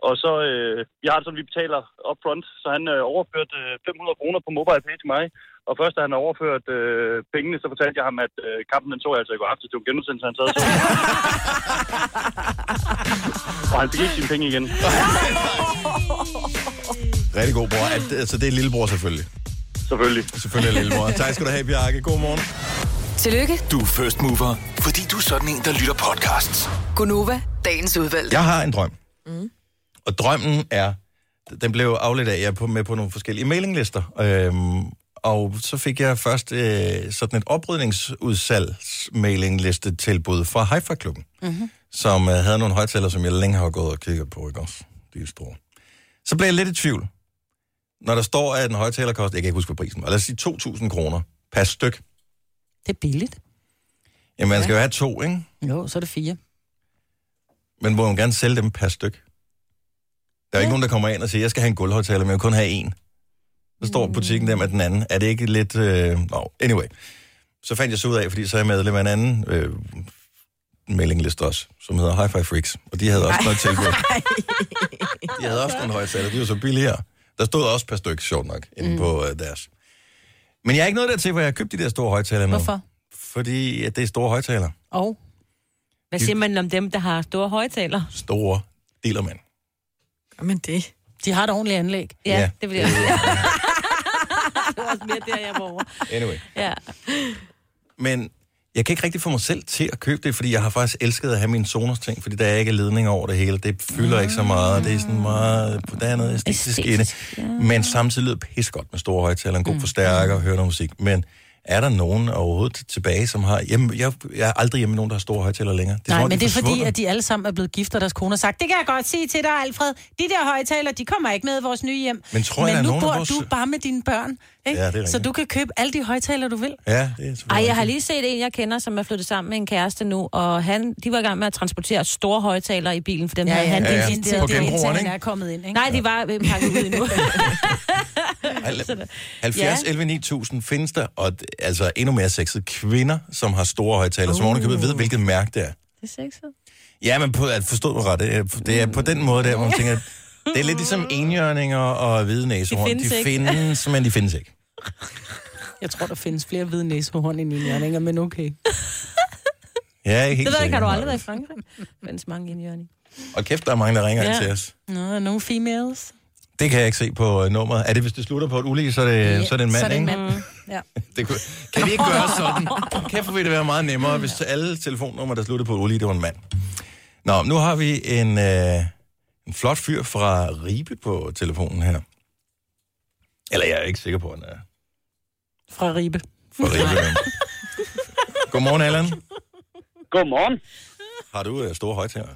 [SPEAKER 20] Og så, øh, jeg har det sådan, vi betaler upfront, så han øh, overførte øh, 500 kroner på mobile pay til mig. Og først, da han har overført øh, pengene, så fortalte jeg ham, at øh, kampen den så jeg altså i går aftes. Det var en genudsendelse, han sad og så. og han fik ikke sine penge igen.
[SPEAKER 1] Rigtig god bror. At, altså, det er lillebror selvfølgelig.
[SPEAKER 20] Selvfølgelig.
[SPEAKER 1] Selvfølgelig er lillebror. Tak skal du have, Bjarke. God morgen.
[SPEAKER 6] Tillykke,
[SPEAKER 7] Du er first mover, fordi du er sådan en, der lytter podcasts.
[SPEAKER 6] Gunova, dagens udvalgte.
[SPEAKER 1] Jeg har en drøm. Mm. Og drømmen er, den blev afledt af, at jeg er på- med på nogle forskellige mailinglister. Øhm, og så fik jeg først øh, sådan et oprydningsudsalgs-mailingliste-tilbud fra Haifa Klubben,
[SPEAKER 5] Mhm.
[SPEAKER 1] som øh, havde nogle højtaler, som jeg længe har gået og kigget på, ikke også? De er store. Så blev jeg lidt i tvivl. Når der står, at en højtaler koster, jeg kan ikke huske, hvad prisen var, lad os sige 2.000 kroner per styk.
[SPEAKER 2] Det er billigt.
[SPEAKER 1] Jamen, man skal jo have to, ikke?
[SPEAKER 2] Jo, så er det fire.
[SPEAKER 1] Men må man gerne sælge dem per styk? Der er ja. ikke nogen, der kommer ind og siger, jeg skal have en gulvhøjtaler, men jeg vil kun have en. Så står butikken der med den anden. Er det ikke lidt... Øh... No. Anyway. Så fandt jeg så ud af, fordi så er jeg medlem af en anden øh, mailingliste også, som hedder Hi-Fi Freaks. Og de havde også noget tilbud. De havde også nogle højtaler. De var så billigere. Der stod også per styk, sjovt nok, inde mm. på øh, deres. Men jeg er ikke nået dertil, hvor jeg har købt de der store højtaler nu.
[SPEAKER 2] Hvorfor?
[SPEAKER 1] Fordi at det er store højtaler.
[SPEAKER 2] Og?
[SPEAKER 4] Hvad siger man om dem, der har store højtaler?
[SPEAKER 1] Store dealermand.
[SPEAKER 3] Men det...
[SPEAKER 2] De har et ordentligt anlæg.
[SPEAKER 4] Ja,
[SPEAKER 1] Ja,
[SPEAKER 4] ja. det vil jeg også sige. det var også mere der, jeg var over.
[SPEAKER 1] Anyway.
[SPEAKER 4] Ja.
[SPEAKER 1] Men jeg kan ikke rigtig få mig selv til at købe det, fordi jeg har faktisk elsket at have mine Sonos ting, fordi der er ikke ledning over det hele. Det fylder ikke så meget, og det er sådan meget, der er noget æstetisk i det. Men samtidig lyder pis godt med store højtaler, en
[SPEAKER 2] Mm.
[SPEAKER 1] god forstærker og høre noget musik. Men er der nogen overhovedet tilbage, som har... Jamen, jeg, jeg er aldrig hjemme med nogen, der har store højtaler længere.
[SPEAKER 2] Det Nej,
[SPEAKER 1] som om,
[SPEAKER 2] men
[SPEAKER 1] de
[SPEAKER 2] det er fordi,
[SPEAKER 1] forsvundet.
[SPEAKER 2] at de alle sammen er blevet gift, og deres kone har sagt, det kan jeg godt sige til dig, Alfred. De der højtaler, de kommer ikke med i vores nye hjem.
[SPEAKER 1] Men tror jeg,
[SPEAKER 2] men
[SPEAKER 1] der er
[SPEAKER 2] nu
[SPEAKER 1] nogen af
[SPEAKER 2] bor
[SPEAKER 1] vores-
[SPEAKER 2] du bare med dine børn, ikke?
[SPEAKER 1] Ja, det er
[SPEAKER 2] så
[SPEAKER 1] rigtigt.
[SPEAKER 2] du kan købe alle de højtaler, du vil.
[SPEAKER 1] Ja, det er selvfølgelig
[SPEAKER 4] Ej, jeg har lige set en, jeg kender, som er flyttet sammen med en kæreste nu, og han, de var i gang med at transportere store højtalere i bilen, for dem
[SPEAKER 2] Ja,
[SPEAKER 4] ja, havde
[SPEAKER 2] ja,
[SPEAKER 4] han
[SPEAKER 2] ja, ja.
[SPEAKER 4] investeret
[SPEAKER 2] På
[SPEAKER 4] i,
[SPEAKER 2] genbrugeren, ikke? er kommet ind, ikke?
[SPEAKER 4] Nej, de var øh, pakket ud endnu.
[SPEAKER 1] Al- 70 ja. 11 9000 findes der, og d- altså endnu mere sexet kvinder, som har store højtaler, uh. som ovenikøbet ved, hvilket mærke det er.
[SPEAKER 4] Det er sexet.
[SPEAKER 1] Ja, men på, at forstå du ret, det er- det er på den måde der, hvor man tænker, at det er lidt ligesom enhjørninger og hvide næsehorn.
[SPEAKER 2] findes
[SPEAKER 1] De
[SPEAKER 2] ikke.
[SPEAKER 1] findes, men de findes ikke.
[SPEAKER 2] Jeg tror, der findes flere hvide næsehorn end indjørninger, men okay.
[SPEAKER 1] Ja, ikke
[SPEAKER 4] Det
[SPEAKER 1] helt
[SPEAKER 4] ved jeg,
[SPEAKER 1] sikker,
[SPEAKER 4] kan du
[SPEAKER 1] Maja.
[SPEAKER 4] aldrig være i Frankrig. Der findes mange indjørning.
[SPEAKER 1] Og kæft, der er mange, der ringer ja. ind til os.
[SPEAKER 2] Nå, nogle females.
[SPEAKER 1] Det kan jeg ikke se på uh, nummeret. Er det, hvis det slutter på et ulige, så er det, øh, så er det en mand,
[SPEAKER 2] så er det en
[SPEAKER 1] ikke?
[SPEAKER 2] mand. Ja.
[SPEAKER 1] Det kunne, kan vi ikke gøre sådan? Kæft, hvor ville det være meget nemmere, hvis alle telefonnumre, der sluttede på et ulige, det var en mand. Nå, nu har vi en, øh, en flot fyr fra Ribe på telefonen her. Eller jeg er ikke sikker på, at han er
[SPEAKER 2] Fra Ribe.
[SPEAKER 1] fra Ribe. men- Godmorgen, Allan.
[SPEAKER 21] Godmorgen.
[SPEAKER 1] Har du øh, store højtaler?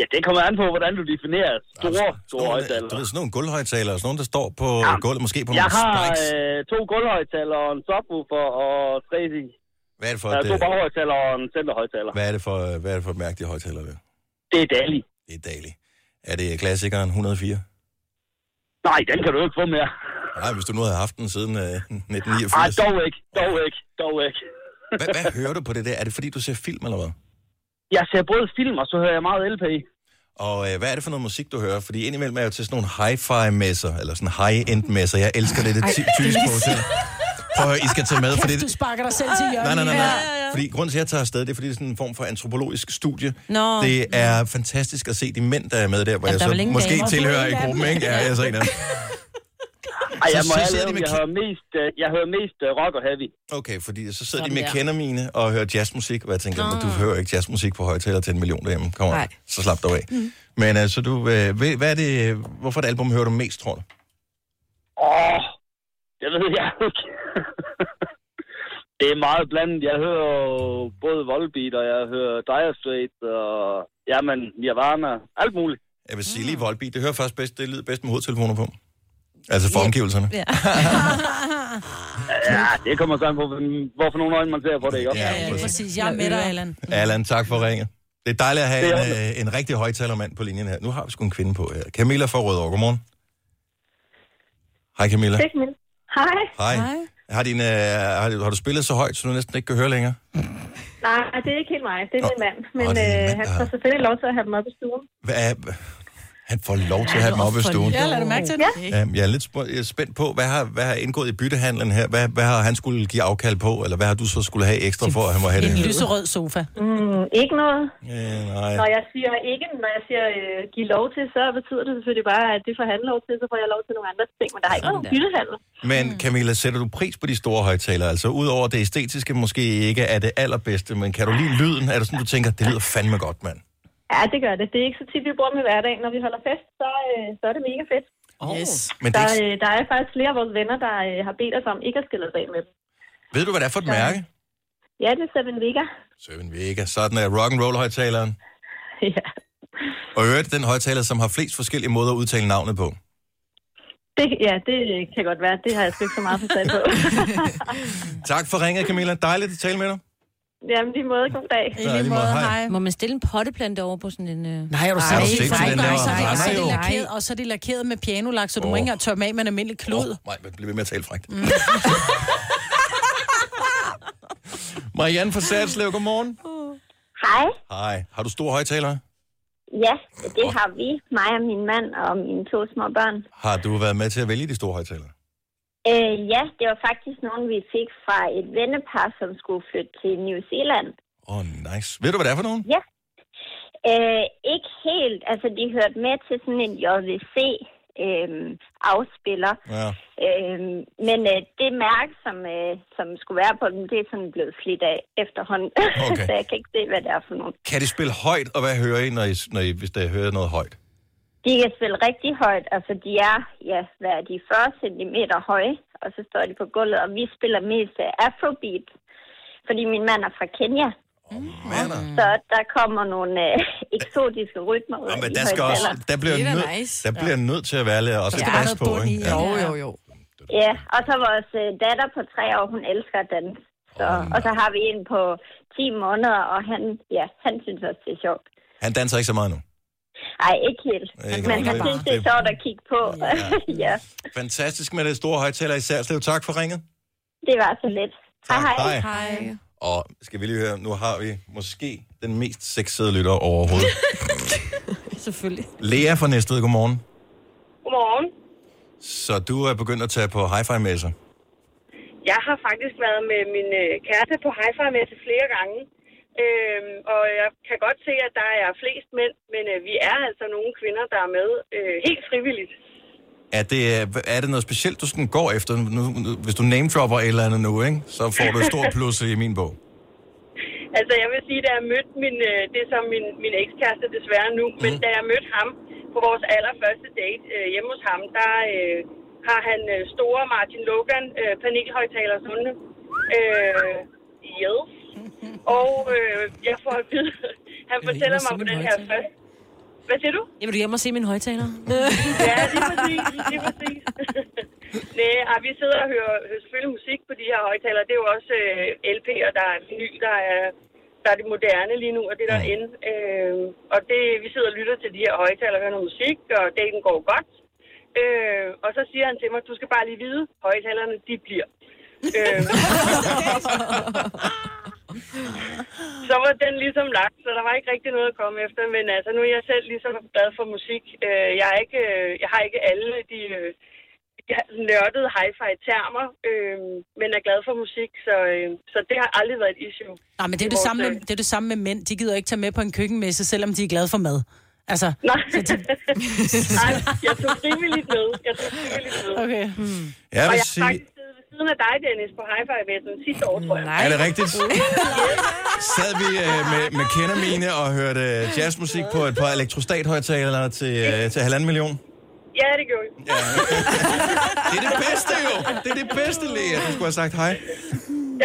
[SPEAKER 21] Ja, det kommer an på, hvordan du definerer store, store højtaler.
[SPEAKER 1] Du ved, sådan nogle gulvhøjtaler, og sådan nogle, der står på ja. gulvet, måske på
[SPEAKER 21] Jeg
[SPEAKER 1] nogle
[SPEAKER 21] har
[SPEAKER 1] spikes.
[SPEAKER 21] øh, to gulvhøjtaler, og en subwoofer og tre
[SPEAKER 1] Hvad er det for
[SPEAKER 21] Ja,
[SPEAKER 1] et,
[SPEAKER 21] to
[SPEAKER 1] øh,
[SPEAKER 21] baghøjtaler og en centerhøjtaler.
[SPEAKER 1] Hvad er det for, øh, hvad er det for et mærke, de højtaler ved?
[SPEAKER 21] Det er Dali.
[SPEAKER 1] Det er Dali. Er det klassikeren 104?
[SPEAKER 21] Nej, den kan du ikke få mere.
[SPEAKER 1] Nej, hvis du nu havde haft den siden øh,
[SPEAKER 21] Nej,
[SPEAKER 1] 1989.
[SPEAKER 21] dog ikke, dog ikke, dog ikke.
[SPEAKER 1] Hvad, hvad hører du på det der? Er det fordi, du ser film eller hvad?
[SPEAKER 21] Jeg ser både film, og så hører jeg meget LP.
[SPEAKER 1] Og øh, hvad er det for noget musik, du hører? Fordi indimellem er jeg jo til sådan nogle hi-fi-messer, eller sådan high-end-messer. Jeg elsker det, det
[SPEAKER 2] Ej,
[SPEAKER 1] ty- typisk på hotel. Prøv at høre, I skal tage med, for
[SPEAKER 2] Kæft, du
[SPEAKER 1] det...
[SPEAKER 2] sparker dig selv til
[SPEAKER 1] Nej,
[SPEAKER 2] hjørnet.
[SPEAKER 1] nej, nej, nej. Fordi grunden til, at jeg tager afsted, det er, fordi det er sådan en form for antropologisk studie.
[SPEAKER 2] Nå.
[SPEAKER 1] Det er fantastisk at se de mænd, der er med der, hvor
[SPEAKER 21] Ja,
[SPEAKER 1] jeg
[SPEAKER 21] der er vel
[SPEAKER 1] så
[SPEAKER 21] ingen
[SPEAKER 1] måske
[SPEAKER 21] damer.
[SPEAKER 1] tilhører i gruppen, ikke? Ja, jeg er så en af dem.
[SPEAKER 21] Ej, jeg
[SPEAKER 1] Så-
[SPEAKER 21] må
[SPEAKER 1] så
[SPEAKER 21] ærligt,
[SPEAKER 1] sidder de
[SPEAKER 21] om
[SPEAKER 1] med
[SPEAKER 21] jeg
[SPEAKER 1] ki-
[SPEAKER 21] hører mest, øh, jeg hører mest øh, rock og heavy.
[SPEAKER 1] Okay, fordi så sidder de
[SPEAKER 21] Sådan
[SPEAKER 1] med
[SPEAKER 21] der.
[SPEAKER 1] kender mine og hører jazzmusik, og jeg tænker,
[SPEAKER 21] Nå.
[SPEAKER 1] du hører ikke jazzmusik på højtaler til en million derhjemme. Kom on,
[SPEAKER 21] Nej.
[SPEAKER 1] så slap dig af. Mm. Men altså, du, øh, ved- hvad er det, hvorfor et album hører du mest, tror du?
[SPEAKER 21] Åh, det ved jeg ikke. det er meget blandet. Jeg hører jo både Volbeat, og jeg hører Dire Straits, og jamen, Nirvana, alt muligt.
[SPEAKER 1] Jeg vil sige lige Volbeat, det hører faktisk bedst, det lyder bedst med hovedtelefoner på. Altså for omgivelserne.
[SPEAKER 21] Ja. ja, det kommer sådan på, hvem- hvorfor nogle øjne man ser på det, ikke?
[SPEAKER 1] Ja,
[SPEAKER 2] Ja, præcis. Jeg er med dig, Allan.
[SPEAKER 1] Allan, tak for ringet. Det er dejligt at have
[SPEAKER 21] Det er
[SPEAKER 1] en, øh, en rigtig højtalermand på linjen her. Nu har vi sgu en kvinde på her. Camilla fra Rødovre, godmorgen. Hej Camilla.
[SPEAKER 22] Det er Camilla. Hej.
[SPEAKER 1] Hej. Har, din, øh, har, du- har du spillet så højt, så du næsten ikke kan høre længere?
[SPEAKER 22] Nej, det er ikke helt mig. Det er min mand. Men
[SPEAKER 1] Åh, det er din
[SPEAKER 22] øh,
[SPEAKER 1] mand,
[SPEAKER 22] han
[SPEAKER 1] der har-
[SPEAKER 22] får selvfølgelig lov til at have dem op i stuen.
[SPEAKER 1] Hvad er, han får lov til at have dem op i stuen.
[SPEAKER 22] Ja, lad du mærke til det.
[SPEAKER 1] Ja, Øhm, jeg er lidt sp- jeg er spændt på, hvad har, hvad har indgået i byttehandlen her? Hvad, hvad har han skulle give afkald på, eller hvad har du så skulle have ekstra for, at han må have det?
[SPEAKER 2] En
[SPEAKER 1] her?
[SPEAKER 2] lyserød sofa.
[SPEAKER 22] Mm, ikke noget.
[SPEAKER 1] Øh, nej.
[SPEAKER 22] Når jeg siger ikke, når jeg siger øh, give lov til, så betyder det selvfølgelig bare, at det får han lov til, så får jeg lov til nogle andre ting. Men der er ikke nogen byttehandel.
[SPEAKER 1] Men Camilla, sætter du pris på de store højtalere? Altså udover det æstetiske måske ikke er det allerbedste, men kan du lide lyden? Er det sådan, du tænker, det lyder fandme godt, mand?
[SPEAKER 22] Ja, det gør det. Det er ikke så tit, vi bruger dem i hverdagen. Når vi holder fest, så, øh, så er det mega fedt. Yes.
[SPEAKER 1] Men det
[SPEAKER 22] Der,
[SPEAKER 1] er ikke-
[SPEAKER 22] øh, der er faktisk flere af vores venner, der øh, har bedt os om ikke at skille os af med dem.
[SPEAKER 1] Ved du, hvad det er for et mærke?
[SPEAKER 22] Ja, det er Seven Vega.
[SPEAKER 1] Søren Vega, sådan er rock'n'roll højtaleren.
[SPEAKER 22] Ja.
[SPEAKER 1] Og i øvrigt den højtaler, som har flest forskellige måder at udtale navnet på.
[SPEAKER 22] Det, ja, det øh, kan godt være. Det har jeg sgu ikke så meget forstand på.
[SPEAKER 1] Tak for ringet, Camilla. Dejligt at tale med dig.
[SPEAKER 22] Jamen, lige måde. God dag.
[SPEAKER 1] I lige måde, hej. hej.
[SPEAKER 4] Må man stille en potteplante over på sådan en... Øh...
[SPEAKER 2] Nej, er du
[SPEAKER 1] Nej, sindssyg?
[SPEAKER 2] sindssygt?
[SPEAKER 1] det er
[SPEAKER 2] Nej,
[SPEAKER 1] den
[SPEAKER 2] nej,
[SPEAKER 1] der
[SPEAKER 2] så er det-
[SPEAKER 1] render
[SPEAKER 2] så er det
[SPEAKER 1] jo.
[SPEAKER 2] lakeret, og så er det lakeret med pianolak, så du må
[SPEAKER 1] Åh.
[SPEAKER 2] ikke engang tørre dem af med en almindelig klud.
[SPEAKER 1] Åh, nej, man bliver ved med at tale frækt. Mm. Marianne fra Satslev, godmorgen.
[SPEAKER 23] Hej.
[SPEAKER 1] Hej. Har du store højtalere?
[SPEAKER 23] Ja, det har vi. Mig og min mand og mine to små børn.
[SPEAKER 1] Har du været med til at vælge de store højtalere?
[SPEAKER 23] Øh, ja, det var faktisk nogen, vi fik fra et vennepar, som skulle flytte til New Zealand.
[SPEAKER 1] Åh, oh, nice. Ved du, hvad det er for nogen?
[SPEAKER 23] Ja. Øh, ikke helt. Altså, de hørte med til sådan en JVC-afspiller.
[SPEAKER 1] Ja.
[SPEAKER 23] Øhm, men øh, det mærke, som, øh, som skulle være på dem, det er sådan blevet slidt af efterhånden.
[SPEAKER 1] Okay.
[SPEAKER 23] så jeg kan ikke se, hvad det er for nogen.
[SPEAKER 1] Kan de spille højt, og hvad hører I, når I, når I hvis der hører noget højt?
[SPEAKER 23] De kan spille rigtig højt. Altså, de er, ja, hvad er de, 40 cm høje, og så står de på gulvet, og vi spiller mest øh, afrobeat, fordi min mand er fra Kenya. Så der kommer nogle øh, eksotiske rytmer ud. af
[SPEAKER 1] Men
[SPEAKER 23] de
[SPEAKER 1] der, skal også,
[SPEAKER 23] højtalere.
[SPEAKER 1] der bliver, nød, nice. der bliver nødt til at være lidt også
[SPEAKER 23] Ja.
[SPEAKER 1] ja.
[SPEAKER 23] Der er
[SPEAKER 1] plads
[SPEAKER 23] noget
[SPEAKER 1] på,
[SPEAKER 23] bund i,
[SPEAKER 1] ikke?
[SPEAKER 23] ja. Jo, jo, Ja, og så vores øh, datter på tre år, hun elsker at danse. Så, og så har vi en på 10 måneder, og han, ja, han synes også, det er sjovt.
[SPEAKER 1] Han danser ikke så meget nu.
[SPEAKER 23] Ej, ikke helt.
[SPEAKER 1] Ikke
[SPEAKER 23] men han
[SPEAKER 1] rigtig.
[SPEAKER 23] synes, det er sjovt at kigge på. Ja, ja
[SPEAKER 1] Fantastisk med det store højtaler i Særslev. Tak for ringet.
[SPEAKER 23] det var så lidt. Hej, hej.
[SPEAKER 1] Hej. Og skal vi lige høre, nu har vi måske den mest sexede lytter overhovedet.
[SPEAKER 4] Selvfølgelig.
[SPEAKER 1] Lea fra Næstved, godmorgen.
[SPEAKER 12] Godmorgen.
[SPEAKER 1] Så du er begyndt at tage på hi-fi messer.
[SPEAKER 12] Jeg har faktisk været med min øh, kæreste på hi med til flere gange. Øhm, og jeg kan godt se, at der er flest mænd, men øh, vi er altså nogle kvinder, der er med øh, helt frivilligt.
[SPEAKER 1] Er det, er det noget specielt, du sådan går efter? Nu, nu- hvis du namedropper et eller andet nu, ikke? så får du et stort plus i min bog.
[SPEAKER 12] Altså, jeg vil sige, da jeg mødte min, øh, det er så min, min ekskæreste desværre nu, men da jeg mødte ham på vores allerførste date øh, hjemme hos ham, der øh, har han øh, store Martin Logan øh, panelhøjtaler sunde. Øh, yes. Og øh, jeg får at vide, han fortæller mig på den her første... Hvad siger du?
[SPEAKER 4] Jeg vil du hjem og se min højtaler?
[SPEAKER 12] ja, lige præcis, lige præcis. Nej, ej, vi sidder og hører, hører selvfølgelig musik på de her højtalere. Det er jo også øh, LP'er, der er vinyl, der er, der er det moderne lige nu, og det der er inde. Øh, og det, vi sidder og lytter til de her højtalere og hører noget musik, og dagen går godt. Øh, og så siger han til mig, du skal bare lige vide, højtalerne, de bliver. Øh, så var den ligesom lagt, så der var ikke rigtig noget at komme efter. Men altså, nu er jeg selv ligesom glad for musik. Øh, jeg, er ikke, øh, jeg har ikke alle de øh, ja, nørdede hi-fi-termer, øh, men er glad for musik, så, øh, så det har aldrig været et issue.
[SPEAKER 2] Nej, men det er det, samme med, det er det samme med mænd. De gider ikke tage med på en køkkenmesse, selvom de er glade for mad. Altså,
[SPEAKER 12] Nej. Nej, jeg tog frivilligt med. Jeg tog frivilligt med.
[SPEAKER 2] Okay.
[SPEAKER 12] Hmm.
[SPEAKER 1] Jeg vil
[SPEAKER 12] og jeg
[SPEAKER 1] sige-
[SPEAKER 12] har faktisk siddet ved siden af dig, Dennis, på hi-fi-messen sidste år, tror jeg.
[SPEAKER 1] Er det rigtigt? Sad vi øh, med, med kendermine og hørte øh, jazzmusik på et par elektrostathøjtalere til, øh, til halvanden million?
[SPEAKER 12] Ja, det gjorde jeg.
[SPEAKER 1] Det er det bedste jo! Det er det bedste, Lea. Du skulle have sagt hej.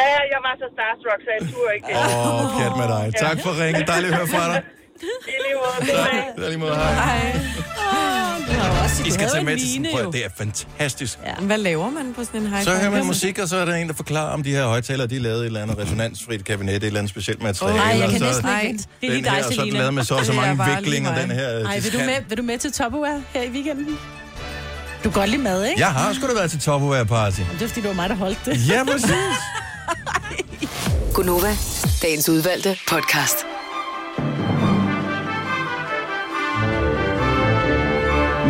[SPEAKER 12] Ja, jeg var så starstruck, så jeg turde ikke.
[SPEAKER 1] Åh, oh, pjat med dig. Tak for ringen. Dejligt at høre fra dig.
[SPEAKER 12] I lige måde.
[SPEAKER 1] Der lige måde, hej.
[SPEAKER 3] Altså,
[SPEAKER 1] I skal tage med til prøv, det er fantastisk.
[SPEAKER 3] Ja. Hvad laver man på sådan en high
[SPEAKER 1] Så hører man musik, og så er der en, der forklarer, om de her højtalere, de er lavet i et eller andet resonansfrit kabinet, et eller andet specielt materiale.
[SPEAKER 2] Åh, nej, jeg
[SPEAKER 1] og
[SPEAKER 2] kan
[SPEAKER 1] så-
[SPEAKER 2] næsten ikke vente. Det er lige
[SPEAKER 1] den
[SPEAKER 2] dig,
[SPEAKER 1] her, og så er den
[SPEAKER 2] Selina.
[SPEAKER 1] lavet med så og så
[SPEAKER 2] Det er
[SPEAKER 1] mange
[SPEAKER 2] bare
[SPEAKER 1] viklinger,
[SPEAKER 2] lige mig.
[SPEAKER 1] den her. øh,
[SPEAKER 2] Ej, vil du,
[SPEAKER 1] diskant.
[SPEAKER 2] med, vil du med til Topperware her i weekenden? Du kan godt lide mad, ikke?
[SPEAKER 1] Jeg har sgu da været til Topware Party.
[SPEAKER 2] Det er fordi, det var mig, der holdt det.
[SPEAKER 1] Ja, præcis.
[SPEAKER 6] Gunova, dagens udvalgte podcast.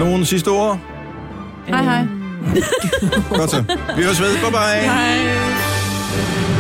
[SPEAKER 1] Nogle sidste ord?
[SPEAKER 3] Hej, hej.
[SPEAKER 1] Godt så. Vi høres ved. Bye bye.
[SPEAKER 3] Hej.